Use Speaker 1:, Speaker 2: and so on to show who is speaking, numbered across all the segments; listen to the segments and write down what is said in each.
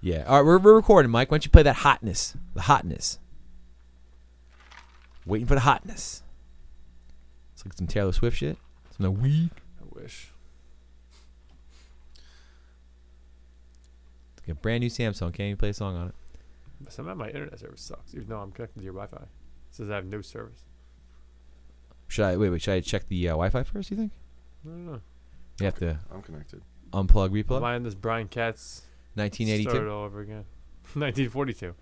Speaker 1: Yeah. All right, we're, we're recording, Mike. Why don't you play that hotness? The hotness. Waiting for the hotness. It's like some Taylor Swift shit. Some of the weed.
Speaker 2: I wish.
Speaker 1: It's like a brand new Samsung. Can't even play a song on it.
Speaker 2: Somehow my internet service sucks, even though I'm connected to your Wi-Fi. It says I have no service.
Speaker 1: Should I wait? Wait. Should I check the uh, Wi-Fi first? You think?
Speaker 2: I don't know.
Speaker 1: You have to
Speaker 3: I'm connected.
Speaker 1: unplug,
Speaker 2: Am
Speaker 1: replug.
Speaker 2: I in this Brian Katz
Speaker 1: 1982,
Speaker 2: started all over again? 1942.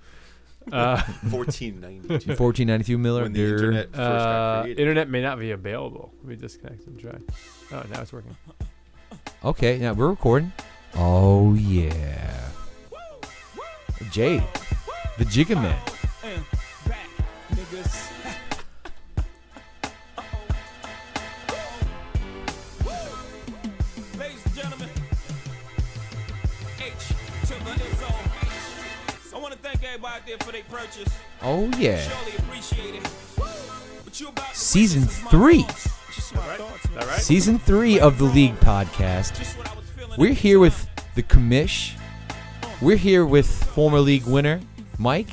Speaker 2: Uh,
Speaker 3: 1492.
Speaker 1: 1492 Miller.
Speaker 3: when the internet first got
Speaker 2: uh,
Speaker 3: created.
Speaker 2: internet may not be available. Let me disconnect and try. Oh, now it's working.
Speaker 1: Okay, now we're recording. Oh yeah. Jay, the Jigga Man.
Speaker 4: and back, niggas. Ladies and gentlemen, H to the Lizzo. I want to thank everybody out there for their purchase.
Speaker 1: Oh yeah.
Speaker 4: Surely appreciate it. But you about to
Speaker 1: Season
Speaker 4: witness is my
Speaker 1: three.
Speaker 4: thoughts. Just my thoughts, man.
Speaker 2: All right.
Speaker 1: Season three of the League podcast.
Speaker 4: Just what I was feeling
Speaker 1: We're
Speaker 4: at the
Speaker 1: here with
Speaker 4: time.
Speaker 1: the commish. We're here with former league winner Mike.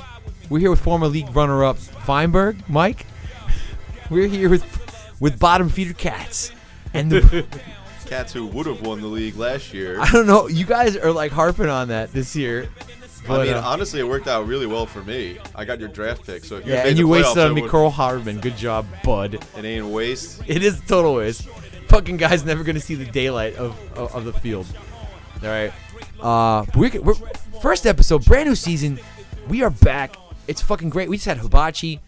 Speaker 1: We're here with former league runner-up Feinberg Mike. We're here with with bottom feeder cats. And the,
Speaker 3: Cats who would have won the league last year.
Speaker 1: I don't know, you guys are like harping on that this year.
Speaker 3: I
Speaker 1: But,
Speaker 3: mean,
Speaker 1: uh,
Speaker 3: honestly, it worked out really well for me. I got your draft pick, so if you
Speaker 1: yeah,
Speaker 3: made
Speaker 1: and
Speaker 3: the
Speaker 1: you wasted
Speaker 3: playoffs,
Speaker 1: on
Speaker 3: I
Speaker 1: me,
Speaker 3: would've-
Speaker 1: Carl Hartman. Good job, bud.
Speaker 3: It ain't a waste.
Speaker 1: It is a total waste. Fucking guy's never gonna see the daylight of of, of the field. All right. Uh, but we could, we're first episode, brand new season. We are back. It's fucking great. We just had Hibachi,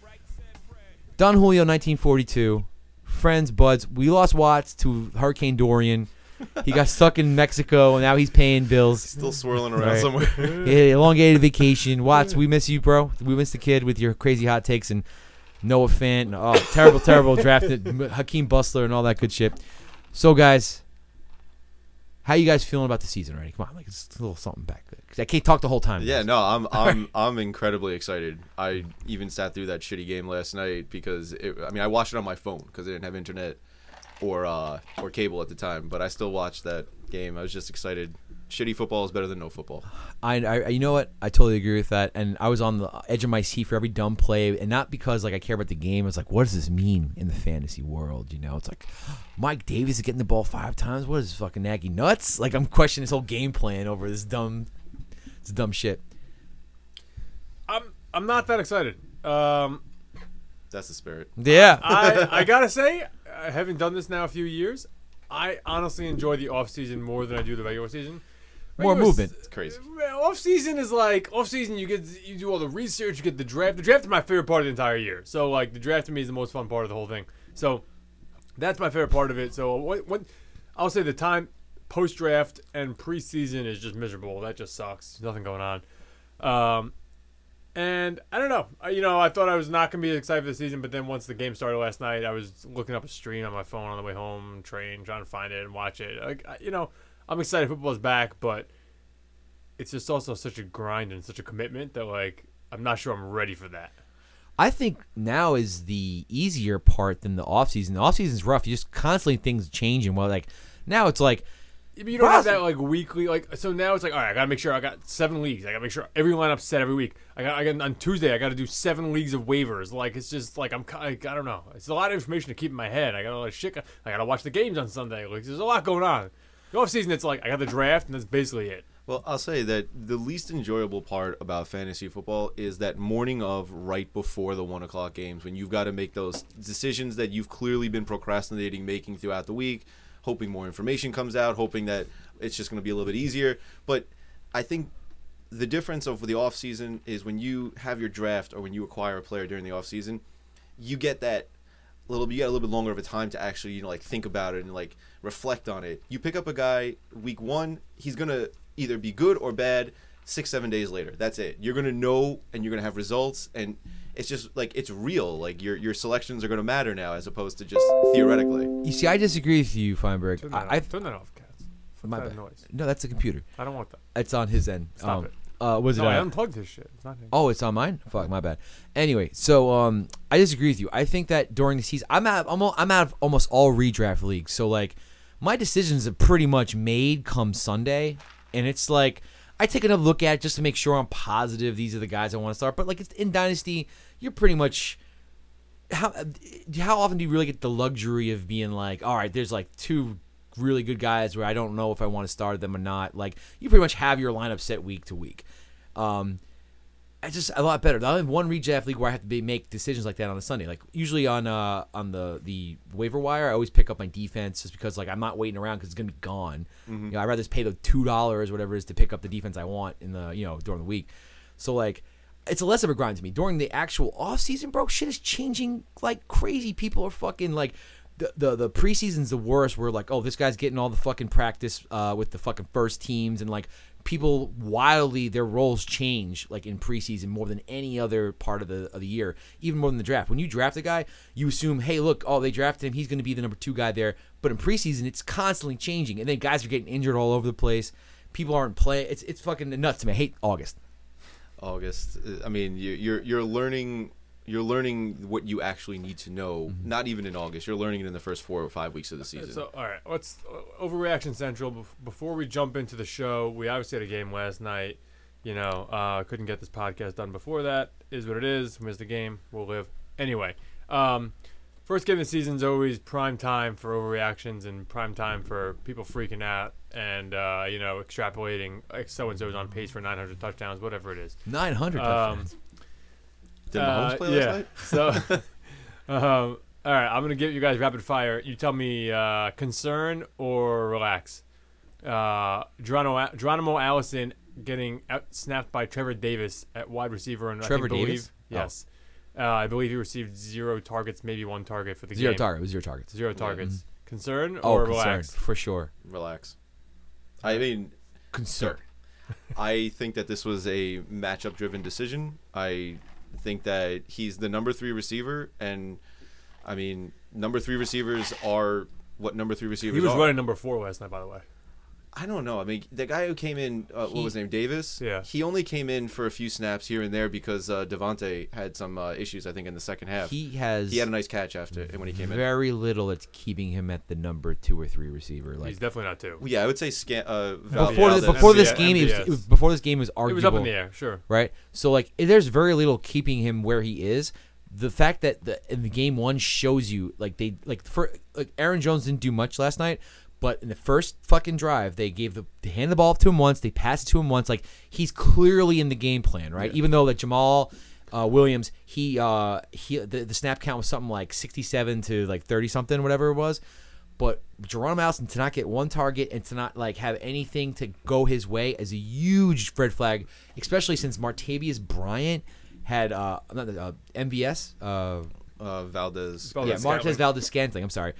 Speaker 1: Don Julio, 1942, friends, buds. We lost Watts to Hurricane Dorian. He got stuck in Mexico, and now he's paying bills.
Speaker 3: Still swirling around
Speaker 1: Right.
Speaker 3: somewhere.
Speaker 1: Yeah, elongated vacation. Watts, we miss you, bro. We miss the kid with your crazy hot takes and Noah Fant. And, oh, terrible, terrible drafted Hakeem Bustler and all that good shit. So, guys, how you guys feeling about the season already? Come on, like it's a little something back. 'Cause I can't talk the whole time.
Speaker 3: yeah, no, I'm I'm I'm incredibly excited. I even sat through that shitty game last night because it, I mean I watched it on my phone because I didn't have internet or uh, or cable at the time, but I still watched that game. I was just excited. Shitty football is better than no football.
Speaker 1: I, I, you know what? I totally agree with that. And I was on the edge of my seat for every dumb play, and not because like I care about the game. It's like, what does this mean in the fantasy world? You know, it's like Mike Davis is getting the ball five times. What is this fucking Nagy nuts? Like I'm questioning this whole game plan over this dumb, this dumb shit.
Speaker 2: I'm I'm not that excited. Um,
Speaker 3: That's the spirit.
Speaker 1: Yeah,
Speaker 2: I, I gotta say, uh, having done this now a few years, I honestly enjoy the off season more than I do the regular season.
Speaker 1: More
Speaker 2: Regular
Speaker 1: movement.
Speaker 2: s-
Speaker 3: It's crazy.
Speaker 2: Off season is like off season. You get you do all the research, you get the draft. The draft is my favorite part of the entire year. So like the draft to me is the most fun part of the whole thing. So that's my favorite part of it. So what what I'll say the time post draft and preseason is just miserable. That just sucks. Nothing going on. Um, and I don't know. I- You know, I thought I was not going to be excited for the season, but then once the game started last night, I was looking up a stream on my phone on the way home, train, trying to find it and watch it. Like, I- you know, I'm excited football's back, but it's just also such a grind and such a commitment that like I'm not sure I'm ready for that.
Speaker 1: I think now is the easier part than the off season. The off season's rough. You just constantly things changing. Well, like now it's like
Speaker 2: Yeah, but You don't have
Speaker 1: Bro,
Speaker 2: that like weekly like so now it's like all right I gotta make sure I got seven leagues I gotta make sure every lineup's set every week I got I got on Tuesday I gotta do seven leagues of waivers like it's just like I'm ki- like, I don't know it's a lot of information to keep in my head I got a lot of shit go- I gotta watch the games on Sunday like there's a lot going on the off season it's like I got the draft and that's basically it
Speaker 3: Well, I'll say that the least enjoyable part about fantasy football is that morning of right before the one o'clock games when you've got to make those decisions that you've clearly been procrastinating making throughout the week, hoping more information comes out, hoping that it's just going to be a little bit easier. But I think the difference of the off season is when you have your draft or when you acquire a player during the off season, you get that little bit you get a little bit longer of a time to actually you know like think about it and like reflect on it you pick up a guy week one he's gonna either be good or bad six seven days later that's it you're gonna know and you're gonna have results and it's just like it's real like your your selections are gonna matter now as opposed to just theoretically
Speaker 1: you see. I disagree with you, Feinberg.
Speaker 2: turn that,
Speaker 1: I,
Speaker 2: off.
Speaker 1: I've,
Speaker 2: Turn that off cats
Speaker 1: my
Speaker 2: that
Speaker 1: bad.
Speaker 2: noise.
Speaker 1: No, that's the computer.
Speaker 2: I don't want that
Speaker 1: It's on his end.
Speaker 2: Stop
Speaker 1: um,
Speaker 2: it.
Speaker 1: Uh, was
Speaker 2: no
Speaker 1: it?
Speaker 2: I
Speaker 1: on-
Speaker 2: unplugged his shit it's not him.
Speaker 1: oh, it's on mine. Fuck, my bad. Anyway, so um, I disagree with you. I think that during the season, I'm out. I'm, al- I'm out of almost all redraft leagues. So like, my decisions are pretty much made come Sunday, and it's like I take another look at it just to make sure I'm positive these are the guys I want to start. But like it's in Dynasty, you're pretty much how how often do you really get the luxury of being like, all right, there's like two really good guys where I don't know if I want to start them or not. Like you pretty much have your lineup set week to week. Um, it's just a lot better. I have one redraft league where I have to be, make decisions like that on a Sunday. Like usually on uh on the the waiver wire, I always pick up my defense just because like I'm not waiting around because it's gonna be gone. You know, I'd rather just pay the two dollars whatever it is to pick up the defense I want in the you know during the week. So like. It's a less of a grind to me. During the actual off season, bro, shit is changing like crazy. People are fucking like the, the the preseason's the worst. We're like, oh, this guy's getting all the fucking practice uh, with the fucking first teams, and like people wildly their roles change like in preseason more than any other part of the of the year, even more than the draft. When you draft a guy, you assume, hey, look, oh, they drafted him, he's going to be the number two guy there. But in preseason, it's constantly changing, and then guys are getting injured all over the place. People aren't playing. It's it's fucking nuts to me. I hate August.
Speaker 3: August. uh, I mean, you, you're you're learning you're learning what you actually need to know. Not even in August. You're learning it in the first four or five weeks of the season.
Speaker 2: Mm-hmm. Uh, So, all right, let's uh, overreaction central. Bef- Before we jump into the show, we obviously had a game last night. You know, uh, couldn't get this podcast done before that. Is what it is. Missed the game. We'll live. Anyway, um, first game of the season's always prime time for overreactions and prime time for people freaking out and uh, you know extrapolating like so and so's on pace for 900 touchdowns, whatever it is.
Speaker 1: Nine hundred.
Speaker 2: Um,
Speaker 3: Did Mahomes
Speaker 2: uh,
Speaker 3: play last night?
Speaker 2: So, um, all right, I'm gonna give you guys rapid fire. You tell me uh, concern or relax. Uh, Geronimo, Geronimo Allison getting out snapped by Trevor Davis at wide receiver, and
Speaker 1: Trevor
Speaker 2: I think
Speaker 1: Davis? Oh.
Speaker 2: believe, yes, uh, I believe he received zero targets, maybe one target for the
Speaker 1: zero
Speaker 2: game.
Speaker 1: target. It was zero targets.
Speaker 2: Zero targets. Concern
Speaker 1: Oh,
Speaker 2: or
Speaker 1: concern
Speaker 2: relax?
Speaker 1: for sure.
Speaker 3: Relax. I mean,
Speaker 1: Concern.
Speaker 3: I think that this was a matchup driven decision. I think that he's the number three receiver, and I mean, number three receivers are what number three receivers
Speaker 2: He was
Speaker 3: are.
Speaker 2: running number four last night, by the way.
Speaker 3: I don't know. I mean, the guy who came in, uh, what was his name, Davis?
Speaker 2: Yeah.
Speaker 3: He only came in for a few snaps here and there because uh, Devontae had some uh, issues, I think, in the second half.
Speaker 1: He has
Speaker 3: He had a nice catch after when he came in.
Speaker 1: very little that's keeping him at the number two or three receiver. Like
Speaker 2: He's definitely not two.
Speaker 3: Well, yeah, I would say scan, uh, Val-
Speaker 1: before
Speaker 2: Yeah,
Speaker 1: this,
Speaker 3: Valdez.
Speaker 1: before this
Speaker 2: MVS.
Speaker 1: game, he was-
Speaker 2: MVS.
Speaker 1: it was- before this game was
Speaker 2: It
Speaker 1: arguable,
Speaker 2: was up in the air, sure.
Speaker 1: right? So like, i- there's very little keeping him where he is. The fact that the in the game one shows you like they like for like Aaron Jones didn't do much last night, but in the first fucking drive they gave the they hand the ball off to him once, they passed it to him once. Like he's clearly in the game plan, right? Even though that Jamal. Uh, Williams, he uh, he the, the snap count was something like 67 to like 30 something, whatever it was. But Geronimo Allison to not get one target and to not like have anything to go his way is a huge red flag, especially since Martavius Bryant had uh, not, uh MVS. Uh,
Speaker 3: uh, Valdez.
Speaker 2: Val-
Speaker 1: yeah,
Speaker 2: Valdez
Speaker 1: Martez
Speaker 2: Scantling.
Speaker 1: Valdez Scantling. I'm sorry,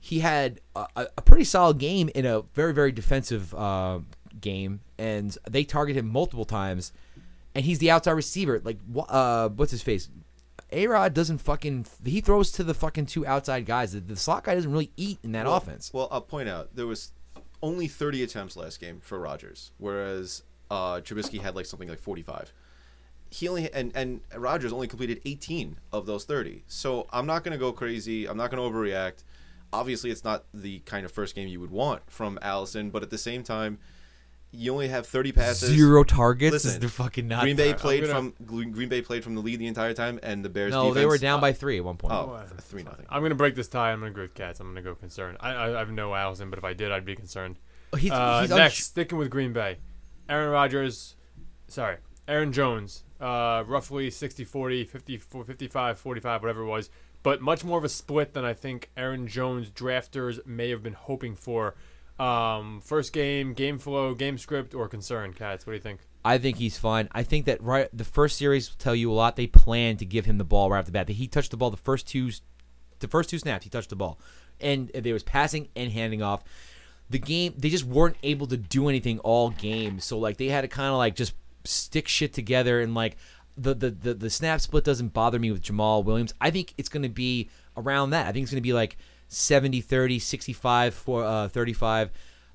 Speaker 1: he had a, a a pretty solid game in a very very defensive uh, game, and they target him multiple times, and he's the outside receiver. Like, wha- uh, what's his face? A Rod doesn't fucking. He throws to the fucking two outside guys. The, the slot guy doesn't really eat in that
Speaker 3: Well-
Speaker 1: offense.
Speaker 3: Well, I'll point out there was only 30 attempts last game for Rodgers, whereas uh, Trubisky had like something like 45. He only and and Rodgers only completed 18 of those 30. So I'm not going to go crazy. I'm not going to overreact. Obviously, it's not the kind of first game you would want from Allison, but at the same time, you only have 30 passes.
Speaker 1: Zero targets is
Speaker 3: Listen,
Speaker 1: the fucking not.
Speaker 3: Green Bay played
Speaker 2: gonna-
Speaker 3: from Green Bay played from the lead the entire time, and the Bears.
Speaker 1: no,
Speaker 3: defense,
Speaker 1: they were down by three at one point.
Speaker 3: Oh, th- three nothing.
Speaker 2: I'm gonna break this tie. I'm gonna go with cats. I'm gonna go concerned. I, I I have no Allison, but if I did, I'd be concerned.
Speaker 1: Oh, he's,
Speaker 2: Uh,
Speaker 1: he's
Speaker 2: next,
Speaker 1: unsure-
Speaker 2: sticking with Green Bay, Aaron Rodgers, sorry, Aaron Jones, uh, roughly 60 40, 50, 55, 45, whatever it was, but much more of a split than I think Aaron Jones drafters may have been hoping for. Um, first game, game flow, game script, or concern, Cats? What do you think?
Speaker 1: I think he's fine. I think that right the first series will tell you a lot. They planned to give him the ball right off the bat. He touched the ball the first two, the first two snaps. He touched the ball, and there was passing and handing off. The game they just weren't able to do anything all game. So like they had to kind of like just stick shit together and like the, the the the snap split doesn't bother me with Jamal Williams. I think it's going to be around that. I think it's going to be like 70 30, 65 for uh, 35.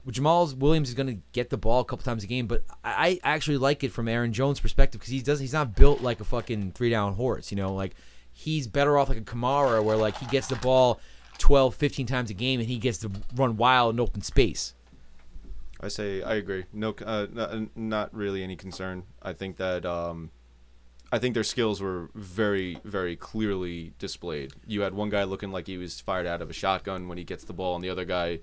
Speaker 1: Jamal Williams is going to get the ball a couple times a game, but I I actually like it from Aaron Jones' perspective because he does he's not built like a fucking three down horse. You know, like he's better off like a Kamara where like he gets the ball 12, 15 times a game and he gets to run wild in open space.
Speaker 3: I say I agree. No, c- uh, n- n- not really any concern. I think that um, I think their skills were very, very clearly displayed. You had one guy looking like he was fired out of a shotgun when he gets the ball, and the other guy,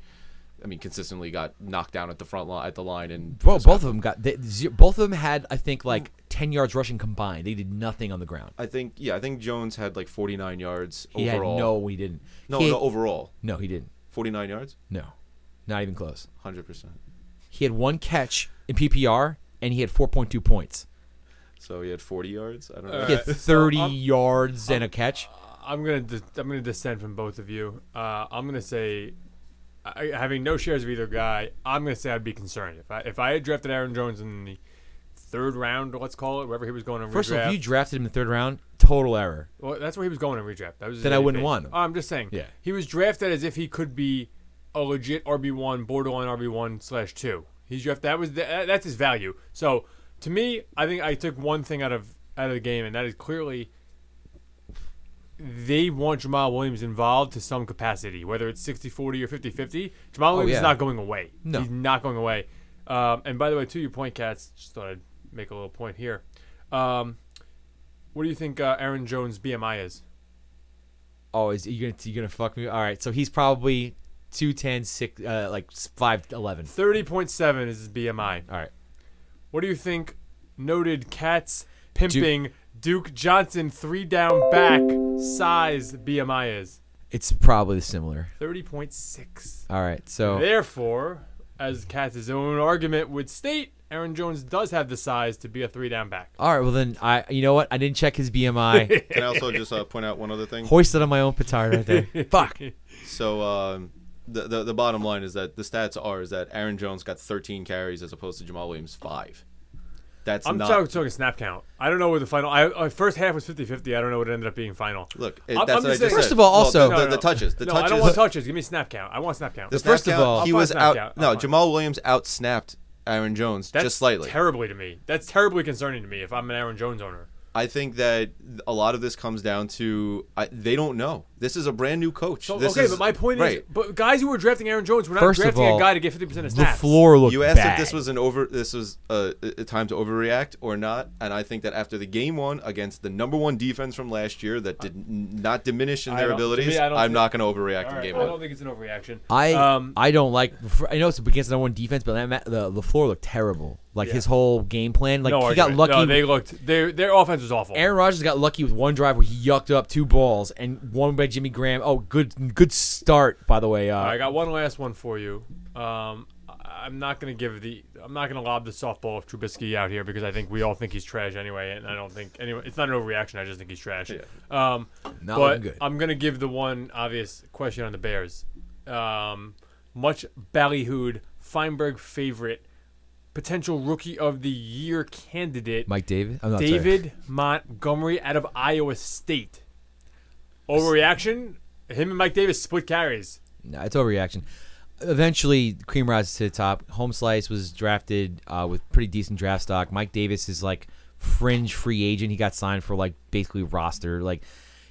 Speaker 3: I mean, consistently got knocked down at the front line at the line. And
Speaker 1: Bro, both of them got they, ze- both of them had I think like ten yards rushing combined. They did nothing on the ground.
Speaker 3: I think yeah, I think Jones had like 49 yards
Speaker 1: He
Speaker 3: overall.
Speaker 1: had no, he didn't.
Speaker 3: no,
Speaker 1: He-
Speaker 3: no, overall,
Speaker 1: no, he didn't.
Speaker 3: 49 yards,
Speaker 1: No, not even close.
Speaker 3: 100. percent
Speaker 1: He had one catch in PPR and he had 4.2 points.
Speaker 3: So he had 40 yards. I don't know.
Speaker 1: He had 30
Speaker 2: um,
Speaker 1: yards and a catch.
Speaker 2: I'm gonna dis- I'm gonna dissent from both of you. Uh, I'm gonna say, I, having no shares of either guy, I'm gonna say I'd be concerned if I if I had drafted Aaron Jones in the third round, let's call it, wherever he was going in
Speaker 1: First
Speaker 2: redraft.
Speaker 1: of all, if you drafted him in the third round, total error.
Speaker 2: Well, that's where he was going in redraft. That was his
Speaker 1: Then I wouldn't
Speaker 2: ADP.
Speaker 1: want him.
Speaker 2: Oh, I'm just saying.
Speaker 1: Yeah.
Speaker 2: He was drafted as if he could be a legit RB one, borderline RB one slash two. He's drafted. That was the, that- that's his value. So to me, I think I took one thing out of out of the game, and that is clearly they want Jamal Williams involved to some capacity, whether it's 60 40 or 50 50. Jamal Williams
Speaker 1: Oh, yeah.
Speaker 2: is not going away.
Speaker 1: No.
Speaker 2: He's not going away. Um, and by the way, to your point, Cats, just thought I'd make a little point here. Um, what do you think uh, Aaron Jones' BMI is?
Speaker 1: Oh, is you gonna you gonna fuck me? All right, so he's probably 210, six, uh, like five eleven.
Speaker 2: 30.7 is his BMI.
Speaker 1: All right,
Speaker 2: What do you think noted Cats pimping Duke Johnson three down back size BMI is?
Speaker 1: it's probably similar.
Speaker 2: 30.6.
Speaker 1: All right, so
Speaker 2: Therefore, as Katz's own argument would state, Aaron Jones does have the size to be a three down back.
Speaker 1: all right, well then I you know what I didn't check his BMI.
Speaker 3: Can I also just uh, point out one other thing?
Speaker 1: Hoisted on my own petard right there. Fuck.
Speaker 3: So um, the, the the bottom line is that the stats are is that Aaron Jones got 13 carries as opposed to Jamal Williams five. That's
Speaker 2: I'm
Speaker 3: not
Speaker 2: talking, talking snap count. I don't know what the final. I, I first half was 50-50. I don't know what ended up being final.
Speaker 3: look. It,
Speaker 2: I'm-
Speaker 3: that's
Speaker 2: I'm
Speaker 3: what I
Speaker 2: just
Speaker 3: just
Speaker 2: saying-
Speaker 3: said.
Speaker 1: First of all,
Speaker 3: Well,
Speaker 1: also-
Speaker 3: the,
Speaker 1: No,
Speaker 3: the, the touches, the
Speaker 2: no,
Speaker 3: touches.
Speaker 2: I don't want touches. Give me snap count. I want snap count.
Speaker 3: The
Speaker 1: snap First of
Speaker 3: count,
Speaker 1: all-
Speaker 3: he
Speaker 2: I'll
Speaker 3: was
Speaker 2: find
Speaker 3: out.
Speaker 2: Snapchat. I'll
Speaker 3: No,
Speaker 2: find-
Speaker 3: Jamal Williams out snapped Aaron Jones
Speaker 2: That's
Speaker 3: just slightly.
Speaker 2: terribly to me. That's terribly concerning to me if I'm an Aaron Jones owner.
Speaker 3: I think that a lot of this comes down to I, they don't know. This is a brand new coach.
Speaker 2: So,
Speaker 3: This
Speaker 2: okay,
Speaker 3: is-
Speaker 2: but my point
Speaker 3: right.
Speaker 2: is, but guys who were drafting Aaron Jones were not
Speaker 1: First of
Speaker 2: drafting
Speaker 1: all,
Speaker 2: a guy to get 50% of
Speaker 1: The
Speaker 2: snaps.
Speaker 1: floor looked
Speaker 3: You asked
Speaker 1: bad.
Speaker 3: if this was an over, this was a, a time to overreact or not, and I think that after the game one against the number one defense from last year that did n- not diminish in
Speaker 2: I
Speaker 3: their
Speaker 2: don't- to me,
Speaker 3: abilities,
Speaker 2: I don't
Speaker 3: I'm
Speaker 2: thi-
Speaker 3: not going to overreact
Speaker 2: All
Speaker 3: in
Speaker 2: right,
Speaker 3: game
Speaker 2: I don't
Speaker 3: one.
Speaker 2: think it's an overreaction.
Speaker 1: I
Speaker 2: um,
Speaker 1: I don't like. I know it's against the number one defense, but that, ma- the the floor looked terrible. Like his
Speaker 2: Yeah.
Speaker 1: whole game plan. Like
Speaker 2: no
Speaker 1: he got
Speaker 2: argument.
Speaker 1: lucky.
Speaker 2: No, they looked. Their their offense was awful.
Speaker 1: Aaron Rodgers got lucky with one drive where he yucked up two balls and one by Jimmy Graham. Oh, good good start by the way. Uh,
Speaker 2: All right, I got one last one for you. Um, I- I'm not gonna give the I'm not gonna lob the softball of Trubisky out here because I think we all think he's trash anyway, and I don't think anyway it's not an overreaction. I just think he's trash. Um,
Speaker 1: Not
Speaker 2: but
Speaker 1: looking good.
Speaker 2: I'm gonna give the one obvious question on the Bears. Um, much ballyhooed Feinberg favorite, potential rookie of the year candidate
Speaker 1: Mike David. I'm not sorry.
Speaker 2: David Montgomery out of Iowa State. Overreaction. Him and Mike Davis split carries.
Speaker 1: No, it's overreaction. Eventually, cream rises to the top. Home slice was drafted uh, with pretty decent draft stock. Mike Davis is like fringe free agent. He got signed for like basically roster. Like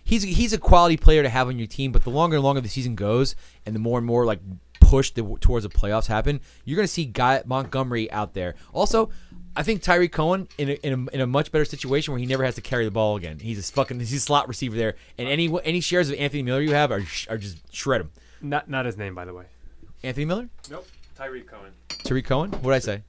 Speaker 1: he's he's a quality player to have on your team. But the longer and longer the season goes, and the more and more like push the, towards the playoffs happen, you're gonna see guy Montgomery out there. Also. I think Tyree Cohen in a, in, a, in a much better situation where he never has to carry the ball again. He's a fucking he's a slot receiver there, and any any shares of Anthony Miller you have are, sh- are just shred him.
Speaker 2: Not not his name, by the way.
Speaker 1: Anthony Miller?
Speaker 2: Nope. Tyreek Cohen.
Speaker 1: Tariq Cohen? What did I say?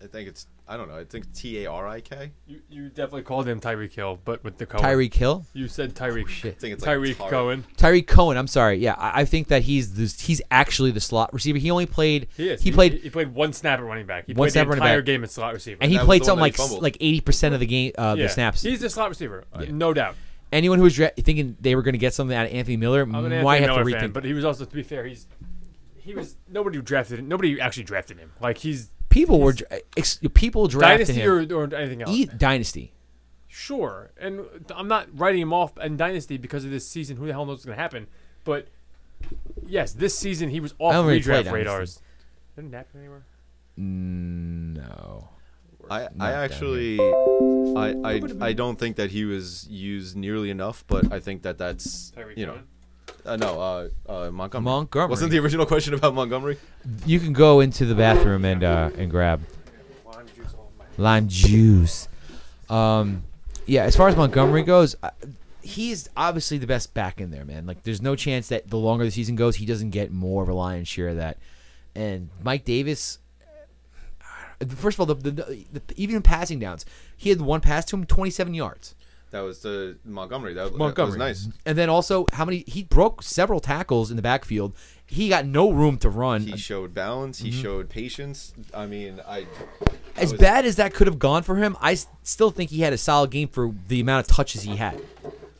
Speaker 3: I think it's I don't know. I think T A R I K.
Speaker 2: You, you definitely called him Tyreek Hill, but with the Cohen.
Speaker 1: Tyreek Hill?
Speaker 2: You said Tyreek.
Speaker 1: shit.
Speaker 3: I think it's like
Speaker 2: Tyreek
Speaker 3: Tar-
Speaker 2: Cohen.
Speaker 1: Tyreek Cohen, I'm sorry. Yeah, I, I think that he's the, he's actually the slot receiver. He only played
Speaker 2: He is.
Speaker 1: played
Speaker 2: He, played one snap at running back. He
Speaker 1: One
Speaker 2: played
Speaker 1: snap
Speaker 2: the
Speaker 1: running
Speaker 2: entire
Speaker 1: back.
Speaker 2: game at slot receiver.
Speaker 1: and he
Speaker 3: That was
Speaker 1: played
Speaker 3: the
Speaker 1: something
Speaker 3: one
Speaker 1: like
Speaker 3: that he
Speaker 1: s-
Speaker 3: fumbled.
Speaker 1: like 80% of the game uh,
Speaker 2: Yeah.
Speaker 1: the snaps.
Speaker 2: He's the slot receiver, uh, no doubt.
Speaker 1: Anyone who was dra- thinking they were going to get something out of Anthony Miller
Speaker 2: I'm an
Speaker 1: might
Speaker 2: Anthony
Speaker 1: have
Speaker 2: Miller
Speaker 1: to rethink.
Speaker 2: fan, but he was also, to be fair, he's he was nobody drafted him. Nobody actually drafted him. Like he's
Speaker 1: people were dra- ex- people drafted
Speaker 2: dynasty
Speaker 1: him.
Speaker 2: or, or anything else.
Speaker 1: E- dynasty.
Speaker 2: Sure, and I'm not writing him off in Dynasty because of this season. Who the hell knows what's going to happen? But yes, this season he was off
Speaker 1: I don't really play
Speaker 2: redraft
Speaker 1: Dynasty.
Speaker 2: radars. Didn't happen anywhere.
Speaker 1: No.
Speaker 3: I,
Speaker 1: Not
Speaker 3: I
Speaker 1: down
Speaker 3: actually I, I I don't think that he was used nearly enough, but I think that that's
Speaker 2: Tyreek
Speaker 3: you know
Speaker 2: Cohen?
Speaker 3: Uh, no, uh, uh, Montgomery.
Speaker 1: Montgomery.
Speaker 3: Wasn't the original question about Montgomery?
Speaker 1: You can go into the bathroom and uh, and grab lime juice. Um, yeah, as far as Montgomery goes, I, he's obviously the best back in there, man. Like, there's no chance that the longer the season goes, he doesn't get more of a lion's share of that. And Mike Davis, uh, first of all, the, the, the, the even in passing downs, he had one pass to him, 27 yards.
Speaker 3: That was the Montgomery. That,
Speaker 1: Montgomery.
Speaker 3: that was nice.
Speaker 1: And then also, how many? He broke several tackles in the backfield. He got no room to run.
Speaker 3: He showed balance. He
Speaker 1: Mm-hmm.
Speaker 3: showed patience. I mean, I. I
Speaker 1: as
Speaker 3: was-
Speaker 1: bad as that could have gone for him, I s- still think he had a solid game for the amount of touches he had.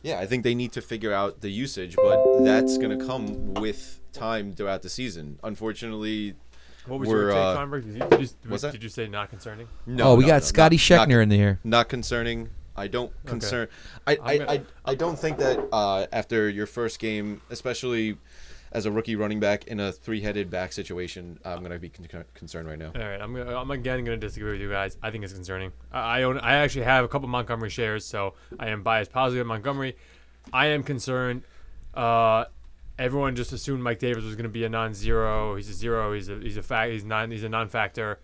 Speaker 3: Yeah, I think they need to figure out the usage, but that's going to come with time throughout the season. Unfortunately,
Speaker 2: What was
Speaker 3: We're,
Speaker 2: your take,
Speaker 3: uh,
Speaker 2: Feinberg? Did you, did, you,
Speaker 3: what's that?
Speaker 2: did you say not concerning?
Speaker 3: no.
Speaker 1: oh, we
Speaker 3: no,
Speaker 1: got
Speaker 3: no,
Speaker 1: Scotty
Speaker 3: not-
Speaker 1: Schechner
Speaker 3: not-
Speaker 1: in here.
Speaker 3: Not concerning. I don't concern. I,
Speaker 2: I'm
Speaker 3: I,
Speaker 2: gonna-
Speaker 3: I, I don't think that uh, after your first game, especially as a rookie running back in a three-headed back situation, I'm going to be con- concerned right now.
Speaker 2: All right, I'm gonna, I'm again going to disagree with you guys. I think it's concerning. I, I own I actually have a couple Montgomery shares, so I am biased positive on Montgomery. I am concerned. Uh, everyone just assumed Mike Davis was going to be a non-zero. He's a zero. He's a he's a fact. He's non. He's a non-factor.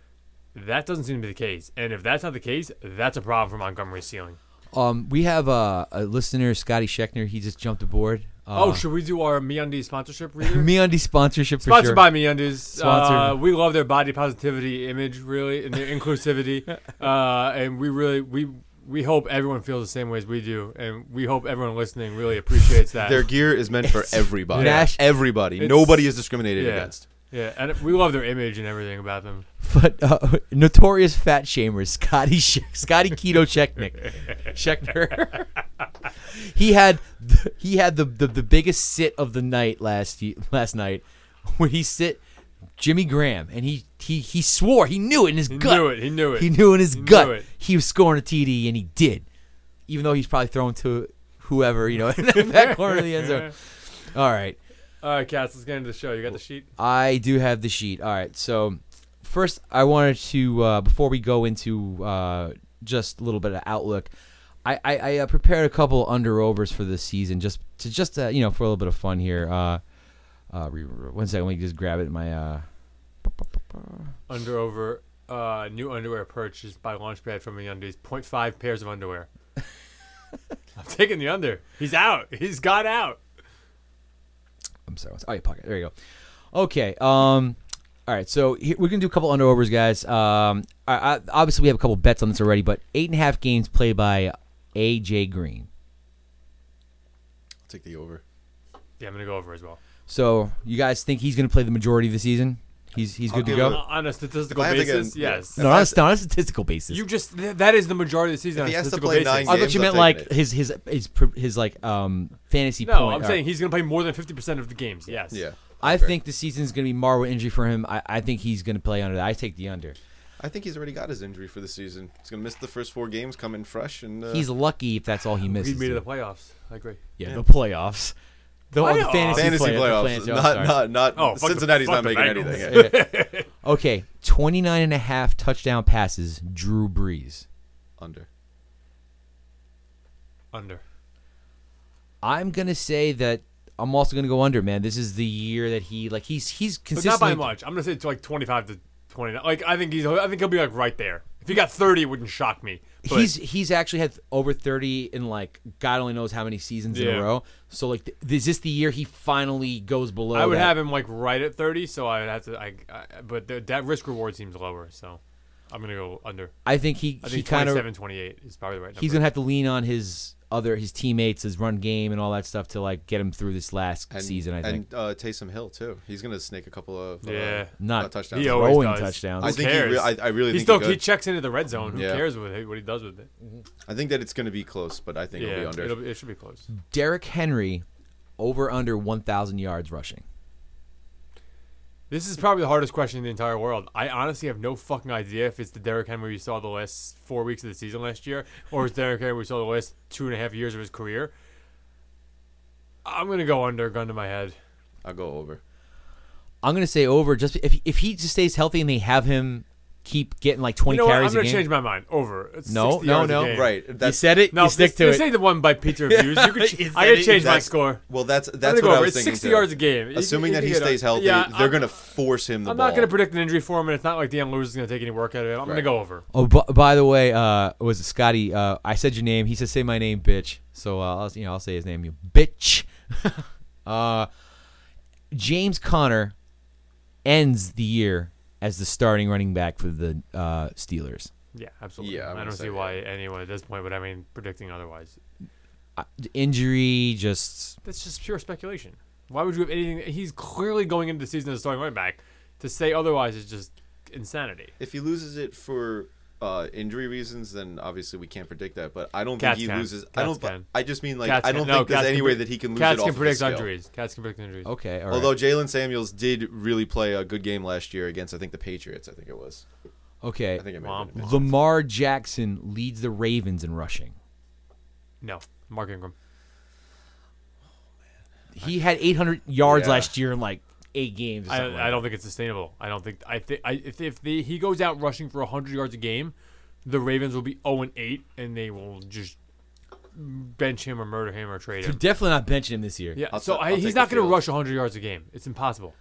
Speaker 2: That doesn't seem to be the case. And if that's not the case, that's a problem for Montgomery's ceiling.
Speaker 1: Um, we have uh, a listener, Scotty Schechner. He just jumped aboard. Uh,
Speaker 2: oh, should we do our MeUndies sponsorship reader?
Speaker 1: MeUndies sponsorship for
Speaker 2: Sponsored
Speaker 1: sure.
Speaker 2: by MeUndies. Uh,
Speaker 1: Sponsored.
Speaker 2: we love their body positivity image, really, and their inclusivity. Uh, and we really we we hope everyone feels the same way as we do, and we hope everyone listening really appreciates that.
Speaker 3: Their gear is meant for everybody.
Speaker 1: Nash-
Speaker 3: everybody.
Speaker 2: It's-
Speaker 3: Nobody is discriminated
Speaker 2: yeah.
Speaker 3: against.
Speaker 2: yeah, and we love their image and everything about them.
Speaker 1: but uh, notorious fat shamer Scotty Sh- Scotty Keto Checknick Checkner. he had he had the, the the biggest sit of the night last ye- last night when he sit Jimmy Graham and he he he swore he knew it in his
Speaker 2: He
Speaker 1: gut.
Speaker 2: knew it. He knew it.
Speaker 1: He knew in his
Speaker 2: He knew
Speaker 1: gut
Speaker 2: it.
Speaker 1: he was scoring a TD and he did, even though he's probably thrown to whoever you know in that back corner of the end zone. All right.
Speaker 2: All right, Cass, let's get into the show. You got the sheet.
Speaker 1: I do have the sheet. All right. So first, I wanted to uh, before we go into uh, just a little bit of outlook. I, I, I uh, prepared a couple under overs for this season just to just uh, you know for a little bit of fun here. Uh, uh, re- re- one second, let me just grab it. In my uh,
Speaker 2: Under over. Uh, new underwear purchased by Launchpad from MeUndies. 0.5 pairs of underwear. I'm taking the under. He's out. He's got out.
Speaker 1: I'm sorry. What's, oh, your pocket. There you go. Okay. Um. All right. So here, we're gonna do a couple underovers, guys. Um. I, I, obviously, we have a couple bets on this already, but eight and a half games played by AJ Green.
Speaker 3: I'll take the over.
Speaker 2: Yeah, I'm gonna go over as well.
Speaker 1: So you guys think he's gonna play the majority of the season? He's he's good to
Speaker 3: give
Speaker 1: go.
Speaker 3: it-
Speaker 2: Uh, on a statistical
Speaker 3: If I had to get-
Speaker 2: basis,
Speaker 3: yeah.
Speaker 2: yes.
Speaker 1: no,
Speaker 3: if
Speaker 1: on
Speaker 3: I-
Speaker 1: a, st- on a statistical basis.
Speaker 2: You just th- that is the majority of the season.
Speaker 3: If
Speaker 2: on
Speaker 3: he
Speaker 2: a
Speaker 3: has to
Speaker 2: statistical
Speaker 3: play
Speaker 2: basis. Uh,
Speaker 3: nine
Speaker 1: I thought you
Speaker 3: I'm
Speaker 1: meant
Speaker 3: taking
Speaker 1: like
Speaker 3: it.
Speaker 1: his his his pr- his like um fantasy.
Speaker 2: No,
Speaker 1: point.
Speaker 2: I'm saying he's gonna play more than 50 percent of the games. Yes.
Speaker 3: Yeah.
Speaker 1: I
Speaker 3: Okay.
Speaker 1: think the season's gonna be marred with injury for him. I, I think he's gonna play under. that. I take the under.
Speaker 3: I think he's already got his injury for the season. He's gonna miss the first four games, coming fresh, and uh,
Speaker 1: He's lucky if that's all he misses.
Speaker 2: Lead me to the playoffs. I agree.
Speaker 1: yeah, the playoffs. The, oh, the
Speaker 2: Playoffs.
Speaker 1: fantasy,
Speaker 3: fantasy
Speaker 1: play- the
Speaker 3: playoffs.
Speaker 1: fantasy- oh,
Speaker 3: not,
Speaker 1: sorry.
Speaker 3: not, not,
Speaker 2: Oh, fuck the-
Speaker 3: Cincinnati's
Speaker 2: fuck
Speaker 3: not
Speaker 2: the
Speaker 3: making
Speaker 2: Bengals.
Speaker 3: anything. Yeah.
Speaker 1: Okay, 29 and a half touchdown passes, Drew Brees.
Speaker 3: Under.
Speaker 2: Under.
Speaker 1: I'm going to say that I'm also going to go under, man. This is the year that he like he's he's
Speaker 2: But not
Speaker 1: consistently
Speaker 2: by much. I'm gonna say it's like 25 to 29. Like I think he's. I think he'll be like right there. If he got 30, it wouldn't shock me. But
Speaker 1: He's he's actually had over 30 in like God only knows how many seasons in
Speaker 2: Yeah.
Speaker 1: a row. So like th- is this the year he finally goes below
Speaker 2: I would
Speaker 1: that?
Speaker 2: have him like right at 30, so I would have to. I, I but the, that risk reward seems lower, so I'm gonna go under.
Speaker 1: I think he
Speaker 2: I
Speaker 1: he
Speaker 2: think
Speaker 1: kind of
Speaker 2: 27, 28 is probably the right number.
Speaker 1: he's going to have to lean on his other his teammates, his run game and all that stuff to like get him through this last
Speaker 3: And,
Speaker 1: season, I think.
Speaker 3: And uh, Taysom Hill too. He's gonna snake a couple of uh,
Speaker 2: Yeah.
Speaker 1: Not-
Speaker 3: uh, touchdowns.
Speaker 2: He
Speaker 3: I
Speaker 2: always
Speaker 1: Throwing
Speaker 2: does.
Speaker 1: touchdowns.
Speaker 2: Who
Speaker 1: I
Speaker 3: think he
Speaker 2: cares?
Speaker 3: rea- I- I really
Speaker 2: he
Speaker 3: think he
Speaker 2: still he
Speaker 3: could.
Speaker 2: checks into the red zone. Who
Speaker 3: Yeah.
Speaker 2: cares with it, what he does with it?
Speaker 3: think that it's gonna be close, but I think
Speaker 2: yeah,
Speaker 3: it'll be under.
Speaker 2: it'll it should be close.
Speaker 1: Derrick Henry over under 1000 yards rushing.
Speaker 2: This is probably the hardest question in the entire world. I honestly have no fucking idea if it's the Derrick Henry we saw the last four weeks of the season last year, or it's Derrick Henry we saw the last two and a half years of his career. I'm gonna go under, gun to my head.
Speaker 3: I'll go over.
Speaker 1: I'm gonna say over just if if he just stays healthy and they have him keep getting like 20
Speaker 2: You know what? I'm
Speaker 1: carries
Speaker 2: gonna
Speaker 1: a game?
Speaker 2: change my mind. Over. It's
Speaker 1: No,
Speaker 2: 60
Speaker 1: no,
Speaker 2: yards a
Speaker 1: no.
Speaker 2: game.
Speaker 3: Right.
Speaker 1: you
Speaker 3: That's,
Speaker 1: said it.
Speaker 2: No,
Speaker 1: you stick
Speaker 2: this,
Speaker 1: to
Speaker 2: this
Speaker 1: it.
Speaker 2: ain't the one by pizza reviews. You could,
Speaker 1: You
Speaker 2: I
Speaker 1: said
Speaker 2: gotta
Speaker 1: it.
Speaker 2: change my
Speaker 3: That's-
Speaker 2: score.
Speaker 3: Well, that's
Speaker 2: I'm
Speaker 3: that's
Speaker 2: gonna go
Speaker 3: what I
Speaker 2: over.
Speaker 3: was
Speaker 2: It's
Speaker 3: thinking.
Speaker 2: 60
Speaker 3: too.
Speaker 2: yards a game. You-
Speaker 3: Assuming
Speaker 2: you
Speaker 3: that
Speaker 2: can
Speaker 3: he
Speaker 2: get a-
Speaker 3: stays healthy,
Speaker 2: yeah,
Speaker 3: they're
Speaker 2: I'm-
Speaker 3: going to force him the
Speaker 2: I'm
Speaker 3: ball.
Speaker 2: not gonna predict an injury for him, and it's not like Deion Lewis is gonna take any work out of it. I'm gonna
Speaker 3: Right.
Speaker 2: go over.
Speaker 1: Oh, b- by the way, uh, was it Scotty? Uh, I said your name. He said, "Say my name, bitch." So uh, I'll, you know, I'll say his name, you bitch. uh, James Conner ends the year as the starting running back for the uh, Steelers.
Speaker 2: Yeah, absolutely.
Speaker 3: Yeah,
Speaker 2: I
Speaker 3: I'm gonna
Speaker 2: don't
Speaker 3: say
Speaker 2: see
Speaker 3: that.
Speaker 2: why anyone at this point would have any predicting otherwise.
Speaker 1: Uh, injury, just
Speaker 2: That's just pure speculation. Why would you have anything? He's clearly going into the season as a starting running back. To say otherwise is just insanity.
Speaker 3: If he loses it for uh, injury reasons, then obviously we can't predict that. But I don't
Speaker 2: Cats
Speaker 3: think he
Speaker 2: can.
Speaker 3: loses. I
Speaker 2: Cats
Speaker 3: don't.
Speaker 2: can.
Speaker 3: I just mean like
Speaker 2: Cats
Speaker 3: I
Speaker 2: can-
Speaker 3: don't
Speaker 2: no,
Speaker 3: think there's
Speaker 2: cats
Speaker 3: any
Speaker 2: can
Speaker 3: way
Speaker 2: pre-
Speaker 3: that he can lose
Speaker 2: Cats
Speaker 3: it off
Speaker 2: can
Speaker 3: of
Speaker 2: predict
Speaker 3: the scale.
Speaker 2: injuries. Cats can predict injuries.
Speaker 1: okay. all right.
Speaker 3: Although Jalen Samuels did really play a good game last year against, I think the Patriots. I think it was.
Speaker 1: okay,
Speaker 3: I think it may
Speaker 2: Womp
Speaker 3: have been.
Speaker 1: Lamar Jackson leads the Ravens in rushing.
Speaker 2: No, Mark Ingram.
Speaker 1: He had 800 yards
Speaker 3: Yeah.
Speaker 1: last year in like eight games. Or
Speaker 2: I,
Speaker 1: something like
Speaker 2: I don't think it's sustainable. I don't think I think I, if if the, he goes out rushing for 100 yards a game, the Ravens will be 0 and 8 and they will just bench him or murder him or trade
Speaker 1: that.
Speaker 2: him.
Speaker 1: Definitely not benching him this year.
Speaker 2: Yeah,
Speaker 3: I'll
Speaker 2: so
Speaker 3: ta-
Speaker 2: I,
Speaker 3: I'll
Speaker 2: he's
Speaker 3: take
Speaker 2: not
Speaker 3: the
Speaker 2: going to
Speaker 3: field.
Speaker 2: rush 100 yards a game. It's impossible.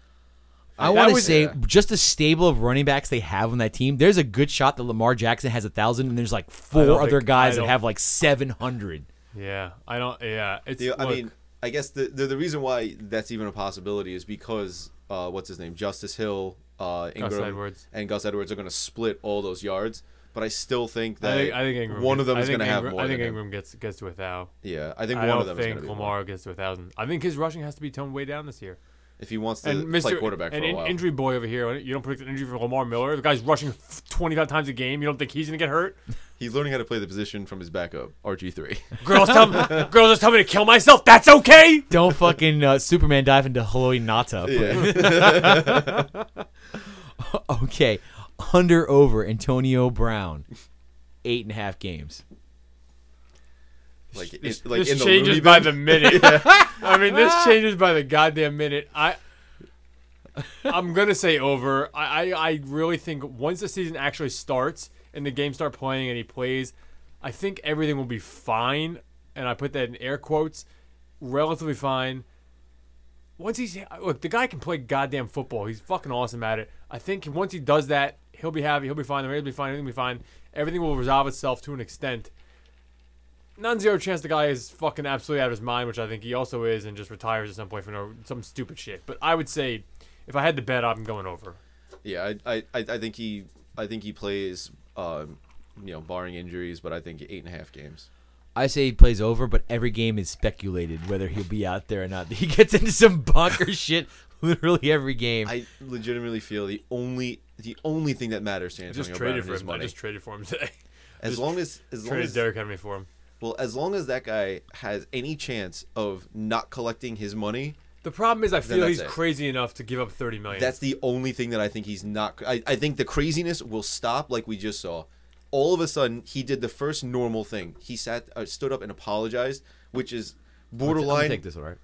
Speaker 1: I
Speaker 2: That
Speaker 1: want to
Speaker 2: was-
Speaker 1: say
Speaker 2: yeah.
Speaker 1: just the stable of running backs they have on that team. There's a good shot that Lamar Jackson has a thousand, and there's like four
Speaker 2: don't
Speaker 1: other
Speaker 2: think-
Speaker 1: guys
Speaker 2: I
Speaker 1: that
Speaker 2: don't-
Speaker 1: have like seven hundred.
Speaker 2: Yeah, I don't. Yeah, it's.
Speaker 3: The, I
Speaker 2: look,
Speaker 3: mean, I guess the, the the reason why that's even a possibility is because uh, what's his name, Justice Hill, uh, Ingram,
Speaker 2: Edwards.
Speaker 3: and Gus Edwards are going to split all those yards. But I still think that
Speaker 2: I think, I think Ingram
Speaker 3: one
Speaker 2: gets-
Speaker 3: of them
Speaker 2: I
Speaker 3: is
Speaker 2: think
Speaker 3: going to have
Speaker 2: Ingram-
Speaker 3: more.
Speaker 2: I think
Speaker 3: than him.
Speaker 2: Ingram gets gets to a thousand.
Speaker 3: Yeah, I think
Speaker 2: I
Speaker 3: one
Speaker 2: don't
Speaker 3: of them is
Speaker 2: think
Speaker 3: going to be.
Speaker 2: Lamar gets to a thousand. I think his rushing has to be toned way down this year.
Speaker 3: If he wants to
Speaker 2: And
Speaker 3: play
Speaker 2: Mr.
Speaker 3: quarterback
Speaker 2: and
Speaker 3: for a
Speaker 2: in-
Speaker 3: while,
Speaker 2: injury boy over here, you don't predict an injury for Lamar Miller. The guy's rushing f- 25 times a game. You don't think he's gonna get hurt?
Speaker 3: he's learning how to play the position from his backup, RG three.
Speaker 2: Girls tell me, girls just tell me to kill myself. That's okay.
Speaker 1: Don't fucking uh, Superman dive into Haloi Nata.
Speaker 3: yeah,
Speaker 1: Okay, under over Antonio Brown, eight and a half games.
Speaker 3: like in,
Speaker 2: This,
Speaker 3: like
Speaker 2: this
Speaker 3: in the
Speaker 2: changes
Speaker 3: Looney
Speaker 2: by
Speaker 3: bin.
Speaker 2: the minute. I mean, this changes by the goddamn minute. I. I'm gonna say over. I, I, I really think once the season actually starts and the games start playing and he plays, I think everything will be fine. And I put that in air quotes, relatively fine. Once he's look, the guy can play goddamn football. He's fucking awesome at it. I think once he does that, he'll be happy. He'll be fine. The Raiders will be fine. Everything will be fine. Everything will resolve itself to an extent. Non-zero chance the guy is fucking absolutely out of his mind, which I think he also is, and just retires at some point for no some stupid shit. But I would say, if I had to bet, I'm going over.
Speaker 3: Yeah, I, I, I I think he, I think he plays, um, you know, barring injuries, but I think eight and a half games.
Speaker 1: I say he plays over, but every game is speculated whether he'll be out there or not. He gets into some bonker shit literally every game.
Speaker 3: I legitimately feel the only, the only thing that matters to
Speaker 2: I
Speaker 3: Antonio
Speaker 2: just
Speaker 3: Brown
Speaker 2: traded for
Speaker 3: is
Speaker 2: him. I
Speaker 3: money.
Speaker 2: just traded for him today.
Speaker 3: as
Speaker 2: just
Speaker 3: long as, as long
Speaker 2: traded
Speaker 3: as,
Speaker 2: Derrick Henry for him.
Speaker 3: well, as long as that guy has any chance of not collecting his money,
Speaker 2: The problem is, I feel
Speaker 3: that's
Speaker 2: he's
Speaker 3: it.
Speaker 2: crazy enough to give up thirty million.
Speaker 3: that's the only thing that I think he's not. I, I think the craziness will stop, like we just saw. All of a sudden, he did the first normal thing. He sat, uh, stood up, and apologized, which is
Speaker 1: I'll
Speaker 3: borderline.
Speaker 1: take this, all right?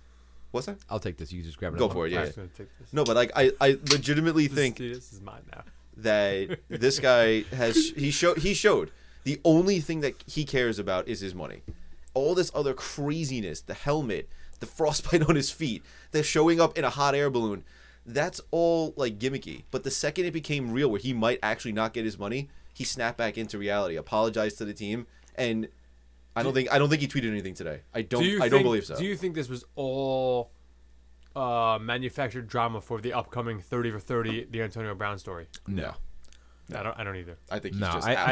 Speaker 3: What's that?
Speaker 1: I'll take this. You just grab it.
Speaker 3: Go for it.
Speaker 2: I'm
Speaker 3: Yeah.
Speaker 2: just gonna take this.
Speaker 3: No, but like I, I legitimately
Speaker 2: This-
Speaker 3: think
Speaker 2: dude, this is mine now.
Speaker 3: that this guy has he showed he showed the only thing that he cares about is his money. All this other craziness, the helmet, the frostbite on his feet, the showing up in a hot air balloon, that's all like gimmicky. But the second it became real, where he might actually not get his money, he snapped back into reality, apologized to the team, and I don't think I don't think he tweeted anything today. I don't
Speaker 2: Do you
Speaker 3: I
Speaker 2: think,
Speaker 3: don't believe so.
Speaker 2: Do you think this was all uh, manufactured drama for the upcoming thirty for thirty, the Antonio Brown story?
Speaker 3: no,
Speaker 2: I don't. I don't either.
Speaker 3: I think he's
Speaker 1: No,
Speaker 3: just
Speaker 1: I, I,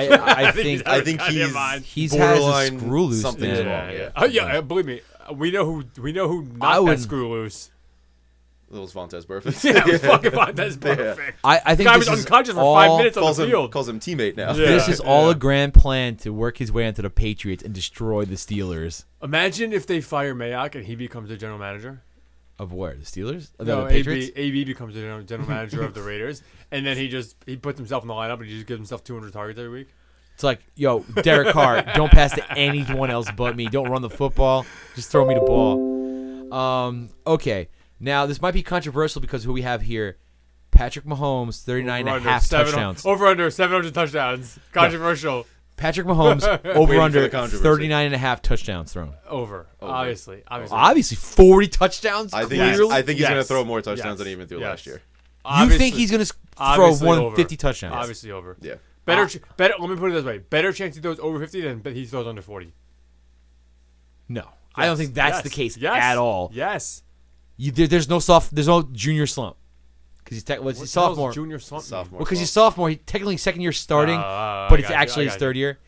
Speaker 1: I think
Speaker 2: he's out
Speaker 3: absolutely- I
Speaker 2: of
Speaker 3: think
Speaker 2: goddamn
Speaker 3: he's
Speaker 2: mind.
Speaker 1: He's has a
Speaker 3: borderline
Speaker 1: screw loose,
Speaker 3: Something's
Speaker 1: man.
Speaker 3: wrong. Yeah,
Speaker 2: Oh yeah, uh, believe me, uh, we know who we know who knocked that
Speaker 1: would-
Speaker 2: screw loose.
Speaker 3: those Vontez perfect.
Speaker 2: Yeah, fucking fine. That's perfect.
Speaker 1: I, I think
Speaker 2: Guy
Speaker 1: this
Speaker 2: was
Speaker 1: is
Speaker 2: unconscious for
Speaker 1: all
Speaker 2: five minutes on
Speaker 3: calls
Speaker 2: the
Speaker 3: him
Speaker 2: field.
Speaker 3: calls him teammate now.
Speaker 2: Yeah.
Speaker 1: This is all a grand plan to work his way into the Patriots and destroy the Steelers.
Speaker 2: Imagine if they fire Mayock and he becomes the general manager.
Speaker 1: Of where? The Steelers? Of the
Speaker 2: No,
Speaker 1: Patriots?
Speaker 2: AB, AB becomes the general, general manager of the Raiders, and then he just he puts himself in the lineup and he just gives himself 200 targets every week.
Speaker 1: It's like, yo, Derek Carr, don't pass to anyone else but me. Don't run the football. Just throw me the ball. Um, okay. Now, this might be controversial because who we have here Patrick Mahomes, 39 and a
Speaker 2: Over-under,
Speaker 1: half
Speaker 2: seven- Oh.
Speaker 1: touchdowns.
Speaker 2: Over under 700 touchdowns. Controversial.
Speaker 1: Patric Patrick Mahomes, over
Speaker 3: for
Speaker 1: under
Speaker 3: the controversy.
Speaker 1: 39 and a half touchdowns thrown.
Speaker 2: Over. Obviously. Obviously.
Speaker 1: Obviously, 40 touchdowns.
Speaker 3: I think
Speaker 1: clearly.
Speaker 3: he's, I think he's going
Speaker 2: Yes.
Speaker 3: to throw more touchdowns than he
Speaker 2: Yes.
Speaker 3: even threw
Speaker 2: Yes.
Speaker 3: last year.
Speaker 1: you
Speaker 2: Obviously-
Speaker 1: think he's going to throw
Speaker 2: obviously over.
Speaker 1: 150 touchdowns. Ah.
Speaker 2: Obviously over.
Speaker 3: Yeah.
Speaker 2: Better, ch- better. Let me put it this way: better chance he throws over fifty than bet he throws under forty.
Speaker 1: No. I don't think that's the case at all.
Speaker 2: Yes.
Speaker 1: You, there, there's no soft. There's no junior slump because he's, tech well,
Speaker 2: What
Speaker 1: he's
Speaker 2: the hell's
Speaker 1: sophomore.
Speaker 2: junior slump.
Speaker 3: Sophomore.
Speaker 1: Well, because he's
Speaker 3: slump.
Speaker 1: sophomore, he technically second year starting,
Speaker 2: Oh, I
Speaker 1: but it's
Speaker 2: got you,
Speaker 1: actually
Speaker 2: I
Speaker 1: his
Speaker 2: got
Speaker 1: third year.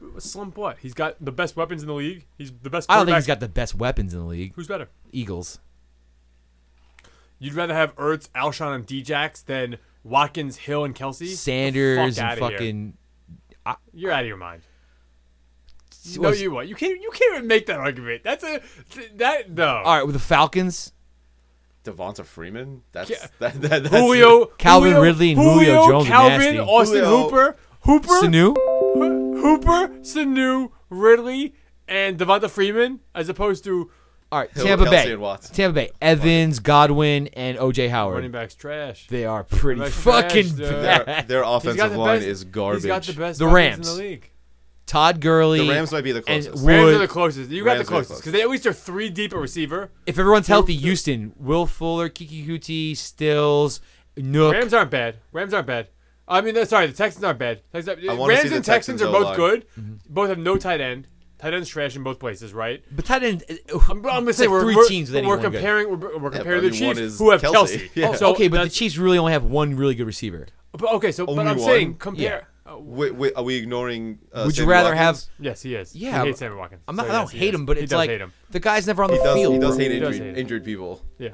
Speaker 2: mean? Slump what? He's got the best weapons in the league. He's the best.
Speaker 1: I don't think he's
Speaker 2: quarterback.
Speaker 1: got the best weapons in the league.
Speaker 2: Who's better?
Speaker 1: Eagles.
Speaker 2: You'd rather have Ertz, Alshon, and Djax than Watkins, Hill, and Kelsey.
Speaker 1: Sanders
Speaker 2: outta
Speaker 1: and
Speaker 2: here.
Speaker 1: fucking.
Speaker 2: You're out of your mind. No,
Speaker 1: Well,
Speaker 2: you what? You can't. You can't even make that argument. That's a th- that no.
Speaker 1: all right, with the Falcons,
Speaker 3: Devonta Freeman. That's
Speaker 2: Yeah.
Speaker 3: that, that, that's
Speaker 2: Julio,
Speaker 1: Calvin
Speaker 2: Julio-
Speaker 1: Ridley and Julio Jones are
Speaker 2: Calvin,
Speaker 1: nasty.
Speaker 2: Austin
Speaker 3: Julio-
Speaker 2: Hooper, Hooper,
Speaker 1: Sanu.
Speaker 2: Hooper, Sanu, Ridley, and Devonta Freeman, as opposed to
Speaker 1: All right,
Speaker 3: Hill,
Speaker 1: Tampa
Speaker 3: Kelsey,
Speaker 1: Bay.
Speaker 3: and Watson.
Speaker 1: Tampa Bay. Evans, Godwin, and OJ
Speaker 2: running
Speaker 1: Howard.
Speaker 2: backs trash.
Speaker 1: They are pretty
Speaker 2: Running back
Speaker 1: fucking
Speaker 2: trash, dude.
Speaker 3: their,
Speaker 1: bad.
Speaker 3: their offensive
Speaker 2: the
Speaker 3: line
Speaker 2: best-
Speaker 3: is garbage.
Speaker 2: He's got the best.
Speaker 1: The
Speaker 2: weapons
Speaker 1: Rams.
Speaker 2: in the league.
Speaker 1: Todd Gurley.
Speaker 3: The Rams might be the
Speaker 1: and
Speaker 3: closest.
Speaker 1: Wood-
Speaker 2: Rams are the closest. You got
Speaker 3: Rams
Speaker 2: the
Speaker 3: are the
Speaker 2: closest because they at least are three deep at receiver.
Speaker 1: if everyone's healthy,
Speaker 2: the-
Speaker 1: Houston, Will Fuller, Kiki Huti, Stills, Nook.
Speaker 2: Rams aren't bad. Rams aren't bad. I mean, they're- sorry, the Texans aren't bad. Texans,
Speaker 3: I wanna see
Speaker 2: Rams
Speaker 3: the
Speaker 2: and Texans
Speaker 3: Texans
Speaker 2: are both
Speaker 3: O-line.
Speaker 2: good.
Speaker 1: Mm-hmm.
Speaker 2: Both have no tight end. Tight end's trash in both places, right?
Speaker 1: but tight end.
Speaker 2: I'm, I'm gonna
Speaker 1: it's
Speaker 2: say
Speaker 1: like
Speaker 2: we're,
Speaker 1: 3
Speaker 2: we're,
Speaker 1: teams with
Speaker 2: we're
Speaker 1: anyone good.
Speaker 2: comparing we're, we're comparing the
Speaker 3: only one
Speaker 2: Chiefs
Speaker 3: is
Speaker 2: who have Kelsey.
Speaker 3: Kelsey. Yeah.
Speaker 1: Oh,
Speaker 2: So
Speaker 1: okay, but the
Speaker 2: that's-
Speaker 1: Chiefs really only have one really good receiver.
Speaker 2: but okay, so but
Speaker 3: Only
Speaker 2: I'm
Speaker 3: one?
Speaker 2: saying compare. Oh,
Speaker 3: Wi- wi- are we ignoring? Uh,
Speaker 1: Would you
Speaker 3: Sammy
Speaker 1: rather
Speaker 3: Watkins?
Speaker 2: yes, he is.
Speaker 1: Yeah,
Speaker 2: he
Speaker 1: but-
Speaker 2: hates Sammy Watkins.
Speaker 1: I'm not.
Speaker 2: So
Speaker 1: I don't
Speaker 2: yes, he
Speaker 1: hate
Speaker 2: is.
Speaker 1: him, but
Speaker 2: He
Speaker 1: it's
Speaker 2: does
Speaker 1: like
Speaker 2: hate him.
Speaker 1: the guy's never on the
Speaker 3: He does,
Speaker 1: field.
Speaker 3: he does
Speaker 1: bro.
Speaker 3: hate
Speaker 2: does
Speaker 3: injured,
Speaker 2: hate him.
Speaker 3: injured people.
Speaker 2: Yeah.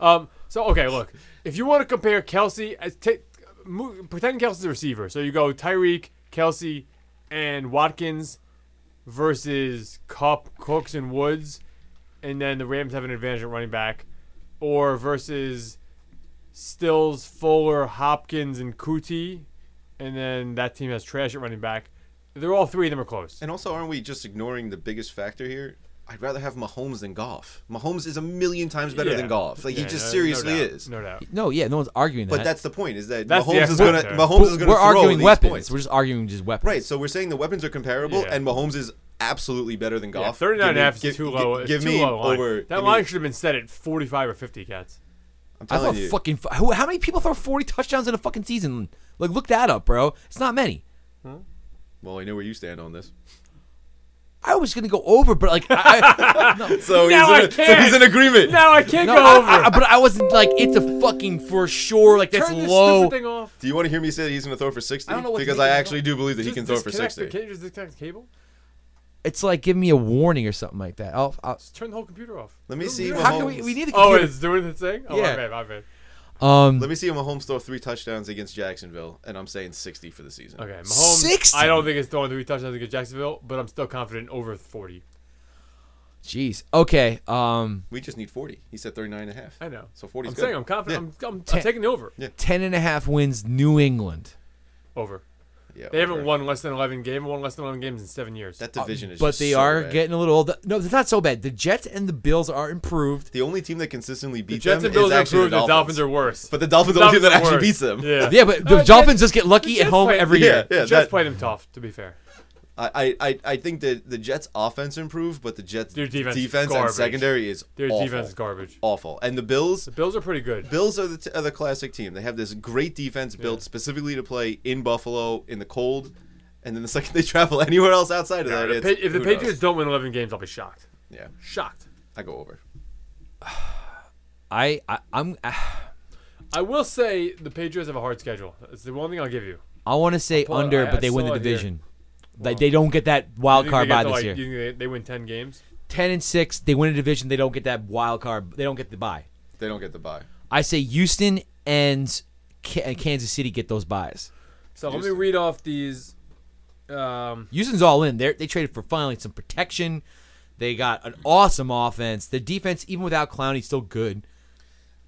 Speaker 2: Um. So okay, look, if you want to compare Kelsey, as take mo- pretend Kelsey's a receiver. So you go Tyreek, Kelsey, and Watkins versus Cup, Cooks, and Woods, and then the Rams have an advantage at running back, or versus Stills, Fuller, Hopkins, and Kuti, and then that team has trash at running back. They're all three of them are close.
Speaker 3: And also, aren't we just ignoring the biggest factor here? I'd rather have Mahomes than Goff. Mahomes is a million times better
Speaker 2: Yeah.
Speaker 3: than Goff. Like
Speaker 2: Yeah,
Speaker 3: he just
Speaker 2: no-
Speaker 3: seriously
Speaker 2: no doubt,
Speaker 3: is.
Speaker 2: No doubt.
Speaker 1: No, yeah, no one's arguing that.
Speaker 3: But that's the point: is that
Speaker 2: That's the
Speaker 3: Mahomes
Speaker 2: X
Speaker 3: is gonna
Speaker 2: factor.
Speaker 1: But
Speaker 3: Mahomes is gonna
Speaker 1: we're
Speaker 3: throw
Speaker 1: arguing
Speaker 3: these
Speaker 1: weapons.
Speaker 3: points.
Speaker 1: We're just arguing just weapons.
Speaker 3: Right, so we're saying the weapons are comparable,
Speaker 2: Yeah.
Speaker 3: and Mahomes is absolutely better than Goff.
Speaker 2: Yeah, 39
Speaker 3: Give
Speaker 2: and a
Speaker 3: me-
Speaker 2: half is
Speaker 3: give-
Speaker 2: too
Speaker 3: gi-
Speaker 2: low. It's
Speaker 3: Give
Speaker 2: too
Speaker 3: me
Speaker 2: low line.
Speaker 3: over.
Speaker 2: That
Speaker 3: give
Speaker 2: line
Speaker 3: me-
Speaker 2: should have been set at 45 or 50 cats.
Speaker 3: I'm
Speaker 1: I
Speaker 3: telling
Speaker 1: thought
Speaker 3: you.
Speaker 1: fucking fu- who- how many people throw forty touchdowns in a fucking season? Like, look that up, bro. It's not many.
Speaker 3: Well, I know where you stand on this.
Speaker 1: I was gonna go over, but like, I, I, no,
Speaker 3: So,
Speaker 2: Now I
Speaker 3: he's, in, a- so
Speaker 2: can't.
Speaker 3: he's in agreement.
Speaker 2: Now I can't
Speaker 1: no,
Speaker 2: go
Speaker 1: I-
Speaker 2: over.
Speaker 1: I- but I wasn't like it's a fucking for sure. Like that's
Speaker 2: Turn this
Speaker 1: low.
Speaker 2: stupid thing off.
Speaker 3: Do you want to hear me say that he's going to throw for 60?
Speaker 1: I don't know what to
Speaker 3: because
Speaker 1: make
Speaker 3: I
Speaker 1: of it.
Speaker 3: actually do believe that he
Speaker 2: Just
Speaker 3: can throw for
Speaker 2: disconnect
Speaker 3: 60.
Speaker 2: The, ca- just disconnect the cable.
Speaker 1: It's like give me a warning or something like that. I'll, I'll,
Speaker 2: Just turn the whole computer off.
Speaker 3: Let me
Speaker 2: Who-
Speaker 3: see
Speaker 2: who-
Speaker 3: Mahomes.
Speaker 1: how can we? We need the
Speaker 2: Oh,
Speaker 1: computer.
Speaker 2: it's doing the thing. Oh,
Speaker 1: Yeah.
Speaker 2: my bad, my bad.
Speaker 1: um,
Speaker 3: Let me see Mahomes throw three touchdowns against Jacksonville, and I'm saying 60 for the season.
Speaker 2: Okay, Mahomes.
Speaker 1: 60?
Speaker 2: I don't think it's throwing three touchdowns against Jacksonville, but I'm still confident over 40.
Speaker 1: jeez. Okay. Um,
Speaker 3: We just need 40. He said 39 and a half.
Speaker 2: I know.
Speaker 3: So 40
Speaker 2: I'm
Speaker 3: is good.
Speaker 2: saying I'm confident. I'm, I'm, I'm
Speaker 1: Ten-
Speaker 2: taking the over.
Speaker 3: Yeah.
Speaker 1: ten and a half wins. New England.
Speaker 2: Over.
Speaker 3: Yeah,
Speaker 2: They haven't
Speaker 3: over.
Speaker 2: won less than 11 games. Won less than 11 games in seven years.
Speaker 3: That division is
Speaker 1: but
Speaker 3: just
Speaker 1: they
Speaker 3: so
Speaker 1: are
Speaker 3: bad.
Speaker 1: getting a little old. No, it's not so bad. The Jets and the Bills are improved.
Speaker 3: The only team that consistently
Speaker 2: the
Speaker 3: beats
Speaker 2: Jets
Speaker 3: them
Speaker 2: and Bills
Speaker 3: is
Speaker 2: are
Speaker 3: actually
Speaker 2: improved. The Dolphins are worse.
Speaker 3: But the Dolphins are the only team that actually beats them.
Speaker 2: Yeah.
Speaker 1: Yeah, but the
Speaker 2: Uh,
Speaker 1: Dolphins just get lucky
Speaker 2: the
Speaker 1: at
Speaker 2: Jets
Speaker 1: home
Speaker 2: play-
Speaker 1: every
Speaker 3: Yeah,
Speaker 1: year.
Speaker 3: yeah.
Speaker 2: Jets
Speaker 3: that-
Speaker 2: play them tough. To be fair.
Speaker 3: I, I, I- I think that the Jets' offense improved, but the Jets'
Speaker 2: Their defense is
Speaker 3: and
Speaker 2: garbage.
Speaker 3: secondary is
Speaker 2: Their
Speaker 3: awful.
Speaker 2: defense is garbage.
Speaker 3: Awful. And the Bills,
Speaker 2: The Bills are pretty good.
Speaker 3: Bills are the, t- are the classic team. They have this great defense built specifically to play in Buffalo in the cold, and then the second they travel anywhere else outside of that,
Speaker 2: If
Speaker 3: it's,
Speaker 2: the Pa- if the
Speaker 3: who knows?
Speaker 2: Patriots don't win 11 games, I'll be shocked.
Speaker 3: yeah,
Speaker 2: Shocked.
Speaker 3: I go over.
Speaker 1: I, I I'm I,
Speaker 2: I will say the Patriots have a hard schedule. It's the one thing I'll give you.
Speaker 1: want to say
Speaker 2: Well,
Speaker 1: under,
Speaker 2: I-
Speaker 1: but
Speaker 2: I
Speaker 1: they win
Speaker 2: saw
Speaker 1: the
Speaker 2: it here.
Speaker 1: division. Like they don't get that wild
Speaker 2: You think
Speaker 1: card
Speaker 2: they get
Speaker 1: bye
Speaker 2: to,
Speaker 1: this
Speaker 2: like-
Speaker 1: year.
Speaker 2: You think they, they win 10 games?
Speaker 1: Ten and six, they win a division. They don't get that wild card. They don't get the bye.
Speaker 3: They don't get the bye.
Speaker 1: I say Houston and Ca- Kansas City get those buys.
Speaker 2: So let me
Speaker 3: Houston.
Speaker 2: read off these. Um,
Speaker 1: Houston's all in. They they traded for finally some protection. They got an awesome offense. The defense, even without Clowney, still good.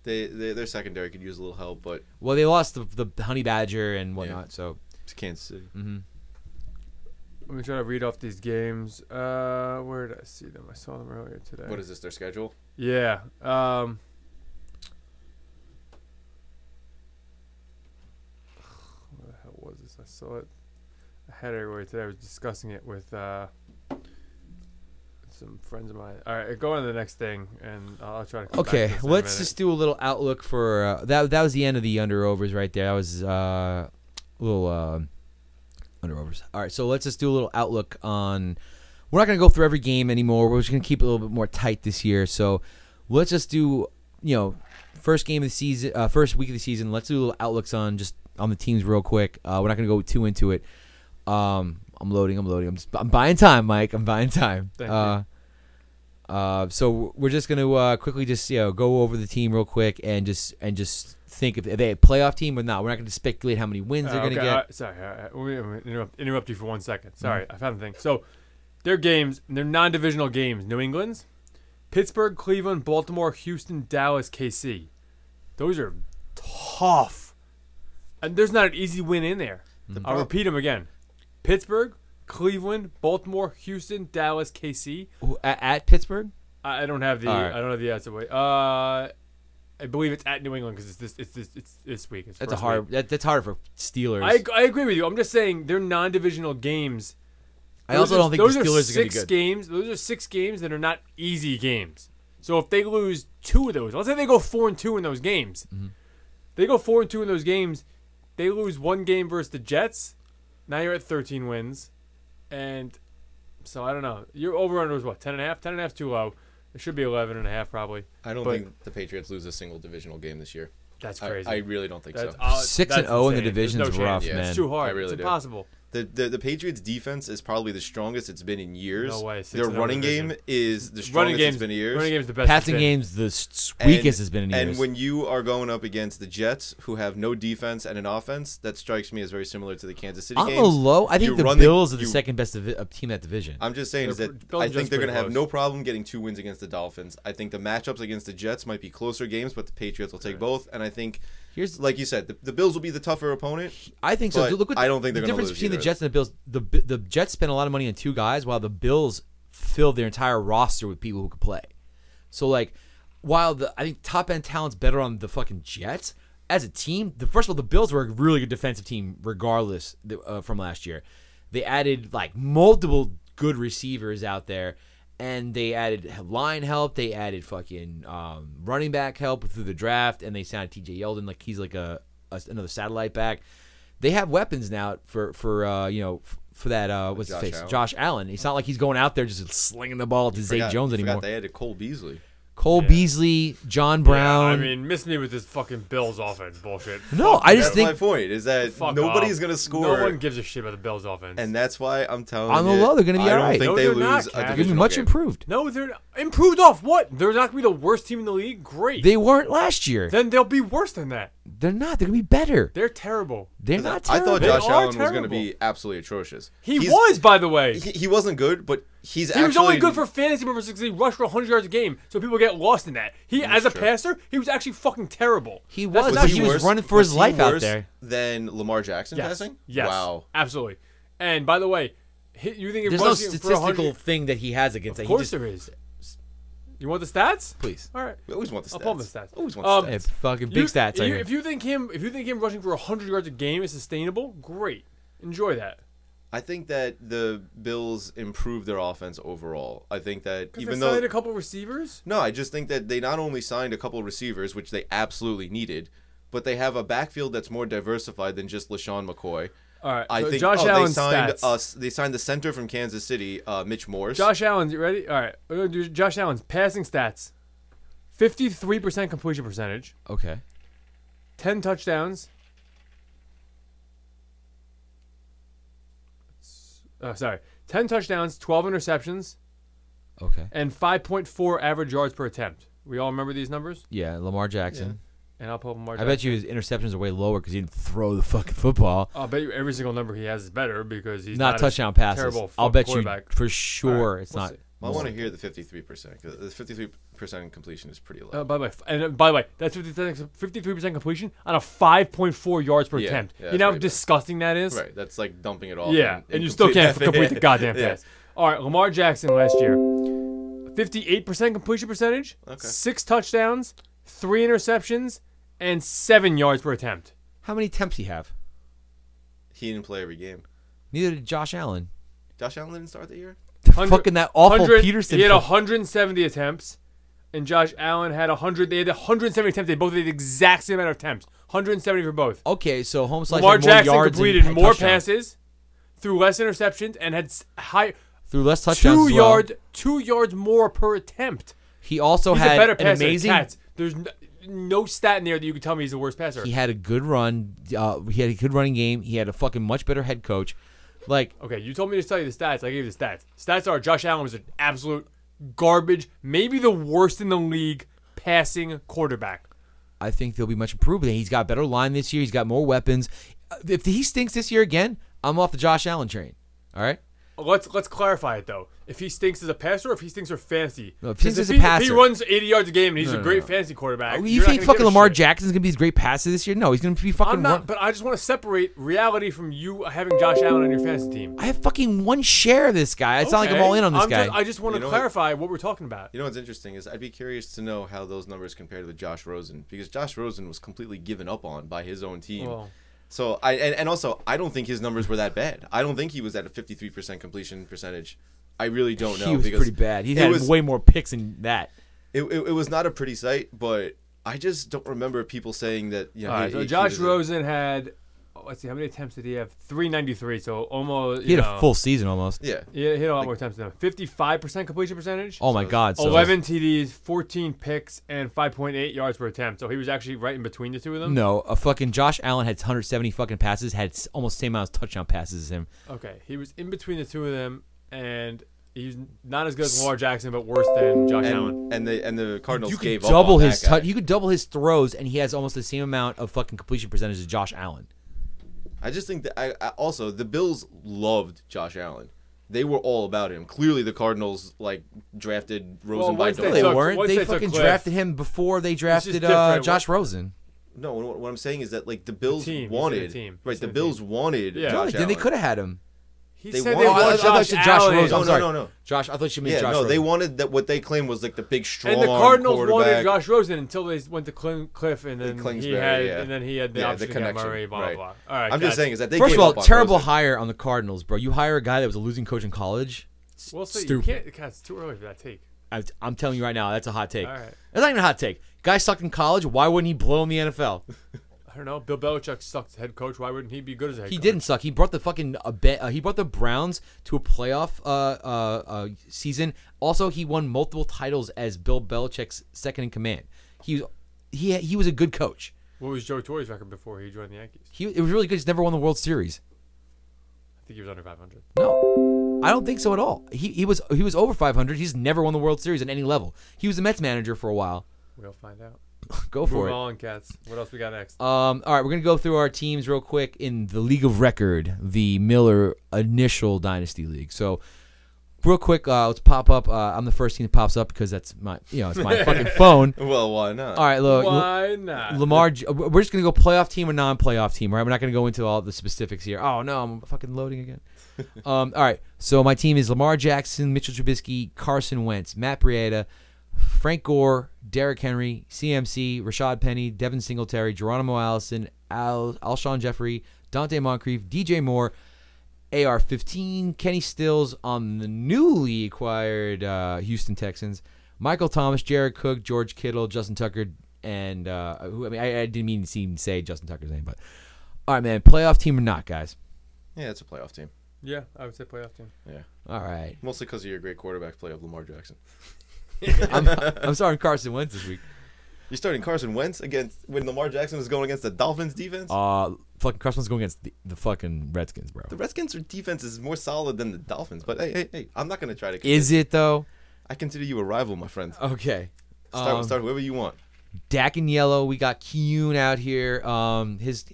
Speaker 3: They, they their secondary could use a little help, but
Speaker 1: Well, they lost the, the Honey Badger and whatnot. So
Speaker 3: it's Kansas City.
Speaker 2: Mm-hmm. let me try to read off these games. Uh, where did I see them? I saw them earlier today.
Speaker 3: What is this?
Speaker 2: um,
Speaker 3: Their schedule?
Speaker 2: Yeah. Um, saw it. I had it everywhere today. I was discussing it with uh, some friends of mine. All right, go on to the next thing, and I'll, I'll try to. Come
Speaker 1: Okay,
Speaker 2: back to this in a
Speaker 1: let's
Speaker 2: minute.
Speaker 1: just do a little outlook for uh, that. That was the end of the underovers right there. That was uh, little uh, underovers. All right, so let's just do a little outlook on. We're not gonna go through every game anymore. We're just gonna keep it a little bit more tight this year. So let's just do you know first game of the season, uh, first week of the season. Let's do little outlooks on just on the teams real quick. Uh, we're not gonna go too into it. Um, I'm loading. I'm loading. I'm just, I'm buying time, Mike. I'm buying time.
Speaker 2: Thank you.
Speaker 1: uh, uh, so we're just gonna uh, quickly just you know go over the team real quick and just and just think if they a playoff team or not. We're not gonna speculate how many wins
Speaker 2: Uh,
Speaker 1: they're
Speaker 2: okay,
Speaker 1: gonna
Speaker 2: all right, sorry, all right, wait, wait, wait, interrupt, interrupt you for one second. Sorry,
Speaker 1: Mm-hmm.
Speaker 2: I found the thing. So, their games, their non-divisional games: New England's, Pittsburgh, Cleveland, Baltimore, Houston, Dallas, KC. Those are tough, and there's not an easy win in there. I'll repeat them again: Pittsburgh, Cleveland, Baltimore, Houston, Dallas, KC.
Speaker 1: get Who- at, at Pittsburgh.
Speaker 2: I, I don't have the
Speaker 1: All right.
Speaker 2: I don't have the answer. Wait, uh, I believe it's at New England because it's this it's this it's this week. It's
Speaker 1: That's a
Speaker 2: first
Speaker 1: hard.
Speaker 2: week.
Speaker 1: That, that's hard for Steelers.
Speaker 2: I, I agree with you. I'm just saying they're non-divisional games.
Speaker 1: I also don't think
Speaker 2: those
Speaker 1: the Steelers are gonna be
Speaker 2: six
Speaker 1: good.
Speaker 2: Games, those are six games that are not easy games. So if they lose two of those, let's say they go four and two in those games,
Speaker 1: Mm-hmm.
Speaker 2: they go four and two in those games, they lose one game versus the Jets. Now you're at 13 wins, and so I don't know. Your over under is what 10 and a half? 10 and a half is too low. It should be 11 and a half probably.
Speaker 3: I don't
Speaker 2: But-
Speaker 3: think the Patriots lose a single divisional game this year.
Speaker 2: That's
Speaker 3: I,
Speaker 2: crazy.
Speaker 3: I really don't think
Speaker 2: that's,
Speaker 3: so.
Speaker 2: uh,
Speaker 1: Six and
Speaker 2: that's
Speaker 1: oh in the
Speaker 2: insane. There's
Speaker 1: division's
Speaker 2: no
Speaker 1: rough,
Speaker 2: chance.
Speaker 1: man.
Speaker 2: It's too hard.
Speaker 3: I really
Speaker 2: it's
Speaker 3: do.
Speaker 2: impossible.
Speaker 3: The, the the Patriots defense is probably the strongest it's been in years.
Speaker 2: No way, six
Speaker 3: Their
Speaker 2: and oh
Speaker 3: running
Speaker 2: division.
Speaker 3: game is the strongest
Speaker 2: Running
Speaker 3: it's
Speaker 2: game's
Speaker 3: been in years.
Speaker 2: Running game's the best. it's
Speaker 1: Passing
Speaker 2: been.
Speaker 1: games the s-
Speaker 3: And-
Speaker 1: weakest has been in years.
Speaker 3: And when you are going up against the Jets, who have no defense and an offense, that strikes me as very similar to the Kansas City
Speaker 1: on
Speaker 3: games.
Speaker 1: the low, I
Speaker 3: you
Speaker 1: think the
Speaker 3: run the-
Speaker 1: Bills are the
Speaker 3: you-
Speaker 1: second best divi- uh, team in that division.
Speaker 3: I'm just saying is
Speaker 2: They're
Speaker 3: that
Speaker 2: pr- Bill
Speaker 3: I
Speaker 2: and
Speaker 3: think
Speaker 2: Jets
Speaker 3: they're
Speaker 2: pretty
Speaker 3: going to have
Speaker 2: close.
Speaker 3: no problem getting two wins against the Dolphins. I think the matchups against the Jets might be closer games, but the Patriots will take both. And I think,
Speaker 1: Here's-
Speaker 3: like you said, the, the Bills will be the tougher opponent.
Speaker 1: I think so.
Speaker 3: But
Speaker 1: Dude, Look what
Speaker 3: I don't think
Speaker 1: the
Speaker 3: they're gonna
Speaker 1: difference
Speaker 3: lose
Speaker 1: between the
Speaker 3: either.
Speaker 1: Jets and the Bills. The B- the Jets spent a lot of money on two guys, while the Bills filled their entire roster with people who could play. So like, while the I think top end talent's better on the fucking Jets as a team. The first of all, the Bills were a really good defensive team, regardless th- uh, from last year. They added like multiple good receivers out there. And they added line help. They added fucking um, running back help through the draft, and they signed T.J. Yeldon like he's like a, a another satellite back they have weapons now for for uh, you know f- for that uh, what's
Speaker 3: Josh
Speaker 1: his face
Speaker 3: Allen.
Speaker 1: Josh Allen. It's not like he's going out there just slinging the ball to Zay
Speaker 3: Forgot-
Speaker 1: Jones
Speaker 3: forgot
Speaker 1: anymore.
Speaker 3: They added Cole Beasley.
Speaker 1: Cole Beasley, John Brown.
Speaker 2: I mean, miss me with this fucking Bills offense bullshit.
Speaker 1: no,
Speaker 2: Fuck
Speaker 1: I
Speaker 2: you
Speaker 1: just
Speaker 3: That's my
Speaker 1: think
Speaker 3: point is that
Speaker 2: Fuck
Speaker 3: nobody's
Speaker 2: off.
Speaker 3: going to score.
Speaker 2: No one gives a shit about the Bills offense.
Speaker 3: and that's why I'm telling
Speaker 1: On the
Speaker 3: you,
Speaker 1: low, they're gonna be
Speaker 3: I don't
Speaker 1: alright.
Speaker 3: think
Speaker 2: No,
Speaker 3: they
Speaker 2: they're
Speaker 3: lose
Speaker 2: not,
Speaker 3: a
Speaker 2: Cam.
Speaker 1: they're gonna be
Speaker 3: divisional
Speaker 1: much
Speaker 3: game.
Speaker 1: improved.
Speaker 2: no, they're not- improved off what? They're not going to be the worst team in the league. Great.
Speaker 1: They weren't last year.
Speaker 2: then they'll be worse than that.
Speaker 1: They're not. They're gonna be better.
Speaker 2: They're terrible.
Speaker 1: They're not
Speaker 3: I
Speaker 1: terrible.
Speaker 3: thought
Speaker 2: They
Speaker 3: Josh
Speaker 2: are
Speaker 3: Allen was going to
Speaker 2: terrible.
Speaker 3: be absolutely atrocious.
Speaker 2: He
Speaker 3: He's-
Speaker 2: was, by the way.
Speaker 3: He, he wasn't good, but he's
Speaker 2: He
Speaker 3: actually
Speaker 2: was only good for fantasy purposes because he rushed for 100 yards a game, so people get lost in that. He, as a
Speaker 3: true.
Speaker 2: passer, he was actually fucking terrible.
Speaker 1: He
Speaker 2: That's
Speaker 1: was.
Speaker 2: not
Speaker 1: He was
Speaker 2: human.
Speaker 1: running for his
Speaker 3: he
Speaker 1: life out
Speaker 3: worse
Speaker 1: there.
Speaker 3: Than Lamar Jackson
Speaker 2: Yes.
Speaker 3: passing?
Speaker 2: Yes.
Speaker 3: Wow.
Speaker 2: Absolutely. And by the way, he, you think
Speaker 1: There's
Speaker 2: it
Speaker 1: no
Speaker 2: rushing for 100
Speaker 1: statistical thing that he has against that.
Speaker 2: Of
Speaker 1: He
Speaker 2: course
Speaker 1: just
Speaker 2: there is. You want the stats?
Speaker 1: please.
Speaker 2: All right.
Speaker 3: We always want the stats.
Speaker 2: I'll pull up the stats. Um,
Speaker 3: Always want the
Speaker 1: Hey,
Speaker 3: stats.
Speaker 1: fucking big
Speaker 2: You-
Speaker 1: stats.
Speaker 2: You,
Speaker 1: right here.
Speaker 2: if you think him, if you think him rushing for 100 yards a game is sustainable, great. Enjoy that.
Speaker 3: I think that the Bills improved their offense overall. I think that
Speaker 2: Because
Speaker 3: even
Speaker 2: they
Speaker 3: though
Speaker 2: signed a couple receivers.
Speaker 3: no, I just think that they not only signed a couple receivers, which they absolutely needed, but they have a backfield that's more diversified than just LaShawn McCoy.
Speaker 2: All right.
Speaker 3: I
Speaker 2: so
Speaker 3: think
Speaker 2: Uh, Josh
Speaker 3: oh,
Speaker 2: Allen
Speaker 3: they signed
Speaker 2: stats.
Speaker 3: us. They signed the center from Kansas City, uh, Mitch Morse.
Speaker 2: Josh Allen, you ready? All right. We're gonna do Josh Allen's passing stats. 53% completion percentage,
Speaker 1: okay.
Speaker 2: 10 touchdowns. Oh, sorry. 10 touchdowns, 12 interceptions,
Speaker 1: Okay.
Speaker 2: and 5.4 average yards per attempt. We all remember these numbers?
Speaker 1: Yeah, Lamar Jackson.
Speaker 2: And I'll pull up Mark.
Speaker 1: I bet you his interceptions are way lower because he didn't throw the fucking football.
Speaker 2: I'll bet you every single number he has is better because he's
Speaker 1: not,
Speaker 2: not a
Speaker 1: touchdown passes.
Speaker 2: Terrible.
Speaker 1: I'll
Speaker 2: fucking
Speaker 1: bet you
Speaker 2: quarterback.
Speaker 1: for sure it's
Speaker 2: we'll
Speaker 1: not.
Speaker 2: see.
Speaker 3: I want to hear the 53% because the 53% completion is pretty low.
Speaker 2: Uh, by the way, f- and uh, by the way, that's 53 percent completion on a 5.4 yards per
Speaker 3: Yeah,
Speaker 2: attempt.
Speaker 3: yeah,
Speaker 2: you know
Speaker 3: that's
Speaker 2: how
Speaker 3: pretty bad.
Speaker 2: disgusting that is.
Speaker 3: Right, that's like dumping it off.
Speaker 2: Yeah, and, you still can't f- complete the goddamn
Speaker 3: Yeah.
Speaker 2: pass. All right, Lamar Jackson last year, 58 percent completion percentage, six touchdowns, three interceptions, and seven yards per attempt.
Speaker 1: How many attempts he have?
Speaker 3: He didn't play every game.
Speaker 1: Neither did Josh Allen.
Speaker 3: Josh Allen didn't start the year.
Speaker 2: Hundred-
Speaker 1: Fucking that awful
Speaker 2: 100
Speaker 1: Peterson.
Speaker 2: He had
Speaker 1: fuck-
Speaker 2: 170 attempts, and Josh Allen had 100. They had 170 attempts. They both had the exact same amount of attempts. 170 for both.
Speaker 1: okay, so home slice
Speaker 2: Lamar
Speaker 1: had more
Speaker 2: Jackson
Speaker 1: yards
Speaker 2: completed
Speaker 1: and
Speaker 2: more
Speaker 1: touchdowns.
Speaker 2: passes, threw less interceptions, and had s- high
Speaker 1: through less touchdowns.
Speaker 2: two
Speaker 1: as well.
Speaker 2: yard two yards more per attempt.
Speaker 1: He also
Speaker 2: He's
Speaker 1: had
Speaker 2: a better
Speaker 1: an
Speaker 2: passer. than
Speaker 1: amazing.
Speaker 2: Katz. There's no, no stat in there that you can tell me he's the worst passer.
Speaker 1: He had a good run. Uh, he had a good running game. He had a fucking much better head coach. Like
Speaker 2: Okay, you told me to tell you the stats. I gave you the stats. Stats are Josh Allen was an absolute garbage, maybe the worst in the league passing quarterback.
Speaker 1: I think they'll be much improved. He's got better line this year. He's got more weapons. Uh, If he stinks this year again, I'm off the Josh Allen train. All right.
Speaker 2: Let's let's clarify it though. If he stinks as a passer, or if he stinks for fantasy.
Speaker 1: No, if he
Speaker 2: 'Cause
Speaker 1: stinks as a
Speaker 2: he, If
Speaker 1: passer.
Speaker 2: he runs 80 yards a game and he's
Speaker 1: No,
Speaker 2: a
Speaker 1: no,
Speaker 2: great
Speaker 1: no.
Speaker 2: fantasy quarterback,
Speaker 1: you
Speaker 2: you're not
Speaker 1: think
Speaker 2: gonna
Speaker 1: fucking
Speaker 2: give a
Speaker 1: Lamar
Speaker 2: shit.
Speaker 1: Jackson's gonna be these great passes this year? No, he's gonna be fucking.
Speaker 2: I'm not,
Speaker 1: run-
Speaker 2: but I just want to separate reality from you having Josh Allen on your fantasy team.
Speaker 1: I have fucking one share of this guy. It's not like I'm
Speaker 2: Okay?
Speaker 1: all in on this
Speaker 2: I'm
Speaker 1: guy.
Speaker 2: Just, I just want
Speaker 3: You
Speaker 2: to
Speaker 3: know what?
Speaker 2: clarify what we're talking about.
Speaker 3: You know what's interesting is I'd be curious to know how those numbers compare to the Josh Rosen because Josh Rosen was completely given up on by his own team.
Speaker 2: Well.
Speaker 3: So I and, and also I don't think his numbers were that bad. I don't think he was at a 53% completion percentage. I really don't know
Speaker 1: he was
Speaker 3: Oh, because
Speaker 1: pretty bad. He
Speaker 3: it
Speaker 1: had
Speaker 3: was-
Speaker 1: way more picks than that.
Speaker 3: it, it, it was not a pretty sight, but I just don't remember people saying that. You know,
Speaker 2: All
Speaker 3: he-
Speaker 2: right, so
Speaker 3: he- he
Speaker 2: Josh
Speaker 3: was a-
Speaker 2: Rosen had. oh, Let's see, how many attempts did he have? 393, so almost.
Speaker 1: He
Speaker 2: you
Speaker 1: had
Speaker 2: know,
Speaker 1: a full season almost.
Speaker 3: Yeah,
Speaker 2: Yeah, he had a lot more attempts than him. 55% completion percentage.
Speaker 1: Oh my
Speaker 3: So-
Speaker 1: god. So
Speaker 2: 11 TDs, 14 picks, and 5.8 yards per attempt. So he was actually right in between the two of them.
Speaker 1: No, a fucking Josh Allen had 170 fucking passes, had s- almost same amount of touchdown passes as him.
Speaker 2: Okay, he was in between the two of them, and he's not as good as Lamar Jackson, but worse than Josh Allen.
Speaker 3: and and the and the Cardinals
Speaker 1: You could
Speaker 3: gave up
Speaker 1: double
Speaker 3: on
Speaker 1: his
Speaker 3: that guy.
Speaker 1: tou- you could double his throws, and he has almost the same amount of fucking completion percentage as Josh Allen.
Speaker 3: I just think that I, I also the Bills loved Josh Allen. They were all about him. Clearly, the Cardinals like drafted Rosen by
Speaker 2: once they
Speaker 1: No,
Speaker 3: dole.
Speaker 1: they
Speaker 2: took-
Speaker 1: weren't.
Speaker 2: once
Speaker 1: They
Speaker 2: they took
Speaker 1: fucking
Speaker 2: Cliff-
Speaker 1: drafted him before they drafted uh,
Speaker 2: different.
Speaker 1: Josh Rosen.
Speaker 3: No, what, what I'm saying is that like the Bills
Speaker 2: team. He's in the
Speaker 3: wanted
Speaker 2: team.
Speaker 3: right.
Speaker 2: He's
Speaker 3: The
Speaker 2: in the
Speaker 3: Bills wanted
Speaker 2: Yeah.
Speaker 3: Josh
Speaker 1: Then they
Speaker 3: Allen.
Speaker 1: could have had him.
Speaker 2: He
Speaker 3: They
Speaker 2: said
Speaker 3: won-
Speaker 2: they
Speaker 3: Oh, I- I
Speaker 2: want
Speaker 3: thought
Speaker 2: Josh,
Speaker 1: you said
Speaker 2: Allen.
Speaker 1: Rosen. I'm
Speaker 3: No, no,
Speaker 1: sorry.
Speaker 3: no, no.
Speaker 1: Josh, I thought you meant
Speaker 3: Yeah,
Speaker 1: Josh.
Speaker 3: no, they
Speaker 1: Rosen.
Speaker 3: wanted that. What they claimed was like the big strong.
Speaker 2: And the Cardinals wanted
Speaker 3: quarterback.
Speaker 2: Josh Rosen until they went to Clin- Cliff, and then he
Speaker 3: Clingsbury,
Speaker 2: had,
Speaker 3: yeah.
Speaker 2: and then he had the
Speaker 3: Yeah,
Speaker 2: option
Speaker 3: the
Speaker 2: to get
Speaker 3: connection,
Speaker 2: Murray. Blah
Speaker 3: right.
Speaker 2: blah blah. All right,
Speaker 3: I'm just
Speaker 2: guys.
Speaker 3: saying is that they
Speaker 1: First
Speaker 3: gave
Speaker 1: of all,
Speaker 3: up on
Speaker 1: terrible
Speaker 3: Rosen.
Speaker 1: hire on the Cardinals, bro. You hire a guy that was a losing coach in college. S-
Speaker 2: Well, so you
Speaker 1: stupid.
Speaker 2: can't. God, it's too early for that take.
Speaker 1: I, I'm telling you right now, that's a hot take.
Speaker 2: All right.
Speaker 1: That's not even a hot take. Guy sucked in college. Why wouldn't he blow in the NFL?
Speaker 2: I don't know. Bill Belichick sucked as head coach. Why wouldn't he be good as a head
Speaker 1: He
Speaker 2: coach?
Speaker 1: didn't suck. He brought the fucking uh, ba- uh, he brought the Browns to a playoff uh, uh, uh, season. Also, he won multiple titles as Bill Belichick's second in command. He was he he was a good coach.
Speaker 2: What was Joe Torre's record before he joined the Yankees?
Speaker 1: He it was really good. He's never won the World Series.
Speaker 2: I think he was under 500.
Speaker 1: No, I don't think so at all. He he was he was over 500. He's never won the World Series at any level. He was the Mets manager for a while.
Speaker 2: We'll find out.
Speaker 1: Go
Speaker 2: Move
Speaker 1: for it.
Speaker 2: on, cats. What else we got next?
Speaker 1: Um, all right, we're gonna go through our teams real quick in the League of Record, the Miller Initial Dynasty League. So, real quick, uh, let's pop up. Uh, I'm the first team that pops up because that's my, you know, it's my fucking phone.
Speaker 3: Well, why not?
Speaker 1: All right, look,
Speaker 2: Why not?
Speaker 1: Lamar. J- uh, We're just gonna go playoff team or non-playoff team, right? We're not gonna go into all the specifics here. Oh no, I'm fucking loading again. um, all right, so my team is Lamar Jackson, Mitchell Trubisky, Carson Wentz, Matt Breida, Frank Gore, Derrick Henry, CMC, Rashad Penny, Devin Singletary, Geronimo Allison, Al Alshon Jeffrey, Dante Moncrief, DJ Moore. AR-15, Kenny Stills on the newly acquired uh, Houston Texans, Michael Thomas, Jared Cook, George Kittle, Justin Tucker, and uh, who I mean I, I didn't mean to even say Justin Tucker's name, but all right, man, playoff team or not, guys.
Speaker 3: Yeah, it's a playoff team.
Speaker 2: yeah, I would say playoff team.
Speaker 3: Yeah,
Speaker 1: All right,
Speaker 3: mostly because of your great quarterback play of Lamar Jackson.
Speaker 1: I'm, I'm starting Carson Wentz this week.
Speaker 3: You're starting Carson Wentz against when Lamar Jackson was going against the Dolphins defense.
Speaker 1: Uh, fucking Carson Wentz going against the, the fucking Redskins, bro.
Speaker 3: the Redskins' defense is more solid than the Dolphins, but hey, hey, hey, I'm not gonna try to.
Speaker 1: Is it though?
Speaker 3: I consider you a rival, my friend.
Speaker 1: Okay.
Speaker 3: Start,
Speaker 1: Um,
Speaker 3: start whoever you want.
Speaker 1: Dak and Yellow. We got Kuhn out here. Um, his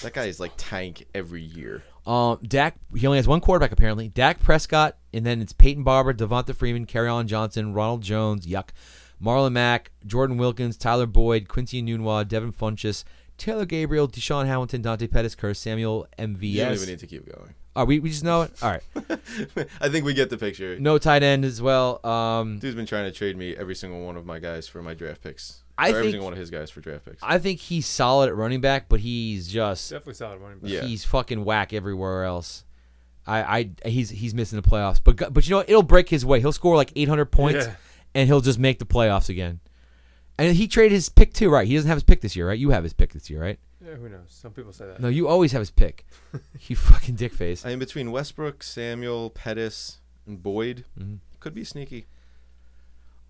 Speaker 3: That guy is like tank every year.
Speaker 1: Um, Dak, he only has one quarterback apparently. Dak Prescott, and then it's Peyton Barber, Devonta Freeman, Carryon Johnson, Ronald Jones, yuck, Marlon Mack, Jordan Wilkins, Tyler Boyd, Quincy Anunwa, Devin Funchess, Taylor Gabriel, Deshaun Hamilton, Dante Pettis, Curtis Samuel,
Speaker 3: You don't even
Speaker 1: MVS.
Speaker 3: need to keep going.
Speaker 1: Are we? We just know it. All right.
Speaker 3: I think we get the picture.
Speaker 1: No tight end as well. Um,
Speaker 3: Dude's been trying to trade me every single one of my guys for my draft picks.
Speaker 1: I
Speaker 3: or every single
Speaker 1: think
Speaker 3: one of his guys for draft picks.
Speaker 1: I think he's solid at running back, but he's just
Speaker 2: Definitely solid running back.
Speaker 3: Yeah.
Speaker 1: he's fucking whack everywhere else. I, I he's he's missing the playoffs, but go- but you know what? it'll break his way. He'll score like 800 points,
Speaker 2: Yeah.
Speaker 1: and he'll just make the playoffs again. And he traded his pick too, right? He doesn't have his pick this year, right? You have his pick this year, right?
Speaker 2: Yeah, who knows? Some people say that.
Speaker 1: No, you always have his pick. you fucking dick face.
Speaker 3: I mean, between Westbrook, Samuel, Pettis, and Boyd,
Speaker 1: Mm-hmm.
Speaker 3: could be sneaky.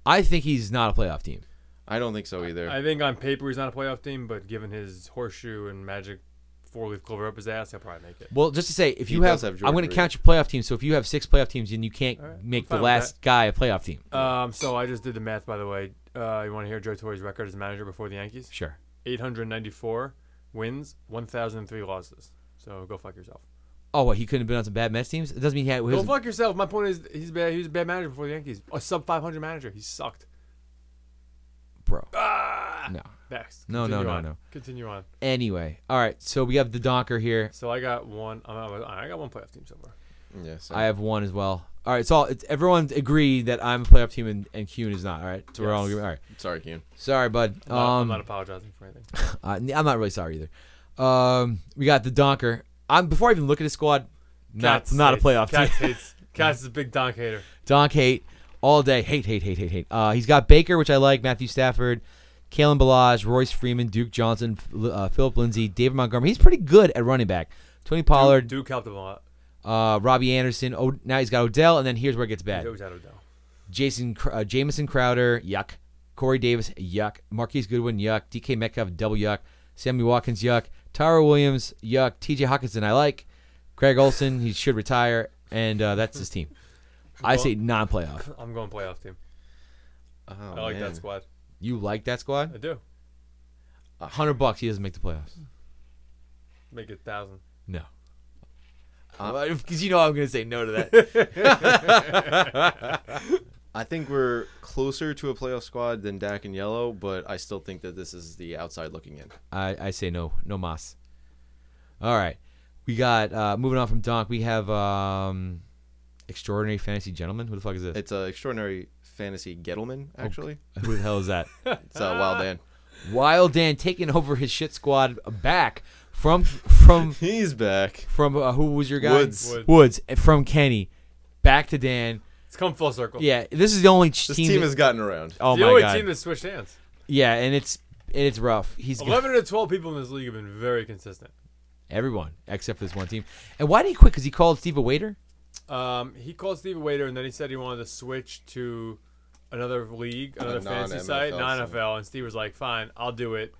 Speaker 1: I think he's not a playoff team.
Speaker 3: I don't think so either.
Speaker 2: I think on paper he's not a playoff team, but given his horseshoe and magic four leaf clover up his ass, he'll probably make it.
Speaker 1: Well, just to say, if
Speaker 3: He
Speaker 1: you have,
Speaker 3: does have Jordan
Speaker 1: I'm going to
Speaker 3: Reed.
Speaker 1: count your playoff teams. So if you have six playoff teams, then you can't
Speaker 2: right,
Speaker 1: make
Speaker 2: I'm
Speaker 1: the
Speaker 2: fine with
Speaker 1: last guy a playoff team.
Speaker 2: Um, so I just did the math, by the way. Uh, you want to hear Joe Torre's record as manager before the Yankees?
Speaker 1: Sure.
Speaker 2: 894 wins, 1,003 losses. So go fuck yourself.
Speaker 1: Oh, what? He couldn't have been on some bad Mets teams. It doesn't mean he had.
Speaker 2: Go
Speaker 1: His,
Speaker 2: fuck yourself. My point is, he's bad. He was a bad manager before the Yankees. A sub 500 manager. He sucked.
Speaker 1: bro. No.
Speaker 2: Next.
Speaker 1: No, no,
Speaker 2: Continue
Speaker 1: no,
Speaker 2: on.
Speaker 1: no.
Speaker 2: Continue on.
Speaker 1: Anyway, all right. So we have the Donker here.
Speaker 2: So I got one. I'm, I'm- I got one playoff team somewhere.
Speaker 3: yeah, so-
Speaker 1: I have one as well. All right, so it's, everyone agreed that I'm a playoff team and, and Kuhn is not. All right, so we're all
Speaker 2: Yes.
Speaker 1: agreed. All right,
Speaker 3: Sorry, Kuhn.
Speaker 1: sorry, bud.
Speaker 2: I'm not, I'm
Speaker 1: Um,
Speaker 2: not apologizing for anything.
Speaker 1: uh, n- I'm not really sorry either. Um, we got the Donker. I'm before I even look at his squad. Not
Speaker 2: Cats
Speaker 1: not a
Speaker 2: hates-
Speaker 1: playoff
Speaker 2: Cats
Speaker 1: team.
Speaker 2: hates. Cats is a big donk hater.
Speaker 1: Donk hate all day. Hate, hate, hate, hate, hate. Uh, he's got Baker, which I like. Matthew Stafford, Kalen Balaj, Royce Freeman, Duke Johnson, F- uh, Philip Lindsay, David Montgomery. He's pretty good at running back. Tony Pollard,
Speaker 2: Duke helped him a lot.
Speaker 1: uh, Robbie Anderson. Oh, now he's got Odell, and then here's where it gets
Speaker 2: He's
Speaker 1: bad.
Speaker 2: always had Odell.
Speaker 1: Jason Cr- uh, Jamison Crowder, yuck. Corey Davis, yuck. Marquise Goodwin, yuck. DK Metcalf, double yuck. Sammy Watkins, yuck. Tyra Williams, yuck. TJ Hawkinson, I like. Craig Olson, he should retire, and uh, that's his team. I say non-playoff.
Speaker 2: I'm going playoff team.
Speaker 3: Oh,
Speaker 2: I like
Speaker 3: man.
Speaker 2: that squad.
Speaker 1: You like that
Speaker 2: I
Speaker 1: squad?
Speaker 2: do.
Speaker 1: A hundred bucks, he doesn't make the playoffs.
Speaker 2: Make it thousand.
Speaker 1: No, because you know I'm gonna say no to that.
Speaker 3: I think we're closer to a playoff squad than Dak and Yellow, but I still think that this is the outside looking in.
Speaker 1: I, I say no, no mas. All right, we got uh, moving on from Donk. We have um, extraordinary fantasy gentleman. Who the fuck is this?
Speaker 3: It's an extraordinary fantasy Gettleman,
Speaker 2: Oh,
Speaker 3: actually.
Speaker 1: Who the hell is that?
Speaker 3: It's uh,
Speaker 1: Ah.
Speaker 3: Wild Dan.
Speaker 1: Wild Dan taking over his shit squad back from from
Speaker 3: He's back.
Speaker 1: from uh, who was your guy?
Speaker 3: Woods.
Speaker 2: Woods.
Speaker 1: Woods uh, from Kenny, back to Dan.
Speaker 2: It's come full circle.
Speaker 1: Yeah, this is the only ch-
Speaker 3: This
Speaker 1: team.
Speaker 3: team,
Speaker 1: that-
Speaker 3: has gotten around.
Speaker 1: oh
Speaker 2: the
Speaker 1: my
Speaker 2: only
Speaker 1: god.
Speaker 2: team that switched hands.
Speaker 1: yeah, and it's and it's rough. He's got-
Speaker 2: Eleven to twelve people in this league have been very consistent.
Speaker 1: everyone except for this one team. And why did he quit? Because he called Steve a waiter.
Speaker 2: Um, he called Steve a waiter, and then he said he wanted to switch to another league, another fantasy site,
Speaker 3: non-NFL
Speaker 2: non NFL. And Steve was like, "Fine, I'll do it."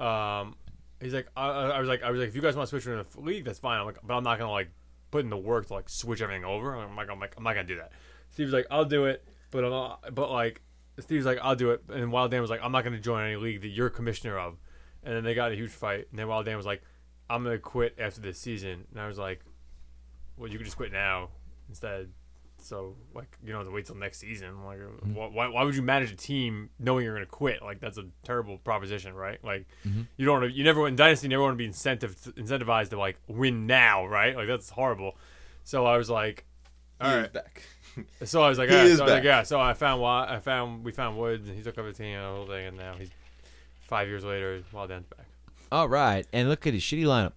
Speaker 2: Um, he's like, I, I I was like, "I was like, if you guys want to switch to another league, that's fine." I'm like, "But I'm not gonna like put in the work to like switch everything over." I'm like, "I'm like, I'm not gonna do that." Steve was like, "I'll do it," but I'm not, but like, Steve's like, "I'll do it," and Wild Dan was like, "I'm not gonna join any league that you're commissioner of," and then they got in a huge fight, and then Wild Dan was like, "I'm gonna quit after this season," and I was like well, you could just quit now instead. So, like, you don't have to wait till next season. Like,
Speaker 3: Mm-hmm.
Speaker 2: wh- why, why would you manage a team knowing you're going to quit? Like, that's a terrible proposition, right? Like,
Speaker 3: Mm-hmm.
Speaker 2: you don't, wanna- you never in dynasty, you never want to be incentive incentivized to like win now, right? Like, that's horrible. So I was like,
Speaker 3: he
Speaker 2: all
Speaker 3: is
Speaker 2: right.
Speaker 3: back.
Speaker 2: So I was like,
Speaker 3: He
Speaker 2: all right.
Speaker 3: is
Speaker 2: so I was like,
Speaker 3: back.
Speaker 2: yeah. So I found why I found we found Woods, and he took over the team and the whole thing, and now he's five years later. Wild Dan's back.
Speaker 1: All right, and look at his shitty lineup: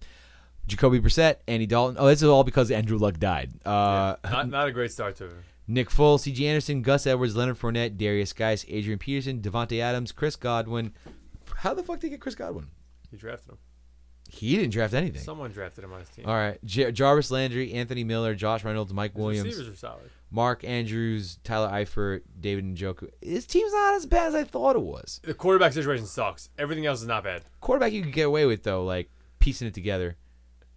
Speaker 1: Jacoby Brissett, Andy Dalton. Oh, this is all because Andrew Luck died. Uh,
Speaker 2: Not, not a great start to it.
Speaker 1: Nick Foles, C.J. Anderson, Gus Edwards, Leonard Fournette, Darius Geis, Adrian Peterson, Devontae Adams, Chris Godwin. How the fuck did he get Chris Godwin?
Speaker 2: He drafted him.
Speaker 1: He didn't draft anything.
Speaker 2: Someone drafted him on his team.
Speaker 1: All right, J- Jarvis Landry, Anthony Miller, Josh Reynolds, Mike
Speaker 2: His
Speaker 1: Williams,
Speaker 2: receivers are solid.
Speaker 1: Mark Andrews, Tyler Eifert, David Njoku. His team's not as bad as I thought it was.
Speaker 2: The quarterback situation sucks. Everything else is not bad.
Speaker 1: Quarterback you could get away with though, like piecing it together.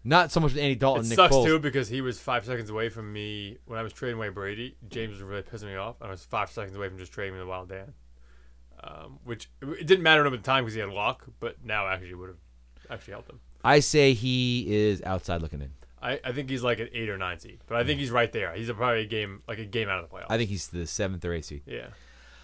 Speaker 1: Not so much with Andy Dalton.
Speaker 2: It
Speaker 1: and Nick
Speaker 2: sucks
Speaker 1: Foles.
Speaker 2: too because he was five seconds away from me when I was trading away Brady. James was really pissing me off. and I was five seconds away from just trading me the Wild Dan, um, which it didn't matter to him at the time because he had luck, but now actually would have actually helped him.
Speaker 1: I say he is outside looking in.
Speaker 2: I, I think he's like an eight or nine seed, but I
Speaker 1: Mm.
Speaker 2: think he's right there. He's probably a game like a game out of the playoffs.
Speaker 1: I think he's the seventh or eighth seed.
Speaker 2: yeah.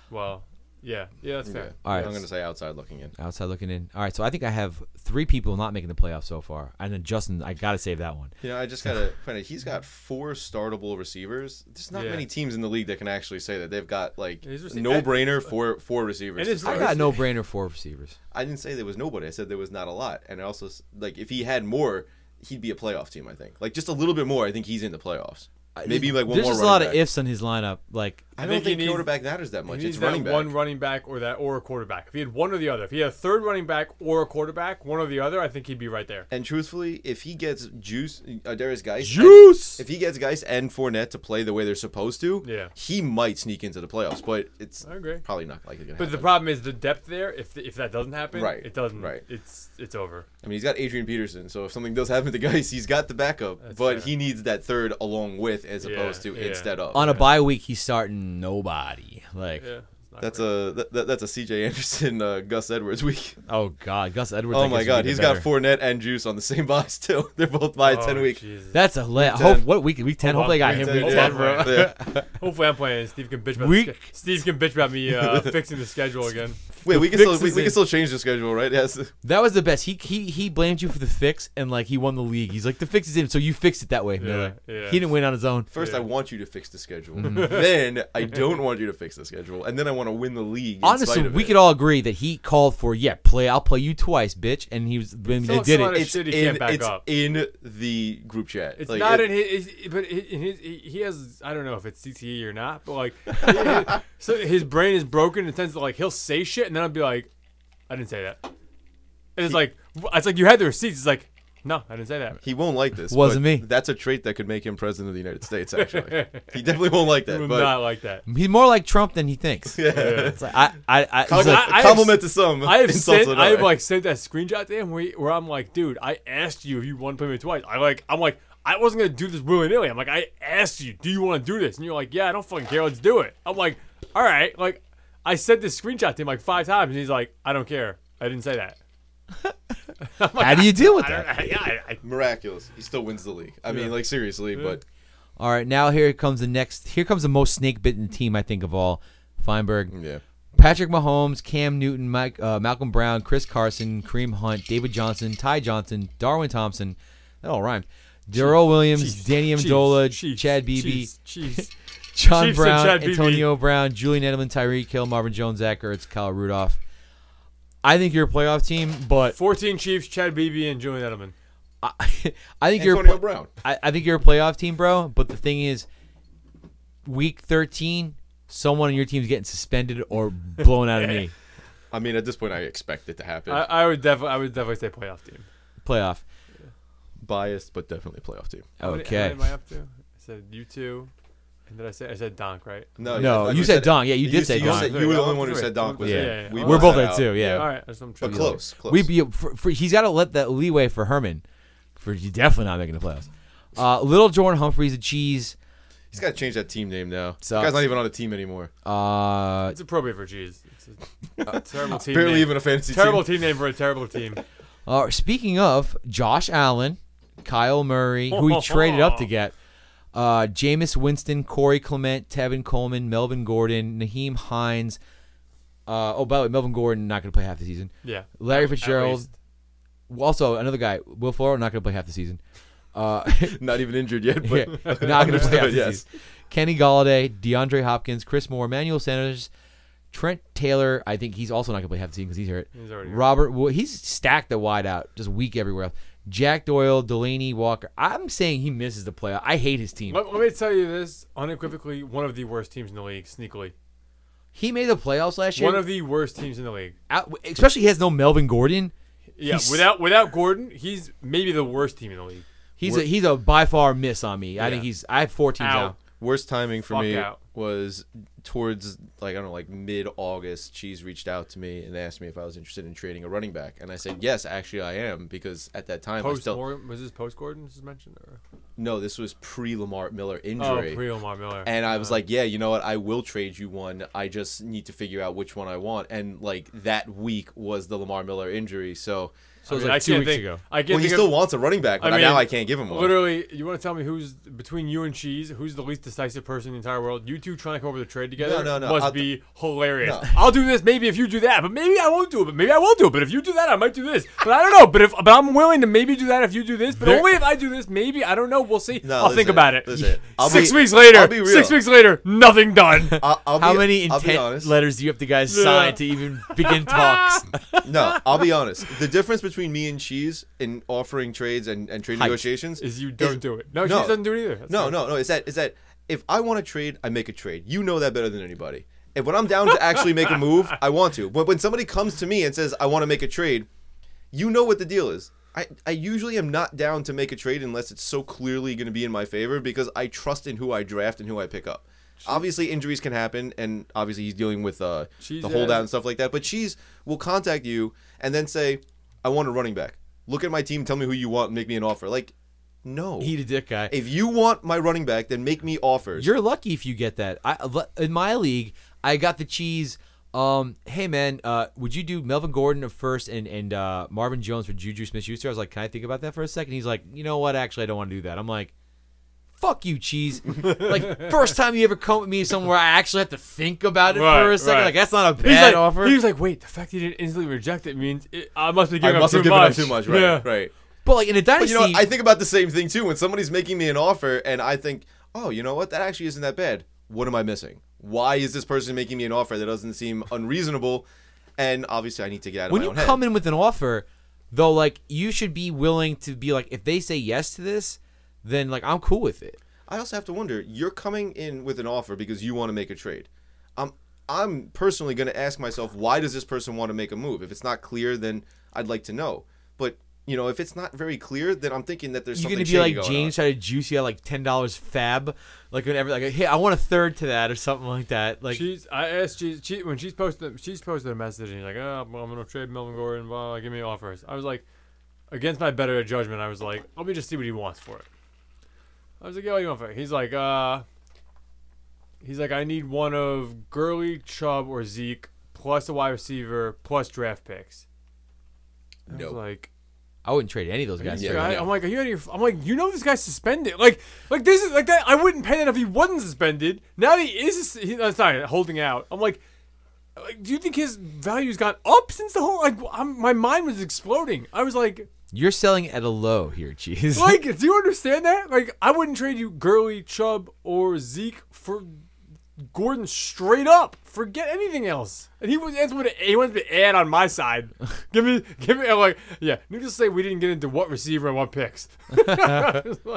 Speaker 2: Well, Yeah, yeah, that's fair.
Speaker 1: All right.
Speaker 3: I'm gonna say outside looking in.
Speaker 1: Outside looking in. All right, so I think I have three people not making the playoffs so far, and then Justin. I gotta save that one.
Speaker 3: You know, I just gotta find out. He's got four startable receivers. There's not
Speaker 2: Yeah.
Speaker 3: many teams in the league that can actually say that they've got like
Speaker 2: His receiv-
Speaker 3: no brainer for four receivers.
Speaker 2: And
Speaker 3: to
Speaker 2: his-
Speaker 1: I
Speaker 3: start.
Speaker 1: got no brainer for receivers.
Speaker 3: I didn't say there was nobody. I said there was not a lot. And I also s- like if he had more, he'd be a playoff team. I think like just a little bit more. I think he's in the playoffs. Maybe like one
Speaker 1: There's
Speaker 3: more.
Speaker 1: just a lot
Speaker 3: running
Speaker 1: of
Speaker 3: back.
Speaker 1: ifs on his lineup. Like
Speaker 3: I
Speaker 2: I
Speaker 3: don't
Speaker 2: think he
Speaker 3: think
Speaker 2: needs-
Speaker 3: quarterback matters that much.
Speaker 2: He
Speaker 3: It's
Speaker 2: needs that
Speaker 3: running back.
Speaker 2: one running back or that or a quarterback. If he had one or the other, if he had a third running back or a quarterback, one or the other, I think he'd be right there.
Speaker 3: and truthfully, if he gets Juice, uh, Darius Geis,
Speaker 1: Juice!
Speaker 3: if he gets Geis and Fournette to play the way they're supposed to,
Speaker 2: Yeah.
Speaker 3: he might sneak into the playoffs. But it's
Speaker 2: I agree.
Speaker 3: probably not likely going to
Speaker 2: But
Speaker 3: happen.
Speaker 2: the problem is the depth there. If if that doesn't happen,
Speaker 3: Right,
Speaker 2: it doesn't.
Speaker 3: right.
Speaker 2: It's it's over.
Speaker 3: I mean, he's got Adrian Peterson, so if something does happen to Geis, he's got the backup.
Speaker 2: That's
Speaker 3: but
Speaker 2: fair.
Speaker 3: he needs that third along with, as
Speaker 2: Yeah,
Speaker 3: opposed to
Speaker 2: yeah.
Speaker 3: instead of.
Speaker 1: on a bye week, he's starting nobody. Like,
Speaker 2: Yeah. it's not
Speaker 3: That's
Speaker 2: great.
Speaker 3: a that- that, that's a C.J. Anderson, uh, Gus Edwards week.
Speaker 1: oh god, Gus Edwards. I
Speaker 3: Oh
Speaker 1: guess,
Speaker 3: my
Speaker 1: would
Speaker 3: God,
Speaker 1: be
Speaker 3: he's
Speaker 1: better.
Speaker 3: got Fournette and Juice on the same box too. They're both by
Speaker 2: Oh,
Speaker 3: ten week.
Speaker 2: Jesus.
Speaker 1: That's a le-
Speaker 3: ten.
Speaker 1: hope, what week? Week ten.
Speaker 2: Hold
Speaker 1: Hopefully, I
Speaker 2: on,
Speaker 1: got him
Speaker 2: week
Speaker 1: week
Speaker 2: ten.
Speaker 1: ten,
Speaker 2: Hold
Speaker 1: bro.
Speaker 2: on.
Speaker 3: Yeah.
Speaker 2: Hopefully, I'm playing. and Steve can bitch about
Speaker 1: Weak.
Speaker 2: The, sch- Steve can bitch about me uh, fixing the schedule again.
Speaker 3: Wait, we can
Speaker 2: Fix
Speaker 3: still we,
Speaker 2: is
Speaker 3: we
Speaker 2: in.
Speaker 3: can still change the schedule, right? Yes.
Speaker 1: That was the best. He he he blamed you for the fix, and like he won the league. He's like the fix is in, so you fixed it that way. Miller.
Speaker 2: yeah.
Speaker 1: He didn't win on his own.
Speaker 3: First,
Speaker 2: Yeah.
Speaker 3: I want you to fix the schedule. Then I don't want you to fix the schedule, and then I want to win the league. in spite
Speaker 1: Honestly,
Speaker 3: of
Speaker 1: we
Speaker 3: it.
Speaker 1: could all agree that he called for yeah play. I'll play you twice, bitch. And he was when they
Speaker 2: Someone-
Speaker 1: did
Speaker 2: someone
Speaker 1: it.
Speaker 2: is-
Speaker 3: It's
Speaker 2: shit
Speaker 3: in,
Speaker 2: he can't back
Speaker 3: it's
Speaker 2: up.
Speaker 3: in the group chat.
Speaker 2: It's
Speaker 3: Like,
Speaker 2: not
Speaker 3: it-
Speaker 2: in his, his but hi- in his, he he has I don't know if it's CTE or not, but like, so his brain is broken in the sense that like he'll say shit and then I'll be like, I didn't say that. And it's like it's like you had the receipts. It's like no, I didn't say that.
Speaker 3: He won't like this.
Speaker 1: Wasn't
Speaker 3: but
Speaker 1: me.
Speaker 3: That's a trait that could make him president of the United States. Actually, he definitely won't like
Speaker 2: I
Speaker 3: that.
Speaker 2: would
Speaker 3: But
Speaker 2: not like that.
Speaker 1: He's more like Trump than he thinks. Yeah. It's like I I I,
Speaker 3: Com-
Speaker 1: he's like,
Speaker 2: I- I have
Speaker 3: compliment to some.
Speaker 2: I have
Speaker 3: insult to
Speaker 2: sent, I have
Speaker 3: another.
Speaker 2: like sent that screenshot to him where, he- where I'm like, dude, I asked you if you want to play me twice. I like, I'm like, I wasn't gonna do this willy nilly. I'm like, I asked you, do you want to do this? And you're like, yeah, I don't fucking care. Let's do it. I'm like, all right. Like, I sent this screenshot to him like five times, and he's like, I don't care. I didn't say that.
Speaker 1: how do you deal with
Speaker 2: I don't,
Speaker 1: that?
Speaker 2: I, Uh, yeah, I, I,
Speaker 3: miraculous. He still wins the league. I mean, like seriously, but
Speaker 1: All right, now here comes the next. Here comes the most snake bitten team I think of all. Feinberg,
Speaker 3: yeah.
Speaker 1: Patrick Mahomes, Cam Newton, Mike, uh, Malcolm Brown, Chris Carson, Kareem Hunt, David Johnson, Ty Johnson, Darwin Thompson. That all rhymed. Darrell Williams,
Speaker 2: Chiefs,
Speaker 1: Danny
Speaker 2: Chiefs,
Speaker 1: Amendola,
Speaker 2: Chiefs,
Speaker 1: Chad Beebe,
Speaker 2: Chiefs, Chiefs.
Speaker 1: John
Speaker 2: Chiefs and
Speaker 1: Brown,
Speaker 2: Chad Beebe.
Speaker 1: Antonio Brown, Julian Edelman, Tyreek Hill, Marvin Jones, Zach Ertz, Kyle Rudolph. I think you're a playoff team, but
Speaker 2: 14 Chiefs, Chad Beebe, and Julian Edelman.
Speaker 1: I, I think you're a
Speaker 3: Antonio
Speaker 1: pla-
Speaker 3: Brown.
Speaker 1: I, I think you're a playoff team, bro. But the thing is, week 13, someone on your team's getting suspended or blown out of me.
Speaker 3: I mean, at this point, I expect it to happen.
Speaker 2: I, I would definitely, I would definitely say playoff team.
Speaker 1: Playoff.
Speaker 3: Biased, but definitely playoff team.
Speaker 2: What
Speaker 1: Okay.
Speaker 2: am I up to? I said you two, and did I say I said Donk right?
Speaker 1: No,
Speaker 3: I
Speaker 1: you
Speaker 3: just
Speaker 1: said Donk. Yeah, you did
Speaker 3: s-
Speaker 1: say
Speaker 3: you
Speaker 1: Donk.
Speaker 3: said- you were the only one who said Donk was
Speaker 1: Yeah.
Speaker 3: in.
Speaker 2: Yeah, yeah.
Speaker 3: We
Speaker 2: We're
Speaker 1: We're
Speaker 3: left
Speaker 1: both
Speaker 3: that
Speaker 1: at
Speaker 3: out.
Speaker 1: two. Yeah.
Speaker 2: All right, that's what I'm trying
Speaker 3: But
Speaker 2: to
Speaker 3: close, close.
Speaker 1: We be, for, for, he's got to let that leeway for Herman, for you definitely not making the playoffs. Uh, little Jordan Humphreys, a cheese.
Speaker 3: He's got to change that team name now. This
Speaker 1: Sucks.
Speaker 3: guy's not even on a team anymore.
Speaker 1: Uh,
Speaker 2: It's appropriate for cheese. It's a terrible team.
Speaker 3: Barely
Speaker 2: name.
Speaker 3: even a fantasy
Speaker 2: terrible
Speaker 3: team.
Speaker 2: team name for a terrible team.
Speaker 1: Uh, speaking of Josh Allen, Kyle Murray, who he traded up to get, uh, Jameis Winston, Corey Clement, Tevin Coleman, Melvin Gordon, Naheem Hines. Uh, oh, by the way, Melvin Gordon not going to play half the season.
Speaker 2: Yeah.
Speaker 1: Larry
Speaker 2: At- at
Speaker 1: Fitzgerald.
Speaker 2: least.
Speaker 1: Also, another guy, Will Fuller, not going to play half the season. Uh,
Speaker 3: Not even injured yet,
Speaker 1: yeah,
Speaker 3: but
Speaker 1: not going to play half the
Speaker 3: Yes.
Speaker 1: season. Kenny Galladay, DeAndre Hopkins, Chris Moore, Emmanuel Sanders, Trent Taylor. I think he's also not going to play half the season because he's hurt.
Speaker 2: He's already hurt.
Speaker 1: Robert Wood. He's stacked at wide out, just weak everywhere else. Jack Doyle, Delaney Walker. I'm saying he misses the playoff. I hate his team.
Speaker 2: Let, let me tell you this unequivocally, one of the worst teams in the league, sneakily.
Speaker 1: He made the playoffs last year.
Speaker 2: One of the worst teams in the league.
Speaker 1: Out- especially he has no Melvin Gordon.
Speaker 2: Yeah,
Speaker 1: He's-
Speaker 2: without without Gordon, he's maybe the worst team in the league.
Speaker 1: He's a, he's a by far miss on me. I
Speaker 2: Yeah.
Speaker 1: think he's I have four teams
Speaker 2: Out.
Speaker 1: out.
Speaker 3: Worst timing for
Speaker 2: Fuck
Speaker 3: me
Speaker 2: out.
Speaker 3: was towards like I don't know, like mid August. Cheese reached out to me and asked me if I was interested in trading a running back, and I said yes, actually I am because at that time I
Speaker 2: Post
Speaker 3: still
Speaker 2: Morgan, was this post Gordon just mentioned? Or?
Speaker 3: no, this was pre Lamar Miller
Speaker 2: Oh,
Speaker 3: injury.
Speaker 2: pre Omar Miller.
Speaker 3: and I was like, yeah, you know what? I will trade you one. I just need to figure out which one I want. And like that week was the Lamar Miller injury. So,
Speaker 1: So it was
Speaker 2: mean,
Speaker 1: like two
Speaker 2: can't
Speaker 1: weeks
Speaker 2: think-
Speaker 1: ago.
Speaker 2: I can't
Speaker 3: well, he
Speaker 2: think of-
Speaker 3: still wants a running back, but
Speaker 2: I mean,
Speaker 3: now I can't give him one.
Speaker 2: Literally, you want to tell me who's between you and cheese? Who's the least decisive person in the entire world? You two trying to come up with a trade together
Speaker 3: no, no,
Speaker 2: must
Speaker 3: I'll-
Speaker 2: be hilarious.
Speaker 3: No.
Speaker 2: I'll do this maybe if you do that, but maybe I won't do it. But maybe I will do it. But if you do that, I might do this. But I don't know. But if but I'm willing to maybe do that if you do this. But
Speaker 1: There-
Speaker 2: only if I do this. Maybe I don't know. We'll see.
Speaker 3: No,
Speaker 2: I'll think
Speaker 3: listen,
Speaker 2: about it.
Speaker 3: listen. I'll
Speaker 2: six
Speaker 3: be-
Speaker 2: weeks later.
Speaker 3: I'll be real.
Speaker 2: Six weeks later. Nothing done.
Speaker 3: I'll, I'll
Speaker 1: How
Speaker 3: be,
Speaker 1: many
Speaker 3: I'll be
Speaker 1: intent
Speaker 3: honest.
Speaker 1: letters do you have to guys
Speaker 2: Yeah.
Speaker 1: sign to even begin talks?
Speaker 3: No, I'll be honest. The difference between me and Cheese in offering trades and, and trade
Speaker 1: Height.
Speaker 3: negotiations
Speaker 2: is you don't do it. No, she
Speaker 3: no.
Speaker 2: doesn't do it either. That's
Speaker 3: No,
Speaker 2: fine.
Speaker 3: no, no. Is that is that if I want to trade, I make a trade. You know that better than anybody. And when I'm down to actually make a move, I want to. But when somebody comes to me and says I want to make a trade, you know what the deal is. I, I usually am not down to make a trade unless it's so clearly going to be in my favor because I trust in who I draft and who I pick up. Obviously, injuries can happen, and obviously he's dealing with uh,
Speaker 2: Cheese
Speaker 3: the holdout
Speaker 2: has-
Speaker 3: and stuff like that. But Cheese will contact you and then say, "I want a running back. Look at my team. Tell me who you want. and Make me an offer." Like, no,
Speaker 1: He a dick guy.
Speaker 3: if you want my running back, then make me offers.
Speaker 1: You're lucky if you get that. I le- in my league, I got the cheese. Um, hey man, uh, would you do Melvin Gordon at first and and uh, Marvin Jones for Juju Smith-Schuster? I was like, can I think about that for a second? He's like, you know what? Actually, I don't want to do that. I'm like, fuck you, cheese. like first time you ever come with me somewhere, I actually have to think about it for a
Speaker 2: Right,
Speaker 1: second.
Speaker 2: right.
Speaker 1: Like that's not a bad
Speaker 2: He's like,
Speaker 1: offer.
Speaker 2: He was like, wait, the fact that you didn't instantly reject it means it, I must be giving
Speaker 3: I
Speaker 2: up
Speaker 3: must
Speaker 2: too
Speaker 3: have given
Speaker 2: much.
Speaker 3: up too much, right?
Speaker 2: Yeah.
Speaker 3: Right.
Speaker 1: but like in a
Speaker 3: But
Speaker 1: dynasty,
Speaker 3: you know, what? I think about the same thing too. When somebody's making me an offer and I think, oh, you know what, that actually isn't that bad. What am I missing? Why is this person making me an offer that doesn't seem unreasonable? And obviously, I need to get out of
Speaker 1: when
Speaker 3: my
Speaker 1: you
Speaker 3: own head.
Speaker 1: come in with an offer though like you should be willing to be like if they say yes to this then like i'm cool with it
Speaker 3: I also have to wonder. You're coming in with an offer because you want to make a trade. I'm I'm personally going to ask myself, why does this person want to make a move? If it's not clear, then I'd like to know. But you know, if it's not very clear, then I'm thinking that there's
Speaker 1: you're
Speaker 3: something
Speaker 1: gonna be like
Speaker 3: shady going on.
Speaker 1: james try to juice you out like $10 fab like whenever like hey i want a third to that or something like that like
Speaker 2: She's. I asked she, she when she's posted. She's posted a message and you're like, "Oh, well, I'm gonna trade Melvin Gordon. Blah, blah, give me offers." I was like, against my better judgment, I was like, "Let me just see what he wants for it." I was like, "Yo, what do you want for it?" He's like, "Uh." He's like, "I need one of Gurley, Chubb, or Zeke, plus a wide receiver, plus draft picks." I
Speaker 3: Nope.
Speaker 2: was like,
Speaker 1: i wouldn't trade any of those guys
Speaker 3: Yeah,
Speaker 1: for
Speaker 2: Guy-
Speaker 1: it.
Speaker 3: no.
Speaker 2: I'm like, are you out of your? f-" I'm like, you know, this guy's suspended. Like, like this is like that. I wouldn't pay that if he wasn't suspended. Now that he is, sus- he, uh, sorry, holding out. I'm like, like, do you think his value's gone up since the whole? Like, I'm, my mind was exploding. I was like,
Speaker 1: you're selling at a low here cheese
Speaker 2: like, do you understand that? Like, I wouldn't trade you Gurley, Chubb, or Zeke for Gordon straight up. Forget anything else. And he was that's what he wants to add on my side. give me, give me. I'm like, yeah. Needless to say, we didn't get into what receiver and what picks.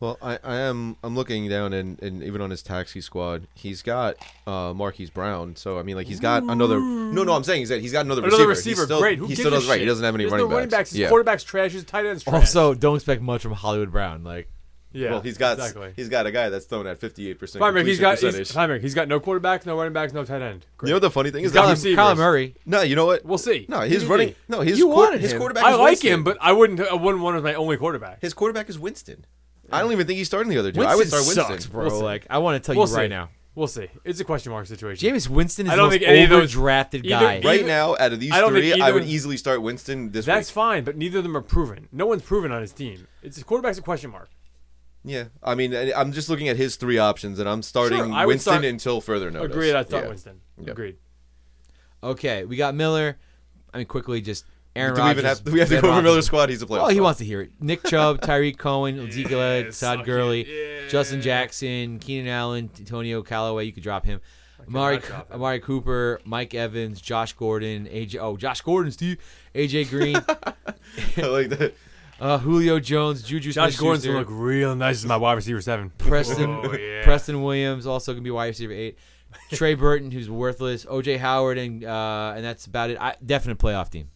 Speaker 3: Well, I, I am I'm looking down and, and even on his taxi squad, he's got uh Marquise Brown. So I mean, like he's got another. No, no, I'm saying is that he's got another,
Speaker 2: Another receiver,
Speaker 3: receiver. He's still,
Speaker 2: great. Who
Speaker 3: he
Speaker 2: gives
Speaker 3: still
Speaker 2: a
Speaker 3: does right. He
Speaker 2: shit?
Speaker 3: doesn't have any
Speaker 2: There's
Speaker 3: running
Speaker 2: no running backs. His
Speaker 3: yeah.
Speaker 2: quarterback's trash. His tight end's trash.
Speaker 1: also don't expect much from hollywood brown like
Speaker 2: yeah.
Speaker 3: Well, he's got
Speaker 2: exactly.
Speaker 3: he's got a guy that's thrown at 58 percent
Speaker 2: Feinberg, he's got he's,
Speaker 3: percentage.
Speaker 2: Feinberg, he's got no quarterbacks, no running backs, no tight end. Great.
Speaker 3: you know the funny thing is
Speaker 2: got
Speaker 3: that
Speaker 2: receivers.
Speaker 1: Kyler
Speaker 3: he's,
Speaker 1: murray
Speaker 3: no, you know what?
Speaker 2: We'll see.
Speaker 3: No,
Speaker 2: We'll
Speaker 3: he's
Speaker 2: see.
Speaker 3: running. No, his
Speaker 1: You
Speaker 3: quar-
Speaker 1: wanted
Speaker 3: his
Speaker 1: him.
Speaker 3: quarterback.
Speaker 2: I
Speaker 3: is
Speaker 2: like
Speaker 3: Winston.
Speaker 2: him, but I wouldn't. I wouldn't want him as my only quarterback.
Speaker 3: his quarterback is Winston. I don't even think he's starting the other dude. I would start
Speaker 1: Winston
Speaker 3: Winston.
Speaker 1: sucks bro
Speaker 2: We'll see.
Speaker 1: like i want to tell
Speaker 2: We'll
Speaker 1: you
Speaker 2: see.
Speaker 1: right now
Speaker 2: We'll see. It's a question mark situation.
Speaker 1: James Winston is
Speaker 2: I don't
Speaker 1: the most
Speaker 2: think any of those-
Speaker 1: overdrafted
Speaker 2: either-
Speaker 1: guy.
Speaker 3: Right
Speaker 2: Even-
Speaker 3: now, out of these
Speaker 2: I don't
Speaker 3: three,
Speaker 2: think
Speaker 3: I would
Speaker 2: either-
Speaker 3: easily start Winston this
Speaker 2: That's
Speaker 3: week.
Speaker 2: fine, but neither of them are proven. No one's proven on his team. It's quarterback's a question mark.
Speaker 3: Yeah, I mean, I- I'm just looking at his three options, and I'm starting
Speaker 2: I would
Speaker 3: Winston
Speaker 2: start-
Speaker 3: until further notice.
Speaker 2: Agreed. I thought
Speaker 3: Yeah.
Speaker 2: Winston.
Speaker 3: Yeah.
Speaker 2: Agreed.
Speaker 1: Okay, we got Miller. I mean, quickly, just Aaron
Speaker 3: Do we
Speaker 1: Rodgers.
Speaker 3: even have, do we have to
Speaker 1: Ben
Speaker 3: go over
Speaker 1: Roethlisberger.
Speaker 3: Miller's squad? He's a player.
Speaker 1: Oh, he wants to hear it. Nick Chubb, Tyreek Cohen, Ezekiel Elliott,
Speaker 2: suck
Speaker 1: Todd
Speaker 2: it.
Speaker 1: Gurley,
Speaker 2: Yeah.
Speaker 1: Justin Jackson, Keenan Allen, Antonio Callaway. You could drop him. Amari,
Speaker 2: cannot drop him.
Speaker 1: Amari Cooper, Mike Evans, Josh Gordon, AJ. Oh, Josh Gordon, Steve. AJ Green,
Speaker 3: like that.
Speaker 1: uh, Julio Jones, Juju
Speaker 2: Josh Gordon's
Speaker 1: Smith-Schuster,
Speaker 2: gonna look real nice as my wide receiver seven.
Speaker 1: Preston,
Speaker 2: Oh, yeah.
Speaker 1: Preston Williams also gonna be wide receiver eight. Trey Burton, who's worthless. OJ Howard, and uh, and that's about it. I, definite playoff team.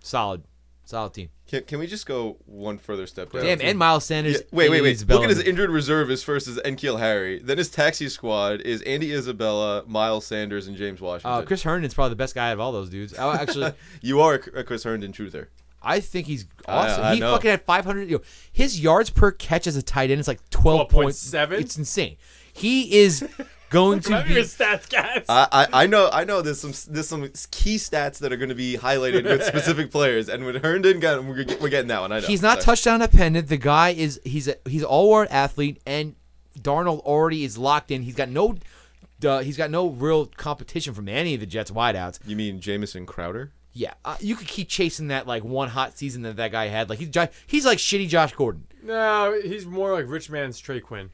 Speaker 1: Solid, solid team.
Speaker 3: Can, can we just go one further step down?
Speaker 1: Damn, and Miles Sanders.
Speaker 3: Yeah, wait, wait,
Speaker 1: and
Speaker 3: wait.
Speaker 1: Isabella.
Speaker 3: Look at his injured reserve is first is Enkeel Harry. Then his taxi squad is Andy Isabella, Miles Sanders, and
Speaker 2: Oh,
Speaker 3: James Washington.
Speaker 1: Uh, Chris Herndon's probably the best guy out of all those dudes. I actually,
Speaker 3: you are a a Chris Herndon truther.
Speaker 1: I think he's awesome.
Speaker 3: I- I
Speaker 1: he
Speaker 3: know.
Speaker 1: fucking had 500. Yo, his yards per catch as a tight end is like 12
Speaker 2: 12.7?
Speaker 1: It's insane. He is going to
Speaker 2: Remember
Speaker 1: be.
Speaker 2: your stats, guys.
Speaker 3: I, I, I know I know there's some there's some key stats that are going to be highlighted with specific players, and with Herndon got him, we're, get- we're getting that one. I know
Speaker 1: He's not
Speaker 3: Sorry.
Speaker 1: touchdown dependent. The guy is he's a he's all world athlete and Darnold already is locked in. He's got no, uh, he's got no real competition from any of the Jets wideouts.
Speaker 3: You mean Jamison Crowder?
Speaker 1: Yeah, uh, you could keep chasing that like one hot season that that guy had. Like he's Jo- he's like shitty Josh Gordon.
Speaker 2: No, he's more like rich man's Trey Quinn.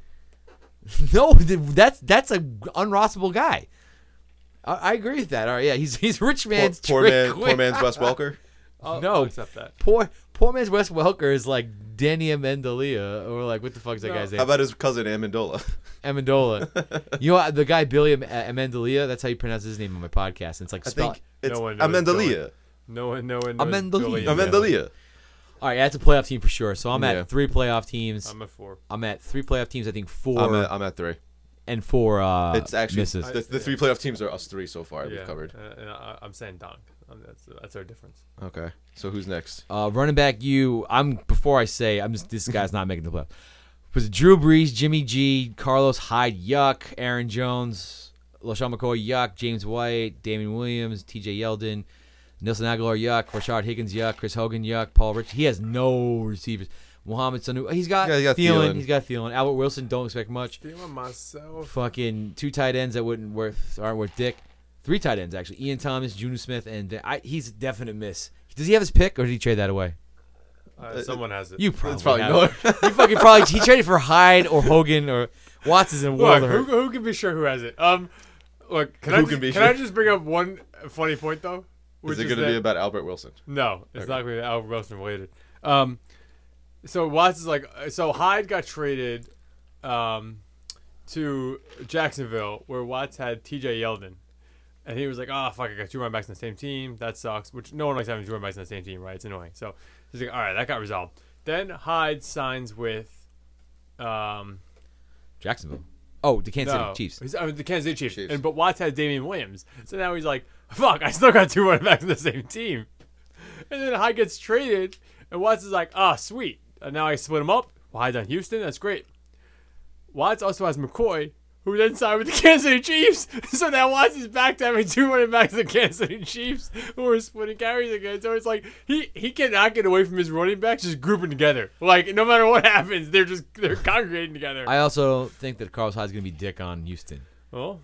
Speaker 1: No, th- that's that's a unrossable guy. I, I agree with that. All right, yeah, he's he's rich
Speaker 3: Poor,
Speaker 1: man's
Speaker 3: poor
Speaker 1: Trey
Speaker 3: man, poor
Speaker 1: Quinn.
Speaker 3: man's Wes Welker.
Speaker 2: I'll,
Speaker 1: No.
Speaker 2: I'll accept that.
Speaker 1: Poor poor man's Wes Welker is like Danny Amendola or like what the fuck's that
Speaker 2: No.
Speaker 1: guy's name?
Speaker 3: How about his cousin Amendola?
Speaker 1: Amendola. you know what, the guy Billy Am- uh, Amendola. That's how you pronounce his name on my podcast. And it's like
Speaker 3: I
Speaker 1: spell.
Speaker 3: think it's
Speaker 2: No one knows
Speaker 3: Amendolia.
Speaker 2: No one, no one. knows
Speaker 1: Amendola.
Speaker 2: Billy
Speaker 1: Amen-
Speaker 2: Amendola.
Speaker 3: Amendolia.
Speaker 1: All right, that's a playoff team for sure. So I'm
Speaker 3: Yeah.
Speaker 1: at three playoff teams.
Speaker 2: I'm a four.
Speaker 1: I'm at three playoff teams. I think 4
Speaker 3: I'm at, I'm at three.
Speaker 1: and four. Uh,
Speaker 3: It's actually
Speaker 1: misses.
Speaker 3: the, the three playoff teams are us three so far.
Speaker 2: Yeah,
Speaker 3: We've covered.
Speaker 2: uh, And I, I'm saying Donk. Um, That's that's our difference.
Speaker 3: Okay. So who's next?
Speaker 1: Uh, running back, you. I'm before I say, I'm just this guy's not making the playoffs. Was it Drew Brees, Jimmy G, Carlos Hyde, yuck, Aaron Jones, LaShawn McCoy, yuck, James White, Damian Williams, T.J. Yeldon, Nelson Aguilar, yuck, Rashard Higgins, yuck, Chris Hogan, yuck, Paul Rich. He has no receivers. Muhammad Sanu, he's got,
Speaker 3: Yeah,
Speaker 1: Thielen,
Speaker 3: he got Thielen.
Speaker 1: He's got Thielen. Albert Wilson, don't expect much.
Speaker 2: Feeling myself.
Speaker 1: Fucking two tight ends that wouldn't worth aren't worth dick. Three tight ends actually. Ian Thomas, Junior Smith, and I, he's a definite miss. Does he have his pick or did he trade that away?
Speaker 2: Uh, someone has it.
Speaker 1: You probably,
Speaker 3: It's probably
Speaker 1: have
Speaker 3: Miller.
Speaker 1: it. You fucking probably he traded for Hyde or Hogan or Watts is in
Speaker 2: Look,
Speaker 1: Wilder.
Speaker 2: who, who can be sure who has it? Um, look, can I
Speaker 3: Who
Speaker 2: just,
Speaker 3: can be
Speaker 2: can
Speaker 3: sure?
Speaker 2: I just bring up one funny point though?
Speaker 3: Is
Speaker 2: Which
Speaker 3: it going to be
Speaker 2: that-
Speaker 3: about Albert Wilson?
Speaker 2: No, it's not going to be Albert Wilson related. Um, so Watts is like, so Hyde got traded, um, to Jacksonville where Watts had T.J. Yeldon, and he was like, oh fuck, I got two running backs on the same team. That sucks. Which no one likes having two running backs on the same team, right? It's annoying. So he's like, all right, that got resolved. Then Hyde signs with, um,
Speaker 1: Jacksonville. Oh, the Kansas
Speaker 2: no,
Speaker 1: City Chiefs.
Speaker 2: He's, I mean, the Kansas City Chiefs.
Speaker 3: Chiefs.
Speaker 2: And but Watts had Damian Williams, so now he's like, "Fuck, I still got two running backs on the same team." And then Hyde gets traded, and Watts is like, "Ah, sweet." And now I split him up. Well, Hyde's on Houston. That's great. Watts also has McCoy, who then signed with the Kansas City Chiefs. So now Watts is back to having two running backs of the Kansas City Chiefs who are splitting carries again. So it's like he he cannot get away from his running backs just grouping together. Like no matter what happens, they're just they're congregating together.
Speaker 1: I also don't think that Carlos Hyde's gonna be dick on Houston.
Speaker 2: Well,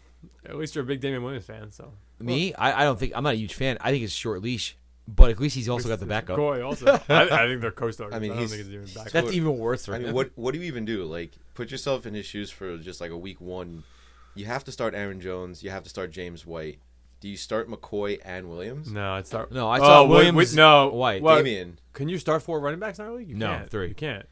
Speaker 2: at least you're a big Damian Williams fan, so.
Speaker 1: Me, I, I don't think I'm not a huge fan. I think it's short leash, but at least he's also got the backup.
Speaker 2: Coy also. I, I think they're co-stars.
Speaker 3: I
Speaker 2: I
Speaker 3: mean,
Speaker 2: mean, I don't
Speaker 3: he's-
Speaker 2: think it's even back.
Speaker 1: That's even worse for
Speaker 3: I mean,
Speaker 1: him.
Speaker 3: what what do you even do? Like, put yourself in his shoes for just like a week one. You have to start Aaron Jones. You have to start James White. Do you start McCoy and Williams?
Speaker 2: no, I'd start.
Speaker 1: No, I saw
Speaker 2: Oh, wait,
Speaker 1: Williams,
Speaker 2: wait, no,
Speaker 1: White.
Speaker 2: Well,
Speaker 3: Damien.
Speaker 2: can you start four running backs in our league? You
Speaker 1: No,
Speaker 2: can't.
Speaker 1: three.
Speaker 2: You can't.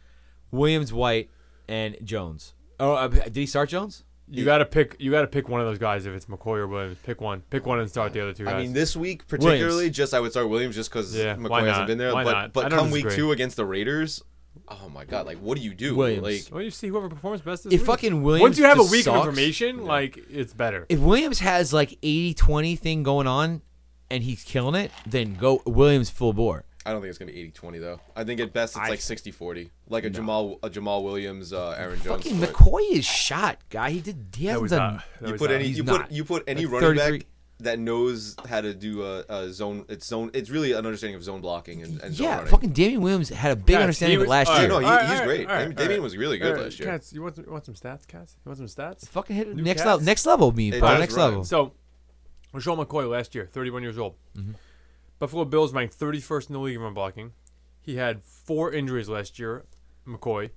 Speaker 1: Williams, White, and Jones. Oh, uh, did he start Jones?
Speaker 2: You gotta pick. You gotta pick one of those guys. If it's McCoy or Williams, pick one. Pick one and start the other two guys.
Speaker 3: I mean, this week particularly, just I would start Williams just because
Speaker 2: Yeah, why
Speaker 3: McCoy hasn't
Speaker 2: not?
Speaker 3: been there.
Speaker 2: Why
Speaker 3: but
Speaker 2: not? I
Speaker 3: but
Speaker 2: don't
Speaker 3: come week
Speaker 2: disagree.
Speaker 3: two against the Raiders, oh my god! Like, what do you do?
Speaker 1: Williams.
Speaker 3: Like,
Speaker 2: well, you see whoever performs best. This
Speaker 1: If
Speaker 2: week.
Speaker 1: fucking Williams
Speaker 2: once you have a
Speaker 1: just
Speaker 2: week
Speaker 1: sucks-
Speaker 2: of information, like it's better.
Speaker 1: if Williams has like 80-20 thing going on and he's killing it, then go Williams full bore.
Speaker 3: I don't think it's gonna be 80-20 though. I think at best it's like 60-40. like a Jamal a Jamal Williams, uh, Aaron Jones.
Speaker 1: Fucking
Speaker 3: split.
Speaker 1: McCoy is shot, guy. He did. He
Speaker 2: No,
Speaker 1: hasn't
Speaker 2: he's
Speaker 1: done.
Speaker 2: not. No,
Speaker 3: you
Speaker 2: he's
Speaker 3: put
Speaker 2: not.
Speaker 3: any
Speaker 1: He's
Speaker 3: you
Speaker 1: not.
Speaker 3: put you put any
Speaker 1: Like
Speaker 3: running
Speaker 1: 33.
Speaker 3: back that knows how to do a, a zone. It's zone. It's really an understanding of zone blocking and, and zone
Speaker 1: yeah,
Speaker 3: running.
Speaker 1: fucking Damian Williams had a big
Speaker 2: Cats,
Speaker 1: understanding
Speaker 2: he
Speaker 1: of it
Speaker 2: was- oh,
Speaker 1: last
Speaker 2: all right,
Speaker 1: year.
Speaker 3: no, he-
Speaker 2: all
Speaker 3: he's
Speaker 2: all
Speaker 3: great.
Speaker 2: all
Speaker 3: I mean, Damien was really good
Speaker 2: all
Speaker 3: last year.
Speaker 2: Cats, you want some, you want some stats, Cats? You want some stats?
Speaker 1: Fucking hit it
Speaker 2: New
Speaker 1: next
Speaker 2: cats.
Speaker 1: level. Next level, me,
Speaker 3: It
Speaker 1: bro.
Speaker 3: does
Speaker 1: Next
Speaker 3: run.
Speaker 1: level.
Speaker 2: So, Rashawn McCoy last year, 31 years old.
Speaker 1: Mm-hmm.
Speaker 2: Buffalo Bills ranked 31st in the league in run blocking. He had four injuries last year. McCoy,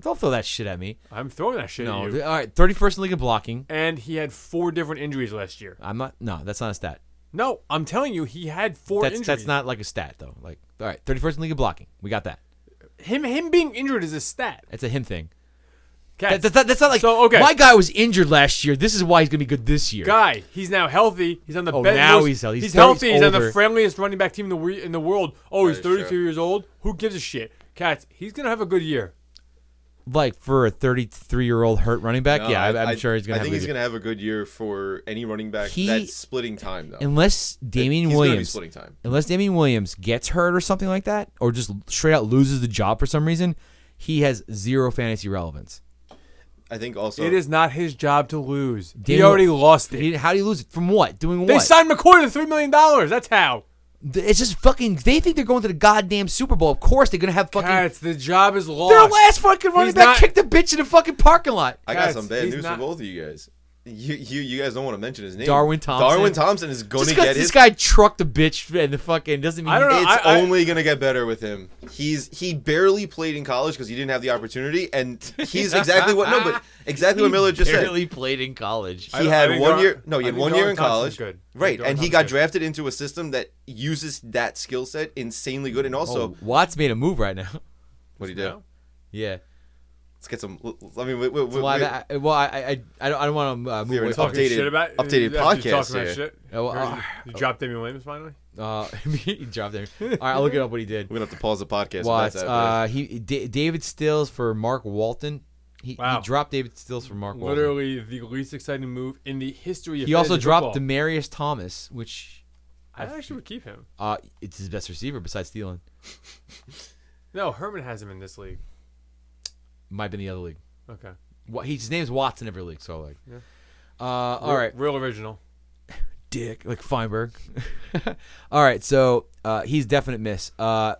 Speaker 1: Don't throw that shit at me.
Speaker 2: I'm throwing that shit
Speaker 1: No.
Speaker 2: at
Speaker 1: th-
Speaker 2: you.
Speaker 1: All right. Thirty first in the league in blocking.
Speaker 2: And he had four different injuries last year.
Speaker 1: I'm not. No, that's not a stat.
Speaker 2: No, I'm telling you, he had four
Speaker 1: That's
Speaker 2: injuries.
Speaker 1: that's not like a stat though. Like all right, thirty first in the league in blocking. We got that.
Speaker 2: him. Him being injured is a stat.
Speaker 1: That's a him thing.
Speaker 2: Cats,
Speaker 1: That, that's not- that's not like.
Speaker 2: So, okay.
Speaker 1: My guy was injured last year. This is why he's gonna be good this year.
Speaker 2: guy, he's now healthy. He's on the
Speaker 1: Oh,
Speaker 2: best.
Speaker 1: now
Speaker 2: most-
Speaker 1: he's healthy. He's
Speaker 2: healthy.
Speaker 1: 30s
Speaker 2: He's on the
Speaker 1: older.
Speaker 2: friendliest running back team in the we- in the world. Oh, he's
Speaker 3: is true.
Speaker 2: 32 years old. Who gives a shit? Cats, he's gonna have a good year.
Speaker 1: Like for a thirty three year old hurt running back.
Speaker 3: No,
Speaker 1: yeah, I,
Speaker 3: Uh, I-
Speaker 1: am
Speaker 3: I-
Speaker 1: sure he's gonna.
Speaker 3: I
Speaker 1: have
Speaker 3: think
Speaker 1: a
Speaker 3: he's
Speaker 1: good-
Speaker 3: gonna have a good year for any running back
Speaker 1: He-
Speaker 3: that's splitting time though.
Speaker 1: Unless Damian
Speaker 3: he's gonna be
Speaker 1: Williams.
Speaker 3: splitting time.
Speaker 1: Unless Damian Williams gets hurt or something like that, or just straight out loses the job for some reason, he has zero fantasy relevance.
Speaker 3: I think also
Speaker 2: it is not his job to lose. he
Speaker 1: Damian-
Speaker 2: already lost it.
Speaker 1: He- how do you lose it? From what? Doing
Speaker 2: They
Speaker 1: what?
Speaker 2: signed McCoy to three million dollars. That's how.
Speaker 1: th- it's just fucking. They think they're going to the goddamn Super Bowl. Of course they're gonna have fucking.
Speaker 2: Cats, the job is lost.
Speaker 1: Their last fucking running
Speaker 2: He's
Speaker 1: back
Speaker 2: not-
Speaker 1: kicked a bitch in the fucking parking lot.
Speaker 3: I got
Speaker 2: Guys,
Speaker 3: some bad
Speaker 2: he's
Speaker 3: news
Speaker 2: not-
Speaker 3: for both of you guys. You, you you guys don't want to mention his name.
Speaker 1: Darwin Thompson.
Speaker 3: Darwin Thompson is going to
Speaker 1: Just 'cause
Speaker 3: get
Speaker 1: this
Speaker 3: his.
Speaker 1: guy trucked a bitch and the fucking doesn't mean
Speaker 2: I don't know.
Speaker 3: it's
Speaker 2: I- I-
Speaker 3: only going to get better with him. He's he barely played in college because he didn't have the opportunity, and he's exactly what no, but exactly what Miller just said.
Speaker 1: barely played in college.
Speaker 2: I
Speaker 3: He
Speaker 2: don't- I
Speaker 3: had
Speaker 2: think
Speaker 3: one
Speaker 2: Dar-
Speaker 3: year. No, he
Speaker 2: I
Speaker 3: had
Speaker 2: think
Speaker 3: one year
Speaker 2: Darwin
Speaker 3: in college.
Speaker 2: Thompson's good. I
Speaker 3: Right,
Speaker 2: think Darwin
Speaker 3: and
Speaker 2: Thompson's
Speaker 3: he got
Speaker 2: good.
Speaker 3: drafted into a system that uses that skill set insanely good, and also
Speaker 1: oh, Watts made a move right now.
Speaker 3: what do you do?
Speaker 2: Yeah.
Speaker 1: yeah.
Speaker 3: Let's get some. I mean, we, we, we,
Speaker 1: Well, I, I, well, I, I, I don't, I don't want to uh, move
Speaker 3: You're
Speaker 1: away.
Speaker 3: talking
Speaker 1: from-
Speaker 3: Updated-
Speaker 2: shit about
Speaker 3: updated
Speaker 2: after you
Speaker 3: podcast
Speaker 2: talking about
Speaker 3: here.
Speaker 2: shit.
Speaker 1: Oh, well,
Speaker 2: Heard you-
Speaker 1: ah.
Speaker 2: you dropped Damian Williams finally.
Speaker 1: Uh, he dropped there. All right, I'll look it up what he did.
Speaker 3: We're gonna have to pause the podcast.
Speaker 1: Watts.
Speaker 3: If that's happening.
Speaker 1: Uh, he D- David Stills for Mark Walton. He,
Speaker 2: Wow.
Speaker 1: he dropped David Stills for Mark Walton.
Speaker 2: Literally the least exciting move in the history of.
Speaker 1: He also
Speaker 2: fantasy
Speaker 1: dropped
Speaker 2: football.
Speaker 1: Demarius Thomas, which
Speaker 2: I actually would keep him.
Speaker 1: uh, it's his best receiver besides Thielen.
Speaker 2: No, Herman has him in this league.
Speaker 1: Might have been the other league.
Speaker 2: Okay.
Speaker 1: What his name's Watts in every league, so like.
Speaker 2: Yeah.
Speaker 1: Uh, all right,
Speaker 2: Real original.
Speaker 1: Dick, like Feinberg. all right, so uh, he's definite miss. Uh,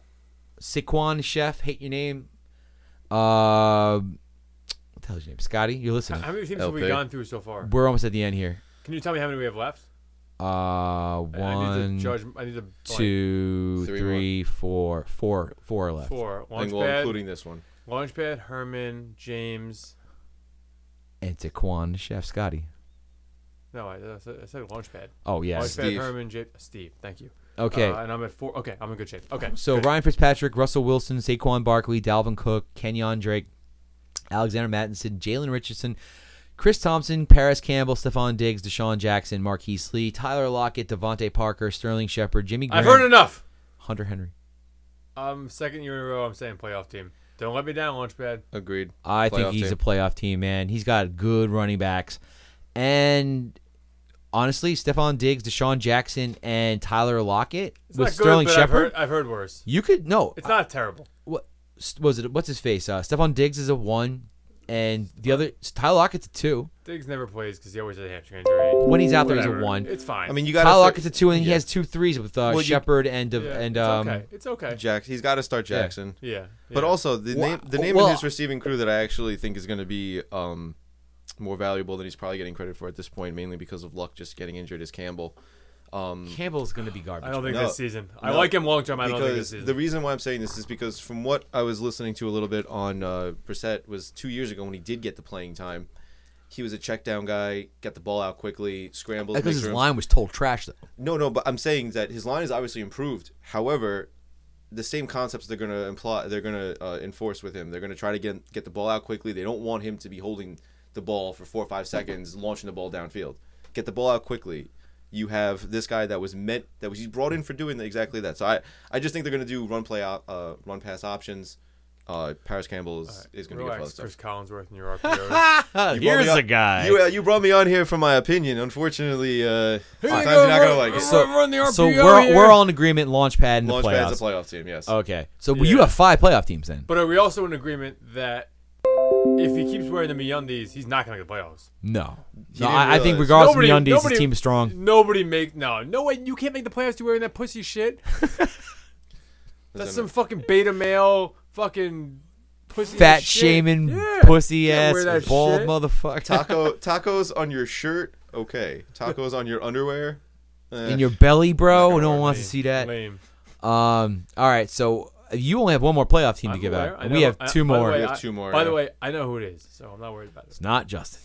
Speaker 1: Saquon Chef, hate your name. Uh, what the hell's your name? Scotty, you're listening.
Speaker 2: How many teams have we
Speaker 3: LP.
Speaker 2: gone through so far?
Speaker 1: We're almost at the end here.
Speaker 2: Can you tell me how many we have left?
Speaker 1: Uh,
Speaker 2: I- I need
Speaker 1: one,
Speaker 2: to judge. I need to like,
Speaker 1: two,
Speaker 3: Three
Speaker 1: three, four, four, four left.
Speaker 2: four.
Speaker 3: I think we'll
Speaker 2: Launchpad,
Speaker 3: including this one.
Speaker 2: Launchpad, Herman, James.
Speaker 1: And Saquon Chef, Scotty.
Speaker 2: No, I, I said I said Launchpad.
Speaker 1: Oh yeah.
Speaker 2: Launchpad,
Speaker 3: Steve.
Speaker 2: Herman, J- Steve. Thank you.
Speaker 1: Okay.
Speaker 2: Uh, and I'm at four. Okay, I'm in good shape. Okay.
Speaker 1: So
Speaker 2: good.
Speaker 1: Ryan Fitzpatrick, Russell Wilson, Saquon Barkley, Dalvin Cook, Kenyon Drake, Alexander Mattinson, Jalen Richardson, Chris Thompson, Paris Campbell, Stephon Diggs, Deshaun Jackson, Marquise Lee, Tyler Lockett, Devontae Parker, Sterling Shepard, Jimmy Graham,
Speaker 2: I've heard enough.
Speaker 1: Hunter Henry.
Speaker 2: Um, second year in a row, I'm saying playoff team. Don't let me down, Launchpad.
Speaker 3: Agreed.
Speaker 1: I
Speaker 3: Playoff
Speaker 1: think he's
Speaker 3: team.
Speaker 1: a playoff team, man. He's got good running backs. And honestly, Stephon Diggs, Deshaun Jackson, and Tyler Lockett
Speaker 2: It's
Speaker 1: with
Speaker 2: not good,
Speaker 1: Sterling
Speaker 2: but
Speaker 1: Shepard.
Speaker 2: I've heard, I've heard worse.
Speaker 1: You could no. uh,
Speaker 2: It's not terrible.
Speaker 1: what s- was it? What's his face? Uh, Stephon Diggs is a one, and the other Tyler Lockett's a two.
Speaker 2: Diggs never plays because he always has a hamstring injury.
Speaker 1: When he's out there, he's
Speaker 2: Whatever.
Speaker 1: a one.
Speaker 2: It's fine.
Speaker 3: I mean, you got
Speaker 1: Tyler Lockett's a two, and he
Speaker 3: yeah.
Speaker 1: has two threes with uh,
Speaker 3: Well, you-
Speaker 1: Shepard and uh,
Speaker 2: yeah,
Speaker 1: and
Speaker 2: it's
Speaker 1: um.
Speaker 2: okay. It's okay.
Speaker 3: Jack. He's got to start Jackson.
Speaker 2: yeah,
Speaker 3: But
Speaker 2: yeah.
Speaker 3: also the
Speaker 1: Well,
Speaker 3: name the name
Speaker 1: well-
Speaker 3: of his receiving crew that I actually think is going to be um, more valuable than he's probably getting credit for at this point, mainly because of luck just getting injured is Campbell. Um,
Speaker 1: Campbell's gonna be
Speaker 2: I
Speaker 1: garbage.
Speaker 2: don't think
Speaker 3: No.
Speaker 2: this season. I
Speaker 3: No.
Speaker 2: like him long term. I don't think this
Speaker 3: because
Speaker 2: season.
Speaker 3: the reason why I'm saying this is because from what I was listening to a little bit on uh, Brissett was two years ago when he did get the playing time, he was a check down guy, got the ball out quickly, scrambled.
Speaker 1: Because
Speaker 3: makes
Speaker 1: his
Speaker 3: room.
Speaker 1: line was told trash though.
Speaker 3: No, no, but I'm saying that his line is obviously improved. However, the same concepts they're going to imply, they're going to uh, enforce with him. They're going to try to get get the ball out quickly. They don't want him to be holding the ball for four or five seconds, launching the ball downfield. Get the ball out quickly. You have this guy that was meant that was he's brought in for doing exactly that. So I, I just think they're going to do run play out, uh, run pass options. Uh, Paris Campbell is, is going to be good for
Speaker 2: Relax,
Speaker 3: other stuff.
Speaker 2: Chris Collinsworth and your RPOs.
Speaker 3: You brought me on- You, uh, you brought me on here for my opinion. Unfortunately, uh, sometimes you're not going to like it.
Speaker 1: So,
Speaker 2: We're on the
Speaker 1: so
Speaker 2: RPO
Speaker 1: we're,
Speaker 2: here.
Speaker 1: we're all in agreement. Launchpad and the playoffs. Oh,
Speaker 3: Launchpad's a playoff team, yes.
Speaker 1: Okay, so
Speaker 2: Yeah.
Speaker 1: you have five playoff teams then.
Speaker 2: but are we also in agreement that if he keeps wearing the Meundies, he's not going to get the playoffs?
Speaker 1: No, no
Speaker 3: didn't
Speaker 1: I, I think
Speaker 3: realize.
Speaker 1: regardless of Yandy's, his team is strong.
Speaker 2: Nobody make no, no way. You can't make the playoffs. You wearing that pussy shit. That's some fucking beta male fucking pussy
Speaker 1: fat
Speaker 2: as shit.
Speaker 1: shaming
Speaker 2: Yeah.
Speaker 1: pussy
Speaker 2: Can't
Speaker 1: ass
Speaker 2: wear that
Speaker 1: bald
Speaker 2: shit.
Speaker 1: motherfucker
Speaker 3: Taco tacos on your shirt, okay. Tacos on your underwear, eh.
Speaker 1: in your belly, bro.
Speaker 2: Fucking
Speaker 1: Oh, No one
Speaker 2: lame.
Speaker 1: wants to see that.
Speaker 2: Lame.
Speaker 1: Um. All right. So you only have one more playoff team
Speaker 2: I'm
Speaker 1: to give
Speaker 2: aware.
Speaker 1: out.
Speaker 2: I
Speaker 1: and
Speaker 2: know-
Speaker 1: we have
Speaker 2: I-
Speaker 1: two
Speaker 2: by the
Speaker 1: more.
Speaker 2: way,
Speaker 3: have
Speaker 2: I-
Speaker 3: two more,
Speaker 2: By the
Speaker 3: yeah.
Speaker 2: way, I know who it is, so I'm not worried about it.
Speaker 1: it's not Justin.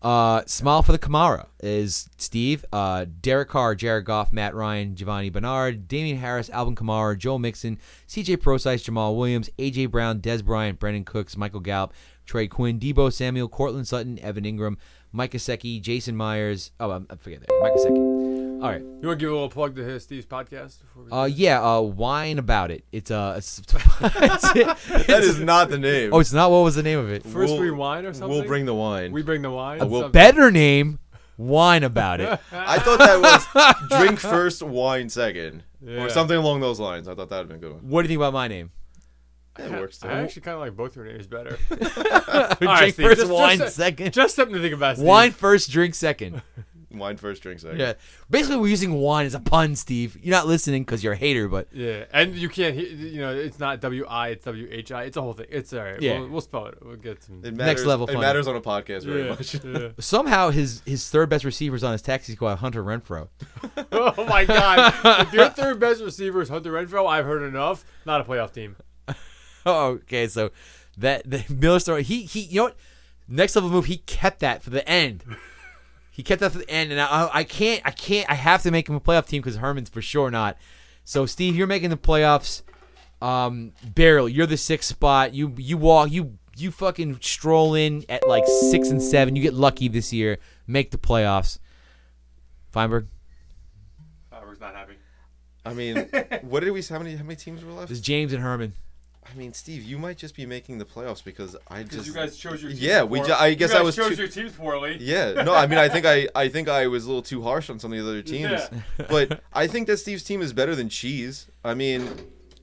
Speaker 1: Uh, smile for the Kamara is Steve, uh, Derek Carr, Jared Goff, Matt Ryan, Giovanni Bernard, Damian Harris, Alvin Kamara, Joel Mixon, C.J. Procyse, Jamal Williams, A.J. Brown, Des Bryant, Brendan Cooks, Michael Gallup, Trey Quinn, Debo Samuel, Cortland Sutton, Evan Ingram, Mike Gesicki, Jason Myers. Oh, I'm- I forget that. Mike Gesicki. All right.
Speaker 2: You want to give a little plug to his Steve's podcast? Before we
Speaker 1: Uh, yeah, uh, whine about it. It's uh, it's, it's
Speaker 3: that is not the name.
Speaker 1: oh, it's not what was the name of it.
Speaker 2: First we wine or something?
Speaker 3: We'll bring the wine.
Speaker 2: we bring the wine.
Speaker 3: will-
Speaker 2: something.
Speaker 1: Better name, whine about it.
Speaker 3: I thought that was drink first, wine second,
Speaker 2: Yeah.
Speaker 3: or something along those lines. I thought that would have been a good one.
Speaker 1: What do you think about my name?
Speaker 3: It works. Too.
Speaker 2: I actually kind of like both your names better.
Speaker 1: drink
Speaker 2: All right, Steve,
Speaker 1: first,
Speaker 2: just-
Speaker 1: wine
Speaker 2: just-
Speaker 1: second.
Speaker 2: Just something to think about. Steve.
Speaker 1: wine first, drink second.
Speaker 3: Wine first, drink second.
Speaker 1: Yeah. Basically, we're using wine as a pun, Steve. You're not listening because you're a hater, but
Speaker 2: Yeah, and you can't. hear You know, it's not W I. It's W H I. It's a whole thing. It's all right.
Speaker 1: Yeah.
Speaker 2: We'll, we'll spell it. We'll get some.
Speaker 3: It matters,
Speaker 1: level
Speaker 3: It
Speaker 1: funny.
Speaker 3: matters on a podcast very
Speaker 2: Yeah,
Speaker 3: much.
Speaker 2: yeah.
Speaker 1: somehow his his third best receiver is on his taxi squad, Hunter Renfro.
Speaker 2: oh my god! if your third best receiver is Hunter Renfro, I've heard enough. Not a playoff team.
Speaker 1: Oh, okay, so that the Miller story. He he. You know what? Next level move. He kept that for the end. He kept that for the end, and I, I can't. I can't. I have to make him a playoff team because Herman's for sure not. So Steve, you're making the playoffs. Um, Barrel, you're the sixth spot. You you walk. You you fucking stroll in at like six and seven. You get lucky this year. Make the playoffs. Feinberg,
Speaker 2: Feinberg's not happy.
Speaker 3: I mean, what did we? How many? How many teams were left?
Speaker 1: this is James and Herman.
Speaker 3: I mean, Steve, you might just be making the playoffs because I just.
Speaker 2: Because you guys chose your. Teams
Speaker 3: Yeah, we.
Speaker 2: poor-
Speaker 3: Ju- I
Speaker 2: you
Speaker 3: guess
Speaker 2: guys
Speaker 3: I was.
Speaker 2: chose
Speaker 3: too-
Speaker 2: your teams poorly.
Speaker 3: Yeah, no, I mean, I think I, I think I was a little too harsh on some of the other teams, but I think that Steve's team is better than Cheese. I mean,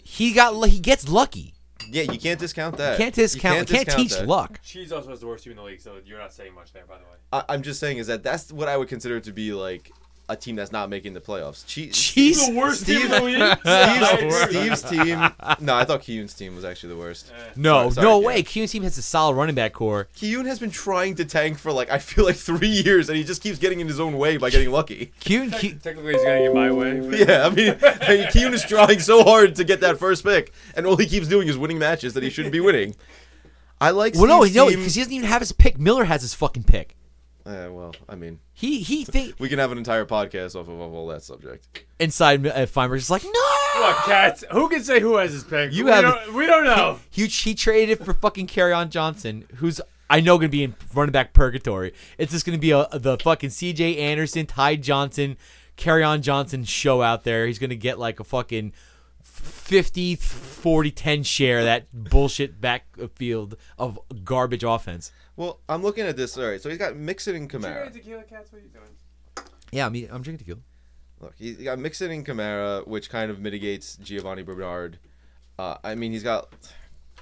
Speaker 1: He got. lu- He gets lucky.
Speaker 3: yeah, you can't discount that.
Speaker 1: Can't discount. Can't,
Speaker 3: Uh, discount
Speaker 1: teach
Speaker 3: that.
Speaker 1: luck.
Speaker 2: Cheese also has the worst team in the league, so you're not saying much there, by the way.
Speaker 3: I, I'm just saying is that that's what I would consider to be like a team that's not making the playoffs. Cheese.
Speaker 1: Cheese.
Speaker 2: the worst team in
Speaker 3: Steve-
Speaker 2: the league.
Speaker 3: Steve's,
Speaker 2: Nice.
Speaker 3: Steve's team. No, I thought Keun's team was actually the worst.
Speaker 1: No,
Speaker 3: Sorry, sorry,
Speaker 1: no
Speaker 3: yeah.
Speaker 1: way. Q team has a solid running back core.
Speaker 3: Keun has been trying to tank for like I feel like three years, and he just keeps getting in his own way by getting lucky.
Speaker 1: Q and Q.
Speaker 2: Technically, he's gonna get my way. but-
Speaker 3: Yeah, I mean, I mean, Keun is trying so hard to get that first pick, and all he keeps doing is winning matches that he shouldn't be winning. I like.
Speaker 1: Well, no,
Speaker 3: Steve's
Speaker 1: no,
Speaker 3: team-
Speaker 1: because he doesn't even have his pick. Miller has his fucking pick.
Speaker 3: Eh, well, I mean,
Speaker 1: He he think
Speaker 3: we can have an entire podcast off of, of all that subject.
Speaker 1: inside uh, Feinberg's just like no.
Speaker 2: Look, cats. Who can say who has his pick?
Speaker 1: You
Speaker 2: we
Speaker 1: have-
Speaker 2: Don't, we don't know.
Speaker 1: He, he traded for fucking on Johnson, who's I know gonna be in running back purgatory. It's just gonna be a, the fucking C.J. Anderson, Ty Johnson, on Johnson show out there. He's gonna get like a fucking 50, 40, 10 share of that bullshit backfield of garbage offense.
Speaker 3: Well, I'm looking at this. All right, so he's got Mixon and Kamara.
Speaker 2: tequila, cats? What are you doing?
Speaker 1: Yeah, I mean I'm drinking tequila.
Speaker 3: Look, he's got Mixon and Kamara, which kind of mitigates Giovanni Bernard. Uh, I mean, he's got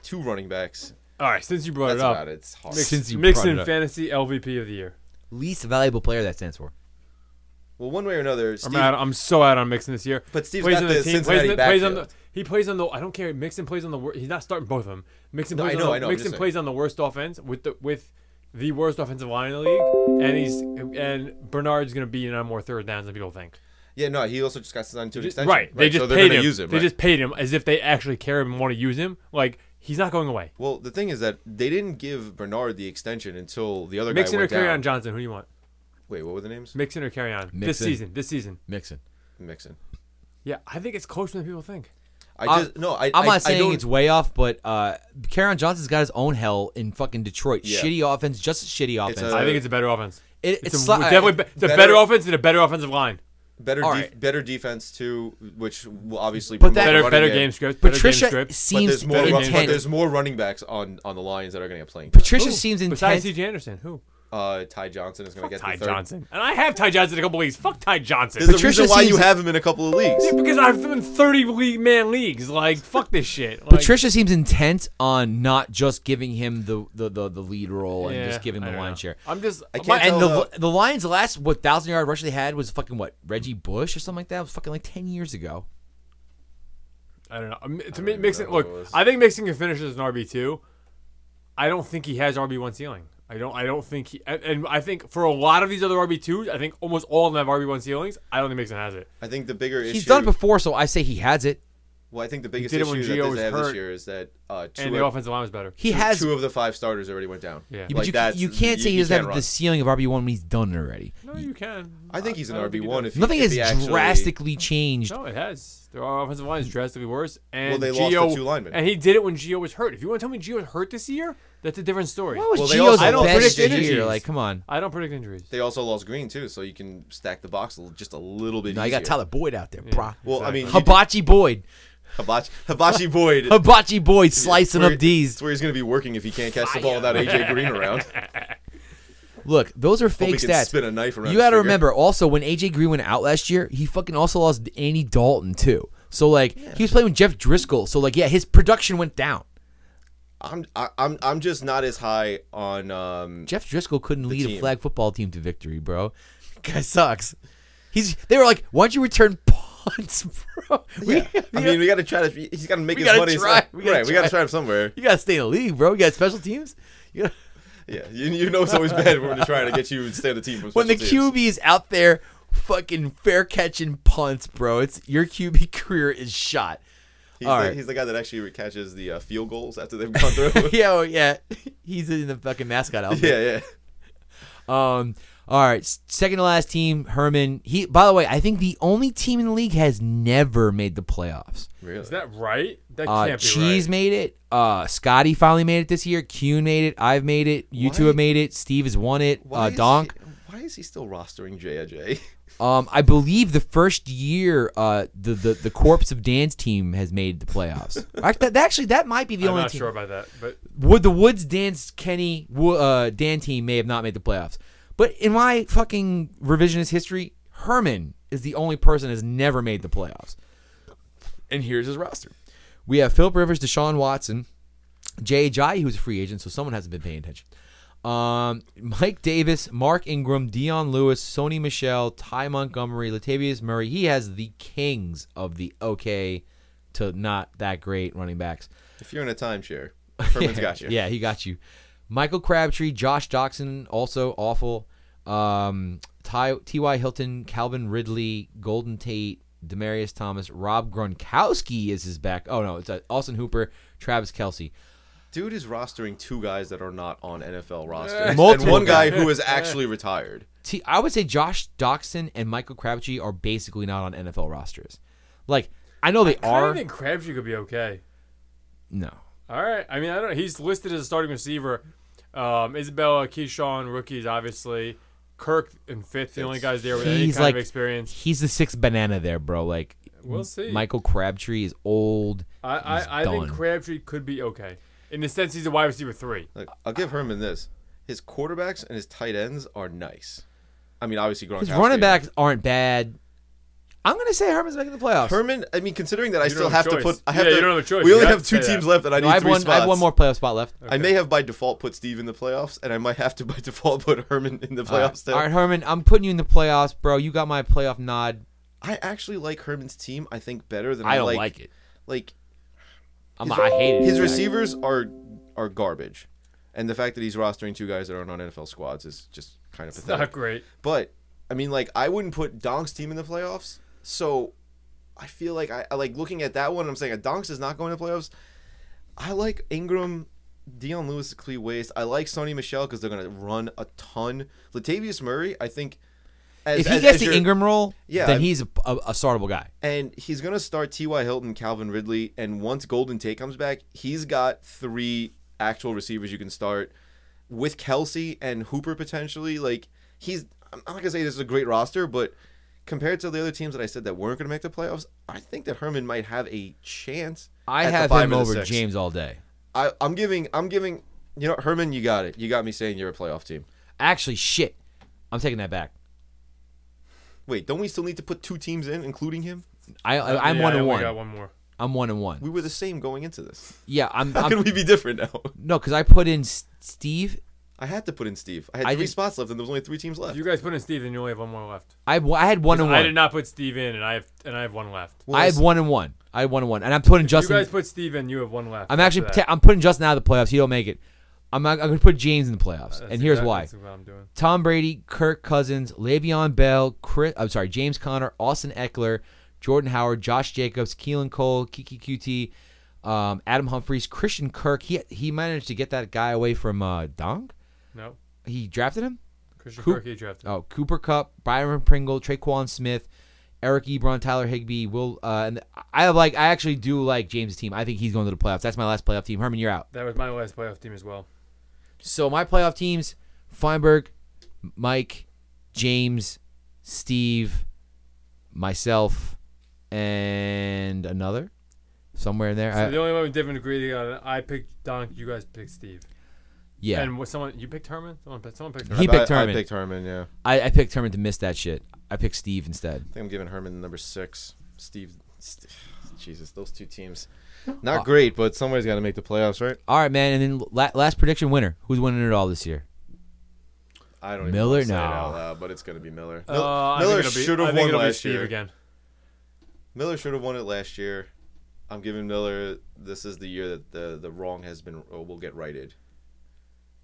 Speaker 3: two running backs.
Speaker 2: All right, since you brought
Speaker 3: That's
Speaker 2: it up,
Speaker 3: about it. It's hard.
Speaker 1: Mixon- Since you brought
Speaker 2: Mixon
Speaker 1: it up.
Speaker 2: fantasy LVP of the year.
Speaker 1: Least valuable player that stands for.
Speaker 3: Well, one way or another, Steve,
Speaker 2: I'm out. I'm so out on Mixon this year.
Speaker 3: But Steve's
Speaker 2: plays
Speaker 3: got
Speaker 2: on the
Speaker 3: the
Speaker 2: team.
Speaker 3: Cincinnati
Speaker 2: plays on the, plays on the,
Speaker 3: backfield.
Speaker 2: He plays on the. I don't care. Mixon plays on the. wor- He's not starting both of them. Mixon
Speaker 3: No,
Speaker 2: plays
Speaker 3: I know,
Speaker 2: on the,
Speaker 3: I know, I'm just
Speaker 2: Mixon
Speaker 3: saying.
Speaker 2: plays on the worst offense with the with the worst offensive line in the league, and he's and Bernard's going to be in on more third downs than people think.
Speaker 3: yeah, no, he also just got signed to an extension.
Speaker 2: Right. They just
Speaker 3: so they're
Speaker 2: paid
Speaker 3: gonna
Speaker 2: him.
Speaker 3: Use him
Speaker 2: they
Speaker 3: right.
Speaker 2: just paid him as if they actually care and want to use him. Like he's not going away.
Speaker 3: Well, the thing is that they didn't give Bernard the extension until the other
Speaker 2: Mixon
Speaker 3: guy
Speaker 2: or
Speaker 3: went down.
Speaker 2: Carryon Johnson, who do you want?
Speaker 3: Wait, what were the names?
Speaker 2: Mixon or Carryon? This
Speaker 1: Mixon.
Speaker 2: season. This season.
Speaker 1: Mixon.
Speaker 3: Mixon.
Speaker 2: Yeah, I think it's closer than people think.
Speaker 3: I
Speaker 1: I'm-
Speaker 3: just no. I,
Speaker 1: Um, I'm
Speaker 3: I-
Speaker 1: not
Speaker 3: I
Speaker 1: saying
Speaker 3: don't-
Speaker 1: it's way off, but uh, Karen Johnson's got his own hell in fucking Detroit.
Speaker 3: Yeah.
Speaker 1: Shitty offense, just a shitty
Speaker 3: It's
Speaker 1: offense.
Speaker 3: a-
Speaker 2: I think it's a better offense.
Speaker 1: It-
Speaker 2: it's,
Speaker 1: it's
Speaker 2: a,
Speaker 1: sli-
Speaker 2: definitely be- it's a
Speaker 3: better-
Speaker 2: better offense and a better offensive line.
Speaker 3: better,
Speaker 1: all
Speaker 3: def-
Speaker 1: right.
Speaker 3: better defense too, which will obviously
Speaker 1: But
Speaker 3: promote
Speaker 1: that-
Speaker 3: the
Speaker 2: Better
Speaker 3: running
Speaker 2: better
Speaker 3: game.
Speaker 2: game script. Better game
Speaker 1: Patricia
Speaker 2: script.
Speaker 3: But
Speaker 1: seems
Speaker 3: there's more.
Speaker 2: better game
Speaker 3: Run,
Speaker 1: intent.
Speaker 3: but
Speaker 2: script.
Speaker 3: there's more running backs on on the Lions that are going to get playing. time.
Speaker 1: Patricia seems
Speaker 2: Besides
Speaker 1: intent.
Speaker 2: C.J. Anderson, who?
Speaker 3: Uh, Ty Johnson is going to get
Speaker 2: Ty
Speaker 3: the third.
Speaker 2: Johnson. And I have Ty Johnson in a couple leagues. Fuck Ty Johnson.
Speaker 3: There's
Speaker 1: Patricia
Speaker 3: a reason why you
Speaker 1: seems-
Speaker 3: have him in a couple of leagues.
Speaker 2: Yeah, because I've been in 30 league man leagues. Like, fuck this shit. Like,
Speaker 1: Patricia seems intent on not just giving him the the, the, the lead role
Speaker 2: yeah,
Speaker 1: and just giving
Speaker 2: I
Speaker 1: him the
Speaker 2: don't
Speaker 1: lion
Speaker 2: know.
Speaker 1: share.
Speaker 2: I'm just. I
Speaker 3: can't
Speaker 2: my,
Speaker 1: And the
Speaker 3: Although-
Speaker 1: the Lions' last what thousand yard rush they had was fucking what Reggie Bush or something like that. It was fucking like ten years ago.
Speaker 2: I don't know. Um, To me, Mixon.
Speaker 3: remember what
Speaker 2: Look,
Speaker 3: it was.
Speaker 2: I think Mixon can finish as an RB two. I don't think he has RB one ceiling. I don't. I don't think he. And, and I think for a lot of these other RB twos, I think almost all of them have RB one ceilings. I don't think Mixon has it.
Speaker 3: I think the bigger issue.
Speaker 1: He's done it before, so I say he has it.
Speaker 3: Well, I think the biggest
Speaker 2: did it when
Speaker 3: issue
Speaker 2: Gio
Speaker 3: that
Speaker 2: was
Speaker 3: they have
Speaker 2: hurt.
Speaker 3: this year is that uh, two,
Speaker 2: And
Speaker 3: of,
Speaker 2: the offensive line was better.
Speaker 1: He
Speaker 3: two-
Speaker 1: has.
Speaker 3: two of the five starters already went down.
Speaker 2: Yeah.
Speaker 1: but
Speaker 3: like
Speaker 1: you,
Speaker 3: that's-
Speaker 1: you can't say he
Speaker 3: you
Speaker 1: doesn't have
Speaker 3: run.
Speaker 1: the ceiling of RB one when he's done already.
Speaker 2: No, you can.
Speaker 3: I think he's an
Speaker 2: don't
Speaker 3: RB
Speaker 2: think he
Speaker 3: one.
Speaker 2: does.
Speaker 3: If he-
Speaker 1: Nothing
Speaker 3: if
Speaker 1: has
Speaker 3: he actually-
Speaker 1: drastically changed.
Speaker 2: No, it has. Their offensive line is drastically worse. And
Speaker 3: Hmm. they lost
Speaker 2: Gio,
Speaker 3: the two linemen.
Speaker 2: And he did it when Gio was hurt. If you want to tell me Gio was hurt this year, that's a different story.
Speaker 1: What was
Speaker 3: Well, they
Speaker 1: Gio's
Speaker 3: also- I don't
Speaker 1: best
Speaker 2: predict
Speaker 1: year?
Speaker 2: injuries.
Speaker 1: Like, come on.
Speaker 2: I don't predict injuries.
Speaker 3: They also lost Green too, so you can stack the box a little- just a little bit.
Speaker 1: No, you got
Speaker 3: easier.
Speaker 1: Tyler Boyd out there, brah.
Speaker 3: Well, I mean, you did-
Speaker 1: Hibachi Boyd.
Speaker 3: Hibachi, Hibachi Boyd.
Speaker 1: Hibachi Boyd
Speaker 3: It's
Speaker 1: slicing
Speaker 3: where-
Speaker 1: up D's.
Speaker 3: It's where he's going to be working if he can't catch the ball without AJ Green around.
Speaker 1: Look, those are
Speaker 3: Hope he
Speaker 1: fake
Speaker 3: can
Speaker 1: stats.
Speaker 3: spin a knife around.
Speaker 1: you
Speaker 3: his
Speaker 1: got to
Speaker 3: finger.
Speaker 1: remember also when AJ Green went out last year, he fucking also lost Andy Dalton too. So like he was playing with Jeff Driscoll. So like yeah, his production went down.
Speaker 3: I'm I, I'm I'm just not as high on um
Speaker 1: Jeff Driscoll couldn't lead a
Speaker 3: team.
Speaker 1: flag football team to victory, bro. Guy sucks. He's. They were like, "Why don't you return punts, bro? We-
Speaker 3: yeah. I
Speaker 1: we-
Speaker 3: mean, we got to try to. He's got to make
Speaker 1: We
Speaker 3: his
Speaker 1: gotta
Speaker 3: money.
Speaker 1: try.
Speaker 3: some-
Speaker 1: We gotta
Speaker 3: right, we got
Speaker 1: try.
Speaker 3: to try him somewhere.
Speaker 1: you gotta stay in the league, bro. You got special teams. You gotta-
Speaker 3: Yeah, you, you know it's always bad when they're trying to get you to stay on the team from
Speaker 1: when the
Speaker 3: special teams.
Speaker 1: QB is out there, fucking fair catching punts, bro. It's your QB career is shot.
Speaker 3: He's,
Speaker 1: all
Speaker 3: the,
Speaker 1: right.
Speaker 3: he's the guy that actually catches the uh, field goals after they've gone through.
Speaker 1: yeah, oh, yeah. He's in the fucking mascot outfit.
Speaker 3: yeah, yeah.
Speaker 1: Um. All right. s- Second to last team, Herman. He. By the way, I think the only team in the league has never made the playoffs.
Speaker 3: Really?
Speaker 2: Is that right? That
Speaker 1: Uh,
Speaker 2: can't be
Speaker 1: Cheese
Speaker 2: right.
Speaker 1: made it. Uh, Scotty finally made it this year. Kuhn made it. I've made it. You two
Speaker 3: Why-
Speaker 1: have made it. Steve has won it.
Speaker 3: Why
Speaker 1: Uh,
Speaker 3: is
Speaker 1: Donk.
Speaker 3: He, why is he still rostering JIJ?
Speaker 1: Um, I believe the first year, uh, the, the the corpse of Dan's team has made the playoffs. Act- that- Actually, that might be the
Speaker 2: I'm
Speaker 1: only
Speaker 2: not
Speaker 1: team.
Speaker 2: sure about that, but
Speaker 1: Would the Woods Dan's Kenny Wo- uh, Dan team may have not made the playoffs, but in my fucking revisionist history, Herman is the only person has never made the playoffs. And here's his roster: we have Philip Rivers, Deshaun Watson, Jay Ajayi, who's a free agent, so someone hasn't been paying attention. Um, Mike Davis, Mark Ingram, Dion Lewis, Sony Michelle, Ty Montgomery, Latavius Murray. He has the kings of the okay to not that great running backs.
Speaker 3: if you're in a timeshare, Herman's
Speaker 1: Yeah,
Speaker 3: got you.
Speaker 1: Yeah, he got you. Michael Crabtree, Josh Doxson, also awful. Um, Ty, T.Y. Hilton, Calvin Ridley, Golden Tate, Demarius Thomas, Rob Gronkowski is his back. Oh, no, it's uh, Austin Hooper, Travis Kelsey.
Speaker 3: Dude is rostering two guys that are not on NFL rosters, and
Speaker 1: Multiple
Speaker 3: one guy who is actually retired.
Speaker 1: T- I would say Josh Doxson and Michael Crabtree are basically not on NFL rosters. Like, I know they
Speaker 2: I
Speaker 1: are.
Speaker 2: don't think Crabtree could be okay.
Speaker 1: no.
Speaker 2: All right. I mean, I don't. He's listed as a starting receiver. Um, Isabella, Keyshawn, rookies, obviously. Kirk and fifth, the only guys there with any
Speaker 1: He's
Speaker 2: kind
Speaker 1: like,
Speaker 2: of experience.
Speaker 1: he's the sixth banana there, bro. Like,
Speaker 2: We'll see.
Speaker 1: Michael Crabtree is old.
Speaker 2: I,
Speaker 1: he's
Speaker 2: I, I think
Speaker 1: done.
Speaker 2: Crabtree could be okay in the sense he's a wide receiver three.
Speaker 3: Like, I'll give Herman this: his quarterbacks and his tight ends are nice. I mean, obviously, Gronkowski.
Speaker 1: His running backs aren't bad. I'm gonna say Herman's making the playoffs.
Speaker 3: Herman, I mean, considering that I
Speaker 2: don't
Speaker 3: still
Speaker 2: have
Speaker 3: have
Speaker 2: a
Speaker 3: to put,
Speaker 2: choice.
Speaker 3: I have
Speaker 2: Yeah,
Speaker 3: to.
Speaker 2: you don't have a choice.
Speaker 3: We
Speaker 2: You
Speaker 3: only
Speaker 2: have
Speaker 3: have
Speaker 2: to
Speaker 3: two
Speaker 2: say that.
Speaker 3: teams left, and I need
Speaker 1: I have
Speaker 3: three
Speaker 1: one.
Speaker 3: spots.
Speaker 1: I have one more playoff spot left.
Speaker 3: I may have by default put Steve in the playoffs, and I might have to by default put Herman in the
Speaker 1: All
Speaker 3: playoffs.
Speaker 1: right.
Speaker 3: too.
Speaker 1: All right, Herman, I'm putting you in the playoffs, bro. You got my playoff nod.
Speaker 3: I actually like Herman's team. I think better than
Speaker 1: I
Speaker 3: I
Speaker 1: don't like,
Speaker 3: like,
Speaker 1: it.
Speaker 3: Like
Speaker 1: I'm,
Speaker 3: his-
Speaker 1: I hate it.
Speaker 3: His receivers are are garbage, and the fact that he's rostering two guys that aren't on NFL squads is just kind of pathetic.
Speaker 2: Not great.
Speaker 3: But I mean, like, I wouldn't put Donk's team in the playoffs. So I feel like I, I like looking at that one. I'm saying uh, Donk's is not going to playoffs. I like Ingram, Dion Lewis, Clee Waste. I like Sony Michelle because they're going to run a ton. Latavius Murray, I think. As,
Speaker 1: If he
Speaker 3: as-
Speaker 1: gets
Speaker 3: as
Speaker 1: the
Speaker 3: your-
Speaker 1: Ingram role,
Speaker 3: Yeah,
Speaker 1: then
Speaker 3: I-
Speaker 1: he's a, a, a startable guy.
Speaker 3: and he's going to start T.Y. Hilton, Calvin Ridley, and once Golden Tate comes back, he's got three actual receivers you can start with Kelsey and Hooper potentially. Like he's, I'm not gonna say this is a great roster, but compared to the other teams that I said that weren't gonna make the playoffs, I think that Herman might have a chance.
Speaker 1: I
Speaker 3: at the
Speaker 1: have
Speaker 3: five
Speaker 1: him
Speaker 3: or the
Speaker 1: over
Speaker 3: six.
Speaker 1: James all day.
Speaker 3: I, I'm giving, I'm giving. You know, Herman, you got it. You got me saying you're a playoff team.
Speaker 1: Actually, shit, I'm taking that back.
Speaker 3: Wait, don't we still need to put two teams in, including him?
Speaker 1: I,
Speaker 3: Uh,
Speaker 1: I Uh, I'm
Speaker 2: Yeah,
Speaker 1: one
Speaker 2: I
Speaker 1: and
Speaker 2: only
Speaker 1: one.
Speaker 2: Got one more.
Speaker 1: I'm one and one.
Speaker 3: We were the same going into this.
Speaker 1: Yeah, I'm.
Speaker 3: How
Speaker 1: I'm
Speaker 3: can we be different now?
Speaker 1: no, because I put in S- Steve.
Speaker 3: I had to put in Steve. I had
Speaker 1: I
Speaker 3: three
Speaker 1: did-
Speaker 3: spots left, and there was only three teams left.
Speaker 2: You guys put in Steve, and you only have one more left.
Speaker 1: I have- I had one and
Speaker 2: I did
Speaker 1: one.
Speaker 2: not put Steve in, and I have and I have one left.
Speaker 3: Well,
Speaker 1: I had
Speaker 3: it's-
Speaker 1: one and one. I had one and one, and I'm putting Justin.
Speaker 2: you guys put Steve in, you have one left.
Speaker 1: I'm
Speaker 2: after
Speaker 1: actually
Speaker 2: that.
Speaker 1: ta- I'm putting Justin out of the playoffs. He don't make it. I'm I'm gonna put James in the playoffs,
Speaker 2: That's
Speaker 1: and here's
Speaker 2: exactly-
Speaker 1: why.
Speaker 2: that's what I'm doing.
Speaker 1: Tom Brady, Kirk Cousins, Le'Veon Bell, Chris, I'm sorry, James Conner, Austin Eckler, Jordan Howard, Josh Jacobs, Keelan Cole, Kiki QT, um, Adam Humphries, Christian Kirk. He he managed to get that guy away from uh, Dong.
Speaker 2: No,
Speaker 1: He drafted him.
Speaker 2: Christian
Speaker 1: Coop-
Speaker 2: Kirk he drafted.
Speaker 1: Oh, Cooper Cup, Byron Pringle, Traquan Smith, Eric Ebron, Tyler Higbee, Will. Uh, and I have like I actually do like James' team. I think he's going to the playoffs. That's my last playoff team. Herman, you're out.
Speaker 2: That was my last playoff team as well.
Speaker 1: So my playoff teams: Feinberg, Mike, James, Steve, myself, and another somewhere in there.
Speaker 2: So the
Speaker 1: I,
Speaker 2: only one we didn't agree on, I picked Donk. You guys picked Steve.
Speaker 1: yeah,
Speaker 2: And what, someone you picked Herman. Someone picked. Someone picked
Speaker 1: He
Speaker 2: Herman.
Speaker 3: I-
Speaker 1: picked Herman.
Speaker 3: I picked Herman. Yeah,
Speaker 1: I, I picked Herman to miss that shit. I picked Steve instead.
Speaker 3: I think I'm giving Herman number six. Steve, Steve Jesus, those two teams,
Speaker 1: Uh,
Speaker 3: not great, but somebody's got to make the playoffs, right?
Speaker 1: All right, man. And then la- last prediction winner. Who's winning it all this year?
Speaker 3: I don't even
Speaker 1: Miller?
Speaker 3: wanna say it
Speaker 1: No.
Speaker 3: out loud, but it's gonna be Miller. Mil-
Speaker 2: Uh, I think
Speaker 3: Miller
Speaker 2: it'll be-
Speaker 3: should
Speaker 2: I
Speaker 3: have
Speaker 2: think
Speaker 3: won
Speaker 2: it'll be
Speaker 3: last
Speaker 2: Steve
Speaker 3: year.
Speaker 2: again.
Speaker 3: Miller should have won it last year. I'm giving Miller. This is the year that the the wrong has been or will get righted.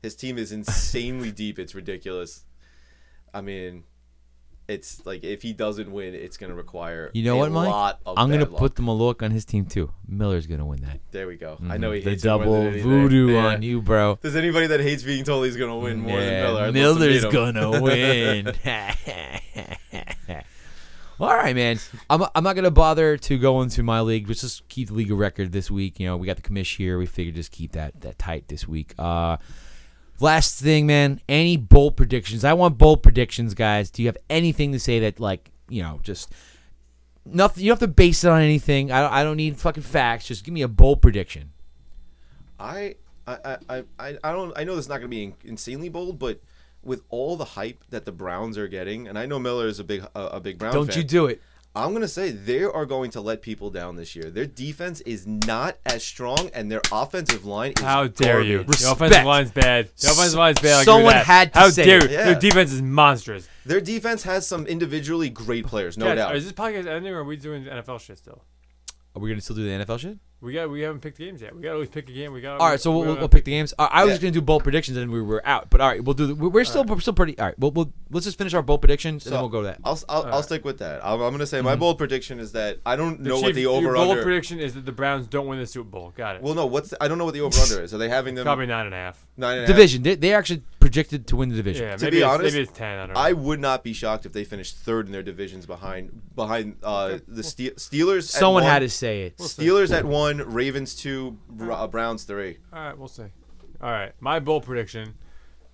Speaker 3: His team is insanely deep. It's ridiculous. I mean, it's like if he doesn't win, it's gonna require
Speaker 1: You know
Speaker 3: a
Speaker 1: what, Mike?
Speaker 3: Lot of
Speaker 1: I'm gonna
Speaker 3: bad luck.
Speaker 1: put the Malork on his team too. Miller's gonna win that.
Speaker 3: There we go. I know he
Speaker 1: Mm-hmm. the
Speaker 3: hates it more than
Speaker 1: double
Speaker 3: anything.
Speaker 1: voodoo
Speaker 3: Yeah.
Speaker 1: on you, bro.
Speaker 3: There's anybody that hates being told he's gonna win more than
Speaker 1: Yeah,
Speaker 3: Miller. I'd love to meet
Speaker 1: Miller's
Speaker 3: him.
Speaker 1: gonna win. All right, man. I'm, I'm not gonna bother to go into my league. Let's just keep the league a record this week. You know, we got the commish here. We figured just keep that that tight this week. Uh, last thing, man. Any bold predictions? I want bold predictions, guys. Do you have anything to say that like you know just nothing? You don't have to base it on anything. I don't, I don't need fucking facts. Just give me a bold prediction.
Speaker 3: I I, I, I I don't I know this is not going to be in- insanely bold, but with all the hype that the Browns are getting, and I know Miller is a big a, a big Brown.
Speaker 1: Don't
Speaker 3: fan,
Speaker 1: you do it?
Speaker 3: I'm going to say they are going to let people down this year. Their defense is not as strong, and their offensive line. Is
Speaker 2: How dare you?
Speaker 3: garbage.
Speaker 2: The
Speaker 1: Respect.
Speaker 2: offensive line's bad. The offensive line's bad. I agree
Speaker 1: someone
Speaker 2: with that.
Speaker 1: had to
Speaker 2: How
Speaker 1: say
Speaker 2: dare
Speaker 1: it.
Speaker 2: you?
Speaker 3: Yeah.
Speaker 2: Their defense is monstrous.
Speaker 3: Their defense has some individually great players, no
Speaker 2: Guys,
Speaker 3: doubt.
Speaker 2: Is this podcast ending or are we doing NFL shit still?
Speaker 1: Are we gonna still do the NFL shit?
Speaker 2: We got we haven't picked games yet. We gotta always pick a game. We got
Speaker 1: All right, so we'll, we'll, we'll pick the games. Uh, I, I was
Speaker 3: Yeah.
Speaker 1: going to do bold predictions, and we were out. But all right, we'll do. The, we're we're still we're still pretty. All right, we'll, we'll let's just finish our bold predictions, and then we'll go to that. Mm-hmm.
Speaker 3: I'll, I'll, I'll stick with that. I'm, I'm going to say my bold prediction is that I don't know what
Speaker 2: Chief,
Speaker 3: the
Speaker 2: your
Speaker 3: over
Speaker 2: bold
Speaker 3: under.
Speaker 2: prediction is that the Browns don't win the Super Bowl. Got it.
Speaker 3: well, no, what's I don't know what the over under is. Are they having them
Speaker 2: Probably nine and a half.
Speaker 3: nine and a half?
Speaker 1: division. They, they actually projected to win the division.
Speaker 2: Yeah,
Speaker 3: To
Speaker 2: maybe
Speaker 3: be
Speaker 2: it's,
Speaker 3: honest,
Speaker 2: maybe it's ten. I don't know.
Speaker 3: I would not be shocked if they finished third in their divisions behind behind uh, the Ste- Steelers.
Speaker 1: Someone
Speaker 3: at one,
Speaker 1: had to say it.
Speaker 3: Steelers at one, Ravens two, Br- uh, Browns three.
Speaker 2: All right, we'll see. All right, my bold prediction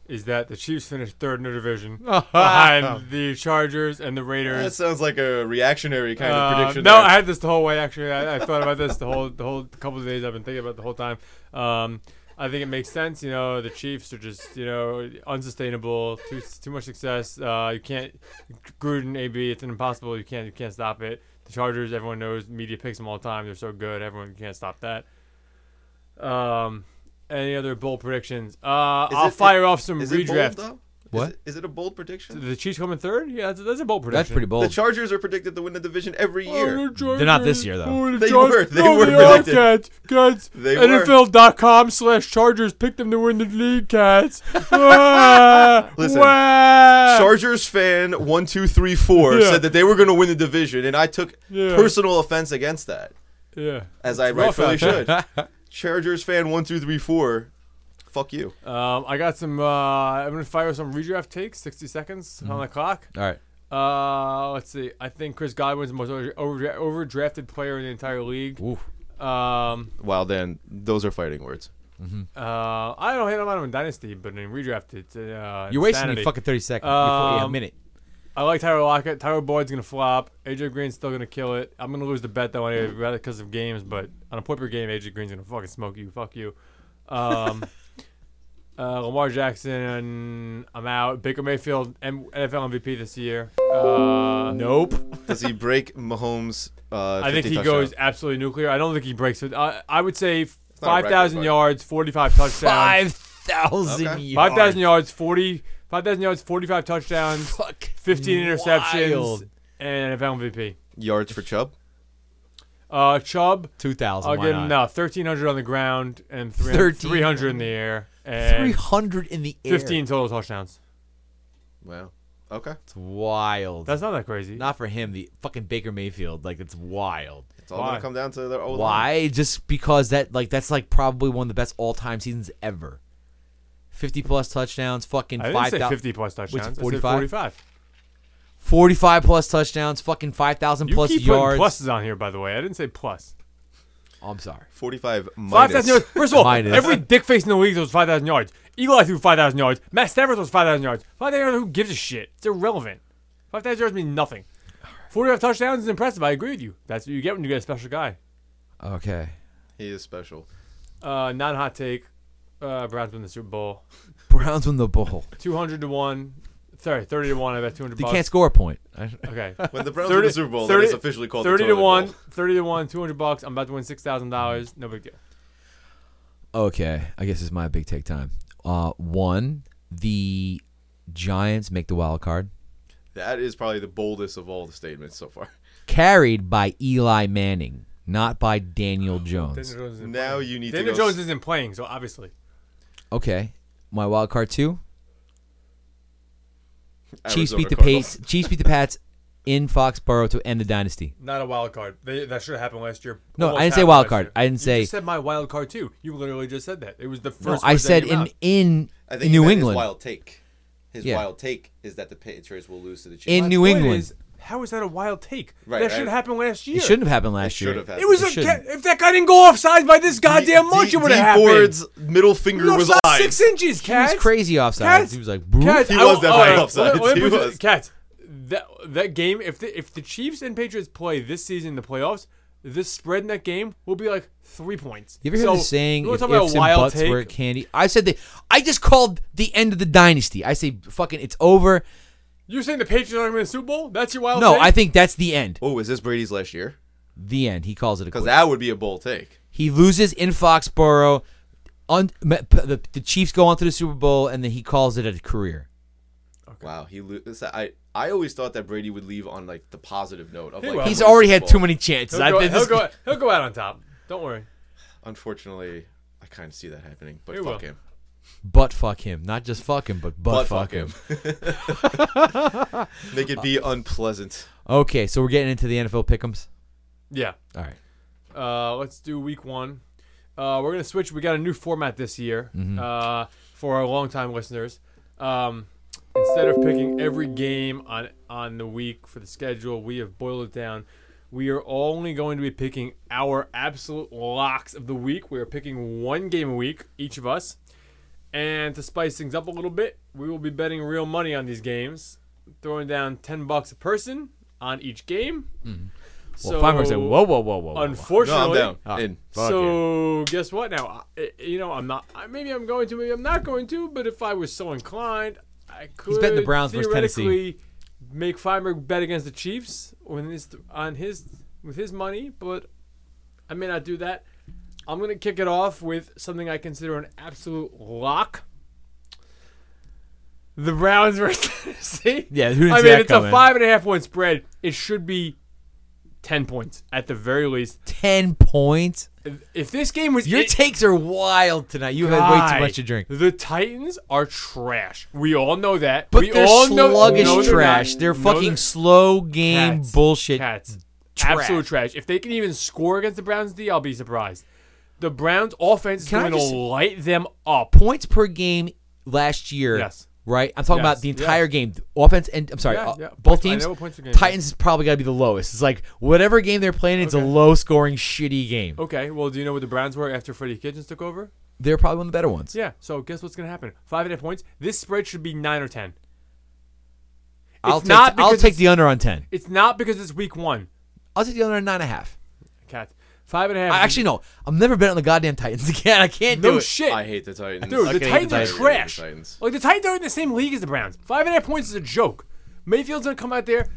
Speaker 2: is that the Chiefs finish third in their division behind the Chargers and the
Speaker 3: That
Speaker 2: Raiders.
Speaker 3: sounds like a reactionary kind
Speaker 2: Uh,
Speaker 3: of prediction.
Speaker 2: no,
Speaker 3: there.
Speaker 2: I had this the whole way. Actually, I, I thought about this the whole the whole couple of days. I've been thinking about it the whole time. Um, I think it makes sense. You know, the Chiefs are just you know unsustainable. Too too much success. Uh, you can't Gruden, AB. It's an impossible. You can't you can't stop it. The Chargers, everyone knows. Media picks them all the time. They're so good. Everyone you can't stop that. Um, any other bold predictions? Uh, I'll
Speaker 3: it-
Speaker 2: fire off some
Speaker 3: is
Speaker 2: redraft.
Speaker 3: It bold, though?
Speaker 1: What?
Speaker 3: Is it, is it a bold prediction?
Speaker 2: the Chiefs coming third? Yeah, that's, that's a bold prediction.
Speaker 1: That's pretty
Speaker 3: The
Speaker 1: bold.
Speaker 3: Chargers are predicted to win the division every
Speaker 2: Oh,
Speaker 3: year.
Speaker 2: the
Speaker 1: They're not this
Speaker 2: Chargers.
Speaker 1: year, though.
Speaker 2: Oh, the
Speaker 3: They
Speaker 2: Char-
Speaker 3: were- they
Speaker 2: no,
Speaker 3: were
Speaker 2: they are,
Speaker 3: predicted.
Speaker 2: cats. Cats.
Speaker 3: They were.
Speaker 2: NFL.com slash Chargers. Pick them to win the league, cats. Ah, Wah,
Speaker 3: Listen,
Speaker 2: wah.
Speaker 3: Chargers fan one two three four
Speaker 2: Yeah.
Speaker 3: said that they were going to win the division, and I took
Speaker 2: Yeah.
Speaker 3: personal offense against that,
Speaker 2: Yeah.
Speaker 3: as I
Speaker 2: rough
Speaker 3: rightfully
Speaker 2: out there.
Speaker 3: should. Chargers fan one two three four, fuck you.
Speaker 2: Um, I got some. Uh, I'm gonna fire some redraft takes. 60 seconds
Speaker 1: Mm-hmm.
Speaker 2: on the clock.
Speaker 1: All right,
Speaker 2: Uh, let's see. I think Chris Godwin's the most over, overdra- overdrafted player in the entire league.
Speaker 1: Oof.
Speaker 2: Um,
Speaker 3: Wow, Dan, those are fighting words.
Speaker 2: uh, I don't hate him on him in Dynasty, but in redraft, it's uh,
Speaker 1: you're wasting
Speaker 2: insanity.
Speaker 1: me fucking thirty seconds. You're fu- yeah, a
Speaker 2: Um,
Speaker 1: minute.
Speaker 2: I like Tyler Lockett. Tyler Boyd's gonna flop. AJ Green's still gonna kill it. I'm gonna lose the bet though, anyway, rather because of games. But on a flipper game, AJ Green's gonna fucking smoke you. Fuck you. Um, uh, Lamar Jackson, I'm out. Baker Mayfield, M- NFL MVP this year. Uh, nope.
Speaker 3: Does he break Mahomes? Uh,
Speaker 2: I think
Speaker 3: 50
Speaker 2: he
Speaker 3: touchdown?
Speaker 2: goes absolutely nuclear. I don't think he breaks it. I, I would say
Speaker 3: not a record,
Speaker 2: five thousand
Speaker 3: but-
Speaker 2: yards, forty-five
Speaker 1: Five
Speaker 2: touchdowns.
Speaker 1: thousand.
Speaker 3: Okay.
Speaker 1: yards.
Speaker 2: Five thousand yards, forty. Five thousand yards, forty-five touchdowns,
Speaker 1: Fuck.
Speaker 2: fifteen
Speaker 1: Wild.
Speaker 2: interceptions, and NFL MVP.
Speaker 3: yards for Chubb.
Speaker 2: Uh, Chubb,
Speaker 1: Two thousand.
Speaker 2: I'll give him no, 1,300 on the ground and 300,
Speaker 1: 13.
Speaker 2: 300 in the air.
Speaker 1: Three
Speaker 2: And
Speaker 1: hundred in the air.
Speaker 2: 15 total touchdowns.
Speaker 3: Wow. Okay.
Speaker 1: It's wild.
Speaker 2: That's not that crazy.
Speaker 1: not for him. The fucking Baker Mayfield. Like it's wild.
Speaker 3: It's all going
Speaker 2: Why?
Speaker 3: to come down to their O line.
Speaker 1: Why? Just because that like that's like probably one of the best all time seasons ever. Fifty plus touchdowns, fucking
Speaker 2: I didn't
Speaker 1: five
Speaker 2: say
Speaker 1: thou-
Speaker 2: 50 plus touchdowns. I said
Speaker 1: 45?
Speaker 2: 45.
Speaker 1: 45 plus touchdowns, fucking five thousand
Speaker 2: You
Speaker 1: plus
Speaker 2: keep
Speaker 1: yards.
Speaker 2: putting pluses on here, by the way. I didn't say plus.
Speaker 1: Oh, I'm sorry.
Speaker 3: 45
Speaker 2: Five
Speaker 3: minus.
Speaker 2: thousand yards. First of all,
Speaker 1: Minus.
Speaker 2: every dick face in the league throws five thousand yards. Eli threw five thousand yards. Matt Stafford throws five thousand yards. Five thousand yards. Who gives a shit? It's irrelevant. Five thousand yards mean nothing. Forty-five touchdowns is impressive. I agree with you. That's what you get when you get a special guy.
Speaker 1: Okay.
Speaker 3: He is special.
Speaker 2: Uh, non-hot take. Uh, Browns win the Super Bowl.
Speaker 1: Browns win the bowl.
Speaker 2: 200 to 1, sorry, thirty to one. I bet two hundred.
Speaker 1: They can't score a point. I-
Speaker 2: Okay.
Speaker 3: When the Browns win the Super Bowl, that is officially called the
Speaker 2: 30 to
Speaker 3: toilet bowl.
Speaker 2: 1, 30 to 1, 200 bucks. I'm about to win $6,000. No big deal.
Speaker 1: Okay, I guess it's my big take time. Uh, one, the Giants make the wild card,
Speaker 3: That is probably the boldest of all the statements so far.
Speaker 1: carried by Eli Manning, not by Daniel Jones.
Speaker 2: Oh, Daniel Jones isn't
Speaker 3: Now
Speaker 2: playing.
Speaker 3: you need
Speaker 2: Daniel
Speaker 3: to go
Speaker 2: Jones isn't playing, so obviously.
Speaker 1: Okay, my wild card two.
Speaker 3: Arizona
Speaker 1: Chiefs beat the
Speaker 3: Cardinals.
Speaker 1: Pats. Chiefs beat the Pats in Foxborough to end the dynasty.
Speaker 2: Not a wild card. They, that should have happened last year.
Speaker 1: No,
Speaker 2: Almost
Speaker 1: I didn't say
Speaker 2: happened
Speaker 1: wild
Speaker 2: last
Speaker 1: card.
Speaker 2: year.
Speaker 1: I didn't
Speaker 2: You
Speaker 1: say-
Speaker 2: just said my wild card, too. You literally just said that. It was the first
Speaker 1: No,
Speaker 2: words
Speaker 1: I
Speaker 2: that
Speaker 1: said
Speaker 2: came
Speaker 1: in
Speaker 2: out.
Speaker 1: in
Speaker 5: I think
Speaker 1: New
Speaker 5: that
Speaker 1: England.
Speaker 5: His wild take. His
Speaker 1: Yeah.
Speaker 5: wild take is that the Patriots will lose to the Chiefs.
Speaker 1: In
Speaker 2: My
Speaker 1: New
Speaker 2: point
Speaker 1: England.
Speaker 2: is, how is that a wild take?
Speaker 5: Right,
Speaker 2: that
Speaker 5: right.
Speaker 2: should have happened last year.
Speaker 1: it shouldn't have happened last
Speaker 5: should
Speaker 1: year.
Speaker 5: have happened.
Speaker 2: It was
Speaker 1: It
Speaker 2: a,
Speaker 1: shouldn't.
Speaker 2: if that guy didn't go offsides by this goddamn
Speaker 3: D-
Speaker 2: much, it
Speaker 3: D-
Speaker 2: would have
Speaker 3: D
Speaker 2: happened.
Speaker 3: Ford's middle finger
Speaker 2: He was
Speaker 3: was
Speaker 2: offside
Speaker 3: live.
Speaker 2: six inches,
Speaker 1: He was
Speaker 2: Cats.
Speaker 1: crazy offside.
Speaker 2: Cats.
Speaker 1: He was like, "Boo."
Speaker 2: Cats,
Speaker 3: He
Speaker 2: I Oh,
Speaker 3: was
Speaker 2: will-
Speaker 3: definitely
Speaker 2: all
Speaker 3: offsides.
Speaker 2: let me
Speaker 3: He
Speaker 2: put it-
Speaker 3: was.
Speaker 2: Cats, that that game. If the if the Chiefs and Patriots play this season in the playoffs, this spread in that game will be like three points.
Speaker 1: You ever hear
Speaker 2: so,
Speaker 1: the saying,
Speaker 2: you wanna
Speaker 1: if
Speaker 2: talk about
Speaker 1: ifs
Speaker 2: a
Speaker 1: and
Speaker 2: wild
Speaker 1: buts
Speaker 2: take?
Speaker 1: were candy? I said that. I just called the end of the dynasty. I say, fucking, it's over.
Speaker 2: You're saying the Patriots aren't going to win the Super Bowl? That's your wild
Speaker 1: No,
Speaker 2: take?
Speaker 1: I think that's the end.
Speaker 3: Oh, is this Brady's last year?
Speaker 1: The end. He calls it a
Speaker 3: Because
Speaker 1: quit.
Speaker 3: that would be a bold take.
Speaker 1: he loses in Foxborough. Un- me- p- the, the Chiefs go on to the Super Bowl, and then he calls it a career.
Speaker 3: Wow, he lo- this- I I always thought that Brady would leave on like the positive note of
Speaker 2: He
Speaker 3: like
Speaker 2: will.
Speaker 3: I'm
Speaker 1: He's
Speaker 3: winning
Speaker 1: already
Speaker 3: Super
Speaker 1: had
Speaker 3: Bowl.
Speaker 1: too many chances.
Speaker 2: He'll, go,
Speaker 1: I think
Speaker 2: he'll,
Speaker 1: this,
Speaker 2: go, he'll go out on top. Don't worry.
Speaker 3: Unfortunately, I kind of see that happening, but
Speaker 2: He
Speaker 3: fuck
Speaker 2: will.
Speaker 3: him.
Speaker 1: But fuck him. Not just fuck him, but but,
Speaker 3: But
Speaker 1: fuck,
Speaker 3: fuck
Speaker 1: him.
Speaker 3: him. Make it be
Speaker 2: Uh,
Speaker 3: unpleasant.
Speaker 1: Okay, so we're getting into the NFL pick'ems.
Speaker 2: Yeah.
Speaker 1: All right.
Speaker 2: Uh, let's do week one. Uh, we're gonna switch. We got a new format this year
Speaker 1: Mm-hmm.
Speaker 2: uh, for our longtime listeners. Um, instead of picking every game on on the week for the schedule, we have boiled it down. We are only going to be picking our absolute locks of the week. We are picking one game a week, each of us. And to spice things up a little bit, we will be betting real money on these games, throwing down ten bucks a person on each game.
Speaker 1: Mm-hmm. Well, Feinberg said, "Whoa, whoa, whoa, whoa." whoa.
Speaker 3: No,
Speaker 2: Unfortunately,
Speaker 3: I'm down.
Speaker 1: Ah.
Speaker 3: In.
Speaker 1: Fuck
Speaker 2: so guess what? Now, I, I- you know, I'm not. I, maybe I'm going to. Maybe I'm not going to. But if I was so inclined, I could.
Speaker 1: betting the Browns versus Tennessee.
Speaker 2: theoretically Make Feinberg bet against the Chiefs when his, on his with his money, but I may not do that. I'm gonna kick it off with something I consider an absolute lock. The Browns versus Tennessee.
Speaker 1: Yeah, who didn't
Speaker 2: I
Speaker 1: see
Speaker 2: mean,
Speaker 1: that
Speaker 2: it's
Speaker 1: coming?
Speaker 2: a five and a half point spread. It should be ten points at the very least.
Speaker 1: Ten points.
Speaker 2: If- If this game was
Speaker 1: Your
Speaker 2: it-
Speaker 1: takes are wild tonight. You had way too much to drink.
Speaker 2: The Titans are trash. We all know that.
Speaker 1: But
Speaker 2: we
Speaker 1: they're
Speaker 2: all know-
Speaker 1: sluggish
Speaker 2: no, they're
Speaker 1: trash.
Speaker 2: not.
Speaker 1: They're
Speaker 2: No,
Speaker 1: fucking slow game
Speaker 2: Cats.
Speaker 1: bullshit.
Speaker 2: Cats.
Speaker 1: trash.
Speaker 2: Absolute trash. If they can even score against the Browns D, I'll be surprised. The Browns offense
Speaker 1: Can I
Speaker 2: is going
Speaker 1: just-
Speaker 2: to light them up.
Speaker 1: Points per game last year.
Speaker 2: Yes.
Speaker 1: Right? I'm talking
Speaker 2: Yes,
Speaker 1: about the entire
Speaker 2: yes.
Speaker 1: game. Offense and I'm sorry,
Speaker 2: Yeah,
Speaker 1: uh,
Speaker 2: yeah.
Speaker 1: both
Speaker 2: Points- I
Speaker 1: teams.
Speaker 2: know points per game.
Speaker 1: Titans is probably got to be the lowest. It's like whatever game they're playing, it's a
Speaker 2: Okay. Oh.
Speaker 1: low scoring shitty game.
Speaker 2: Okay, well, do you know what the Browns were after Freddie Kitchens took over?
Speaker 1: They're probably one of the better ones.
Speaker 2: Yeah, so guess what's going to happen? Five and a half points. This spread should be nine or ten.
Speaker 1: I'll
Speaker 2: It's
Speaker 1: take
Speaker 2: not
Speaker 1: I'll
Speaker 2: because
Speaker 1: take
Speaker 2: it's-
Speaker 1: the under on 10.
Speaker 2: It's not because it's week one.
Speaker 1: I'll take the under on 9.5.
Speaker 2: Cat. Five and a half.
Speaker 1: I actually no. I'm never bet on the goddamn Titans again. I can't do
Speaker 2: no
Speaker 1: it.
Speaker 2: shit.
Speaker 3: I hate the Titans.
Speaker 2: Dude,
Speaker 3: I
Speaker 2: the
Speaker 3: can't
Speaker 1: hate the
Speaker 2: Titans are
Speaker 1: Titans.
Speaker 2: trash.
Speaker 3: I hate the Titans.
Speaker 2: Like the Titans are in the same league as the Browns. Five and a half points is a joke. Mayfield's gonna come out there,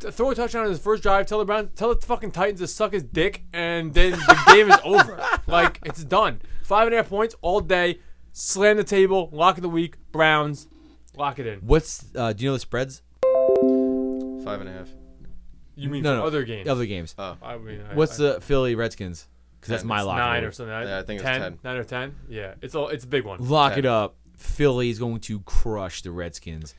Speaker 2: t- throw a touchdown on his first drive, tell the Browns, tell the fucking Titans to suck his dick, and then the game is over. Like it's done. Five and a half points all day. Slam the table. Lock of the week. Browns. Lock it in.
Speaker 1: What's uh, do you know the spreads?
Speaker 3: Five and a half.
Speaker 2: You mean
Speaker 1: No,
Speaker 2: for
Speaker 1: no.
Speaker 2: other games?
Speaker 1: Other games.
Speaker 2: I mean, I-
Speaker 1: What's
Speaker 2: I-
Speaker 1: the Philly Redskins? Because that's
Speaker 3: Ten.
Speaker 1: my
Speaker 3: It's
Speaker 1: lock.
Speaker 2: nine or something?
Speaker 3: Yeah, I think it's 10.
Speaker 2: Nine or ten? Yeah, it's all. It's a big one.
Speaker 1: Lock
Speaker 3: Ten.
Speaker 1: it up. Philly's going to crush the Redskins.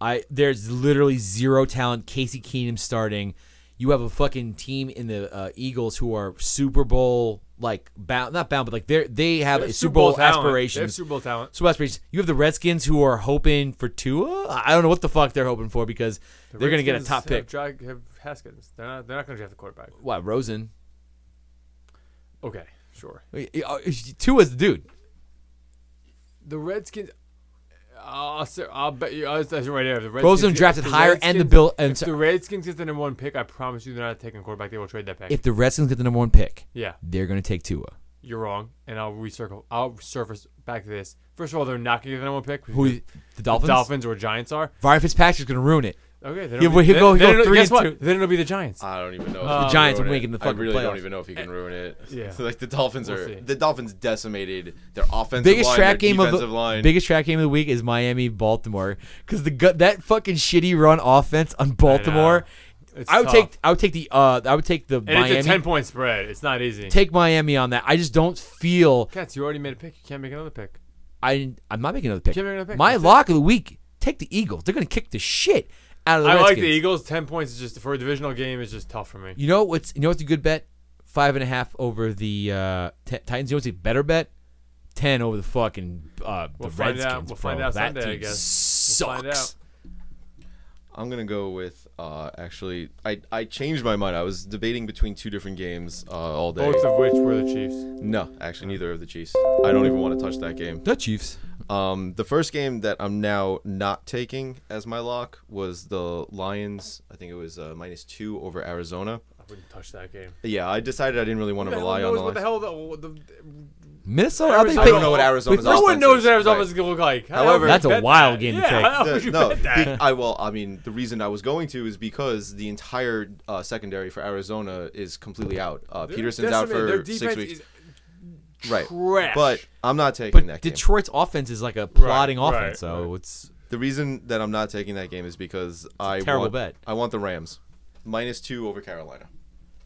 Speaker 1: I there's literally zero talent. Casey Keenum starting. You have a fucking team in the uh, Eagles who are Super Bowl like bound, not bound, but like they they have
Speaker 2: They
Speaker 1: a
Speaker 2: have
Speaker 1: Super Bowl,
Speaker 2: talent. They have
Speaker 1: aspirations.
Speaker 2: Super Bowl talent.
Speaker 1: Super Bowl aspirations. You have the Redskins who are hoping for Tua. I I don't know what the fuck they're hoping for because they're going to get a
Speaker 2: Redskins
Speaker 1: top
Speaker 2: have
Speaker 1: pick.
Speaker 2: Drag, have Haskins. They're not. They're not gonna draft the quarterback.
Speaker 1: What Rosen?
Speaker 2: Okay, sure.
Speaker 1: Tua's the dude.
Speaker 2: The Redskins. I'll, say, I'll bet you. I'll, that's right there. If The Redskins
Speaker 1: Rosen
Speaker 2: get-
Speaker 1: drafted
Speaker 2: if
Speaker 1: higher and the
Speaker 2: Redskins-
Speaker 1: Bill- and
Speaker 2: if
Speaker 1: so-
Speaker 2: the Redskins get the number one pick, I promise you they're not taking quarterback. They will trade that pick.
Speaker 1: If the Redskins get the number one pick,
Speaker 2: yeah,
Speaker 1: they're going to take Tua.
Speaker 2: you're wrong, and I'll recircle. I'll surface back to this. First of all, they're not going to get the number one pick.
Speaker 1: Who
Speaker 2: because
Speaker 1: the
Speaker 2: the
Speaker 1: Dolphins?
Speaker 2: Dolphins or Giants are.
Speaker 1: Ryan Fitzpatrick's gonna ruin it.
Speaker 2: Okay, then
Speaker 1: Yeah,
Speaker 2: it'll
Speaker 1: but
Speaker 2: be-
Speaker 1: he'll
Speaker 2: then-
Speaker 1: go- he'll
Speaker 2: then
Speaker 1: go
Speaker 2: it'll-
Speaker 1: three
Speaker 2: guess
Speaker 1: and
Speaker 2: what?
Speaker 1: two.
Speaker 2: Then it'll be the Giants.
Speaker 3: I don't even know. if
Speaker 2: The
Speaker 3: he
Speaker 1: Giants
Speaker 3: ruined
Speaker 1: are
Speaker 3: it.
Speaker 1: making the fucking
Speaker 3: I really
Speaker 1: playoffs.
Speaker 3: don't even know if he can ruin it.
Speaker 2: Yeah.
Speaker 3: like the Dolphins
Speaker 2: We'll
Speaker 3: are
Speaker 2: see.
Speaker 3: the Dolphins decimated their offensive
Speaker 1: Biggest
Speaker 3: line,
Speaker 1: trap
Speaker 3: their
Speaker 1: game of
Speaker 3: defensive
Speaker 1: the
Speaker 3: line.
Speaker 1: biggest trap game of the week is Miami Baltimore because the gut that fucking shitty run offense on Baltimore.
Speaker 2: It's
Speaker 1: I, would
Speaker 2: tough.
Speaker 1: take I would take the uh I would take the
Speaker 2: And
Speaker 1: Miami
Speaker 2: it's a ten point spread. It's not easy.
Speaker 1: take Miami on that. I just don't feel
Speaker 2: Cats, you already made a pick. You can't make another pick.
Speaker 1: I I'm not making another pick.
Speaker 2: Can't make another pick.
Speaker 1: My
Speaker 2: That's it.
Speaker 1: lock of the week take the Eagles. They're gonna kick the shit out of the
Speaker 2: I like
Speaker 1: Redskins.
Speaker 2: the Eagles. Ten points is just for a divisional game is just tough for me.
Speaker 1: You know what's you know what's a good bet? Five and a half over the uh, t- Titans. You know what's a better bet? Ten over the fucking uh, the
Speaker 2: We'll find
Speaker 1: Redskins.
Speaker 2: out- we'll
Speaker 1: bro.
Speaker 2: find out
Speaker 1: that
Speaker 2: Sunday, I
Speaker 1: team
Speaker 2: guess.
Speaker 1: sucks.
Speaker 2: We'll find out.
Speaker 3: I'm gonna go with uh, actually. I, I changed my mind. I was debating between two different games uh, all day.
Speaker 2: Both of which were the Chiefs.
Speaker 3: No, actually, neither of the Chiefs. I don't even want to touch that game.
Speaker 1: The Chiefs.
Speaker 3: Um, the first game that I'm now not taking as my lock was the Lions. I think it was uh, minus two over Arizona.
Speaker 2: I wouldn't touch that game.
Speaker 3: But yeah, I decided I didn't really want to rely on the
Speaker 2: What the
Speaker 3: Lions.
Speaker 2: hell? The, the,
Speaker 1: Minnesota. I, think
Speaker 2: Arizona.
Speaker 3: I
Speaker 1: they-
Speaker 3: don't know what Arizona's
Speaker 2: no one
Speaker 3: offense
Speaker 2: knows
Speaker 3: is.
Speaker 2: what Arizona's
Speaker 3: Right.
Speaker 2: going to look like. How
Speaker 3: However-
Speaker 2: would
Speaker 1: That's a
Speaker 2: you bet
Speaker 1: wild
Speaker 2: that?
Speaker 1: game to
Speaker 2: yeah,
Speaker 1: take.
Speaker 2: How
Speaker 3: The-
Speaker 2: would you
Speaker 3: no,
Speaker 2: bet
Speaker 3: be-
Speaker 2: that?
Speaker 3: I well, I mean, the reason I was going to is because the entire uh, secondary for Arizona is completely out. Uh, Peterson's out
Speaker 2: Decimated. Their
Speaker 3: for
Speaker 2: defense
Speaker 3: six weeks.
Speaker 2: is-
Speaker 3: right,
Speaker 2: trash.
Speaker 3: but I'm not taking
Speaker 1: but
Speaker 3: that game.
Speaker 1: Detroit's offense is like a plotting
Speaker 2: right,
Speaker 1: offense, so
Speaker 2: right.
Speaker 1: it's
Speaker 3: The reason that I'm not taking that game is because I
Speaker 1: terrible
Speaker 3: want,
Speaker 1: bet.
Speaker 3: I want the Rams minus two over Carolina.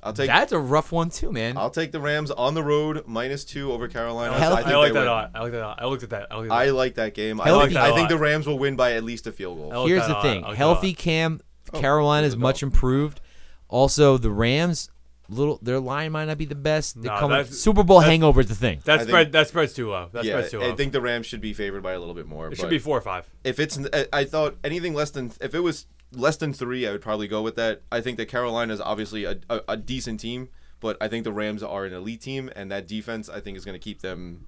Speaker 3: I'll take
Speaker 1: that's a rough one too, man.
Speaker 3: I'll take the Rams on the road minus two over Carolina.
Speaker 1: Hell-
Speaker 3: I,
Speaker 2: I,
Speaker 3: think
Speaker 2: like that
Speaker 3: they
Speaker 2: a
Speaker 3: win.
Speaker 2: lot. I like that a lot. I looked at that. I looked at
Speaker 3: I
Speaker 2: that.
Speaker 3: like that game. I,
Speaker 1: Healthy.
Speaker 3: think,
Speaker 2: I like
Speaker 3: I think
Speaker 2: that a
Speaker 3: the Rams will win by at least a field goal.
Speaker 2: I like
Speaker 1: Here's
Speaker 2: that
Speaker 1: the
Speaker 2: a lot.
Speaker 1: thing:
Speaker 2: I like that a lot.
Speaker 1: healthy Cam.
Speaker 3: Oh,
Speaker 1: Carolina is much improved. Also, the Rams. Little their line might not be the best. They're
Speaker 2: Nah,
Speaker 1: coming.
Speaker 2: that's-
Speaker 1: Super Bowl
Speaker 2: that's-
Speaker 1: hangover is the thing.
Speaker 2: That
Speaker 3: think-
Speaker 2: spread. That spread's too low. That
Speaker 3: yeah,
Speaker 2: spread's too low.
Speaker 3: I think the Rams should be favored by a little bit more.
Speaker 2: it
Speaker 3: but
Speaker 2: should be four or five.
Speaker 3: if it's I- I thought anything less than if it was less than three, I would probably go with that. I think that Carolina is obviously a, a, a decent team, but I think the Rams are an elite team, and that defense I think is going to keep them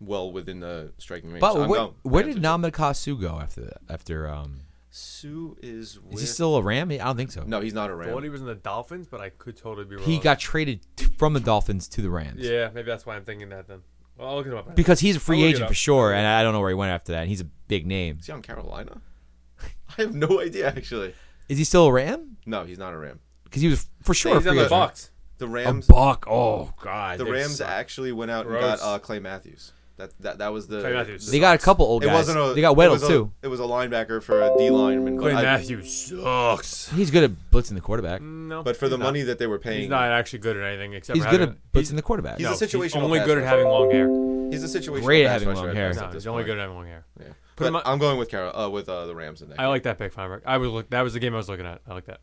Speaker 3: well within the striking range.
Speaker 1: But
Speaker 3: So I'm
Speaker 1: where,
Speaker 3: going
Speaker 1: where
Speaker 3: Rams
Speaker 1: did
Speaker 3: are-
Speaker 1: Namika Su go after that? After um,
Speaker 3: Sue is? With,
Speaker 1: is he still a Ram? I don't think so.
Speaker 3: No, he's not a
Speaker 2: I thought he
Speaker 3: Ram.
Speaker 2: was in the Dolphins, but I could totally be wrong.
Speaker 1: he got traded t- from the Dolphins to the Rams.
Speaker 2: Yeah, maybe that's why I'm thinking that then. Well, I'll look him up. right now.
Speaker 1: Because he's a free
Speaker 2: I'll look it
Speaker 1: agent
Speaker 2: up.
Speaker 1: for sure, and I don't know where he went after that. And he's a big name.
Speaker 3: Is he on Carolina? I have no idea actually.
Speaker 1: Is he still a Ram?
Speaker 3: No, he's not a Ram.
Speaker 1: Because he was for sure a
Speaker 2: he's
Speaker 1: free
Speaker 2: on the
Speaker 1: agent.
Speaker 2: Bucks.
Speaker 3: The
Speaker 1: A
Speaker 3: Rams.
Speaker 1: buck. Oh god.
Speaker 3: The
Speaker 1: they
Speaker 3: Rams
Speaker 1: suck.
Speaker 3: actually went out
Speaker 2: Gross.
Speaker 3: and got uh, Clay Matthews. That that that was the.
Speaker 2: Clay Matthews.
Speaker 1: They got a couple old
Speaker 3: It
Speaker 1: guys.
Speaker 3: wasn't a.
Speaker 1: they got
Speaker 3: it was
Speaker 1: Weddle
Speaker 3: a-
Speaker 1: too.
Speaker 3: It was a linebacker for a D lineman. but
Speaker 2: Clay
Speaker 3: I-
Speaker 2: Matthews sucks.
Speaker 1: He's good at blitzing the quarterback.
Speaker 2: No,
Speaker 3: But for the
Speaker 2: he's not.
Speaker 3: money that they were paying,
Speaker 2: he's not actually good at anything except
Speaker 1: He's
Speaker 2: for
Speaker 1: good
Speaker 2: having-
Speaker 1: at blitzing the quarterback.
Speaker 3: he's a
Speaker 2: he's
Speaker 3: situational
Speaker 2: only
Speaker 3: pass
Speaker 2: good at
Speaker 3: rusher.
Speaker 2: having long hair. No,
Speaker 3: he's a situational
Speaker 1: Great at
Speaker 3: pass
Speaker 1: having
Speaker 3: rusher
Speaker 1: long
Speaker 3: at
Speaker 1: hair.
Speaker 3: best at
Speaker 2: he's
Speaker 3: this
Speaker 2: only
Speaker 3: point.
Speaker 2: good at having long hair.
Speaker 3: Yeah.
Speaker 2: Put him
Speaker 3: But
Speaker 2: on-
Speaker 3: I'm going with Carol uh, with uh, the Rams in that.
Speaker 2: I like that pick, Feinberg. I was look. That was the game I was looking at. I like that.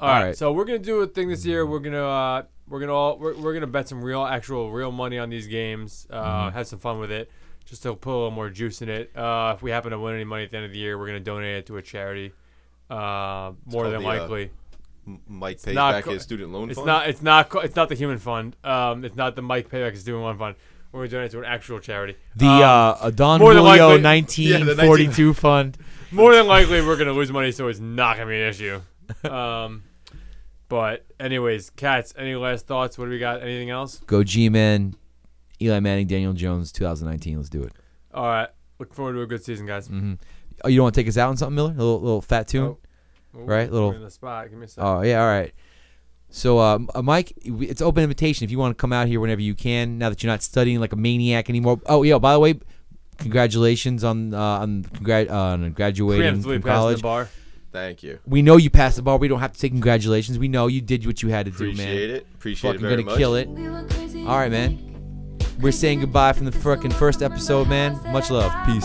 Speaker 2: All
Speaker 1: All
Speaker 2: right,
Speaker 1: right.
Speaker 2: so we're gonna do a thing this year. We're gonna uh, we're gonna all we're, we're gonna bet some real actual real money on these games. Uh, Have some fun with it, just to put a little more juice in it. Uh, if we happen to win any money at the end of the year, we're gonna donate it to a charity. Uh, more
Speaker 3: called
Speaker 2: than
Speaker 3: the, uh,
Speaker 2: likely,
Speaker 3: game. M- Mike pays
Speaker 2: not
Speaker 3: back
Speaker 2: co-
Speaker 3: his student loan
Speaker 2: it's
Speaker 3: fund.
Speaker 2: not it's not co- it's not the human fund. Um, it's not the Mike Payback is doing one fund. We're gonna donate it to an actual charity.
Speaker 1: The
Speaker 2: Um,
Speaker 1: uh, Don
Speaker 2: more than
Speaker 1: Julio
Speaker 2: likely-
Speaker 1: 1942 fund.
Speaker 2: More than likely, we're gonna lose money, so it's not gonna be an issue. Um, but anyways, cats. Any last thoughts? What do we got? Anything else?
Speaker 1: Go G-Man, Eli Manning, Daniel Jones, 2019. Let's do it.
Speaker 2: All right. Look forward to a good season, guys.
Speaker 1: Oh, you don't want to take us out on something, Miller? A little, little fat tune?
Speaker 2: Ooh,
Speaker 1: right,
Speaker 2: put
Speaker 1: little-
Speaker 2: me in the spot. Give me a second.
Speaker 1: Oh, yeah, all right. So, uh, M- uh, Mike, we- it's open invitation if you want to come out here whenever you can. Now that you're not studying like a maniac anymore. Oh, yeah. By the way, congratulations on uh, on, congrat- uh, on graduating
Speaker 2: Preemptively
Speaker 1: from
Speaker 2: passing the
Speaker 1: college.
Speaker 2: bar.
Speaker 3: Thank you.
Speaker 1: We know you passed the bar. We don't have to say congratulations. We know you did what you had to do, man.
Speaker 3: Appreciate it. Appreciate
Speaker 1: Fucking
Speaker 3: it very
Speaker 1: gonna
Speaker 3: much.
Speaker 1: kill it.
Speaker 6: All right, man. We're saying goodbye from the fucking first episode, man. Much love. Peace.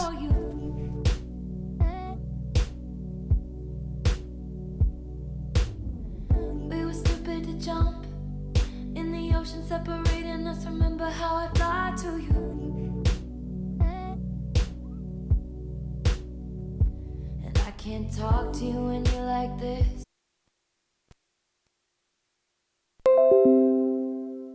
Speaker 6: We were stupid to jump in the ocean separating us. Remember how I lied to you. And I can't talk to you when you're like this.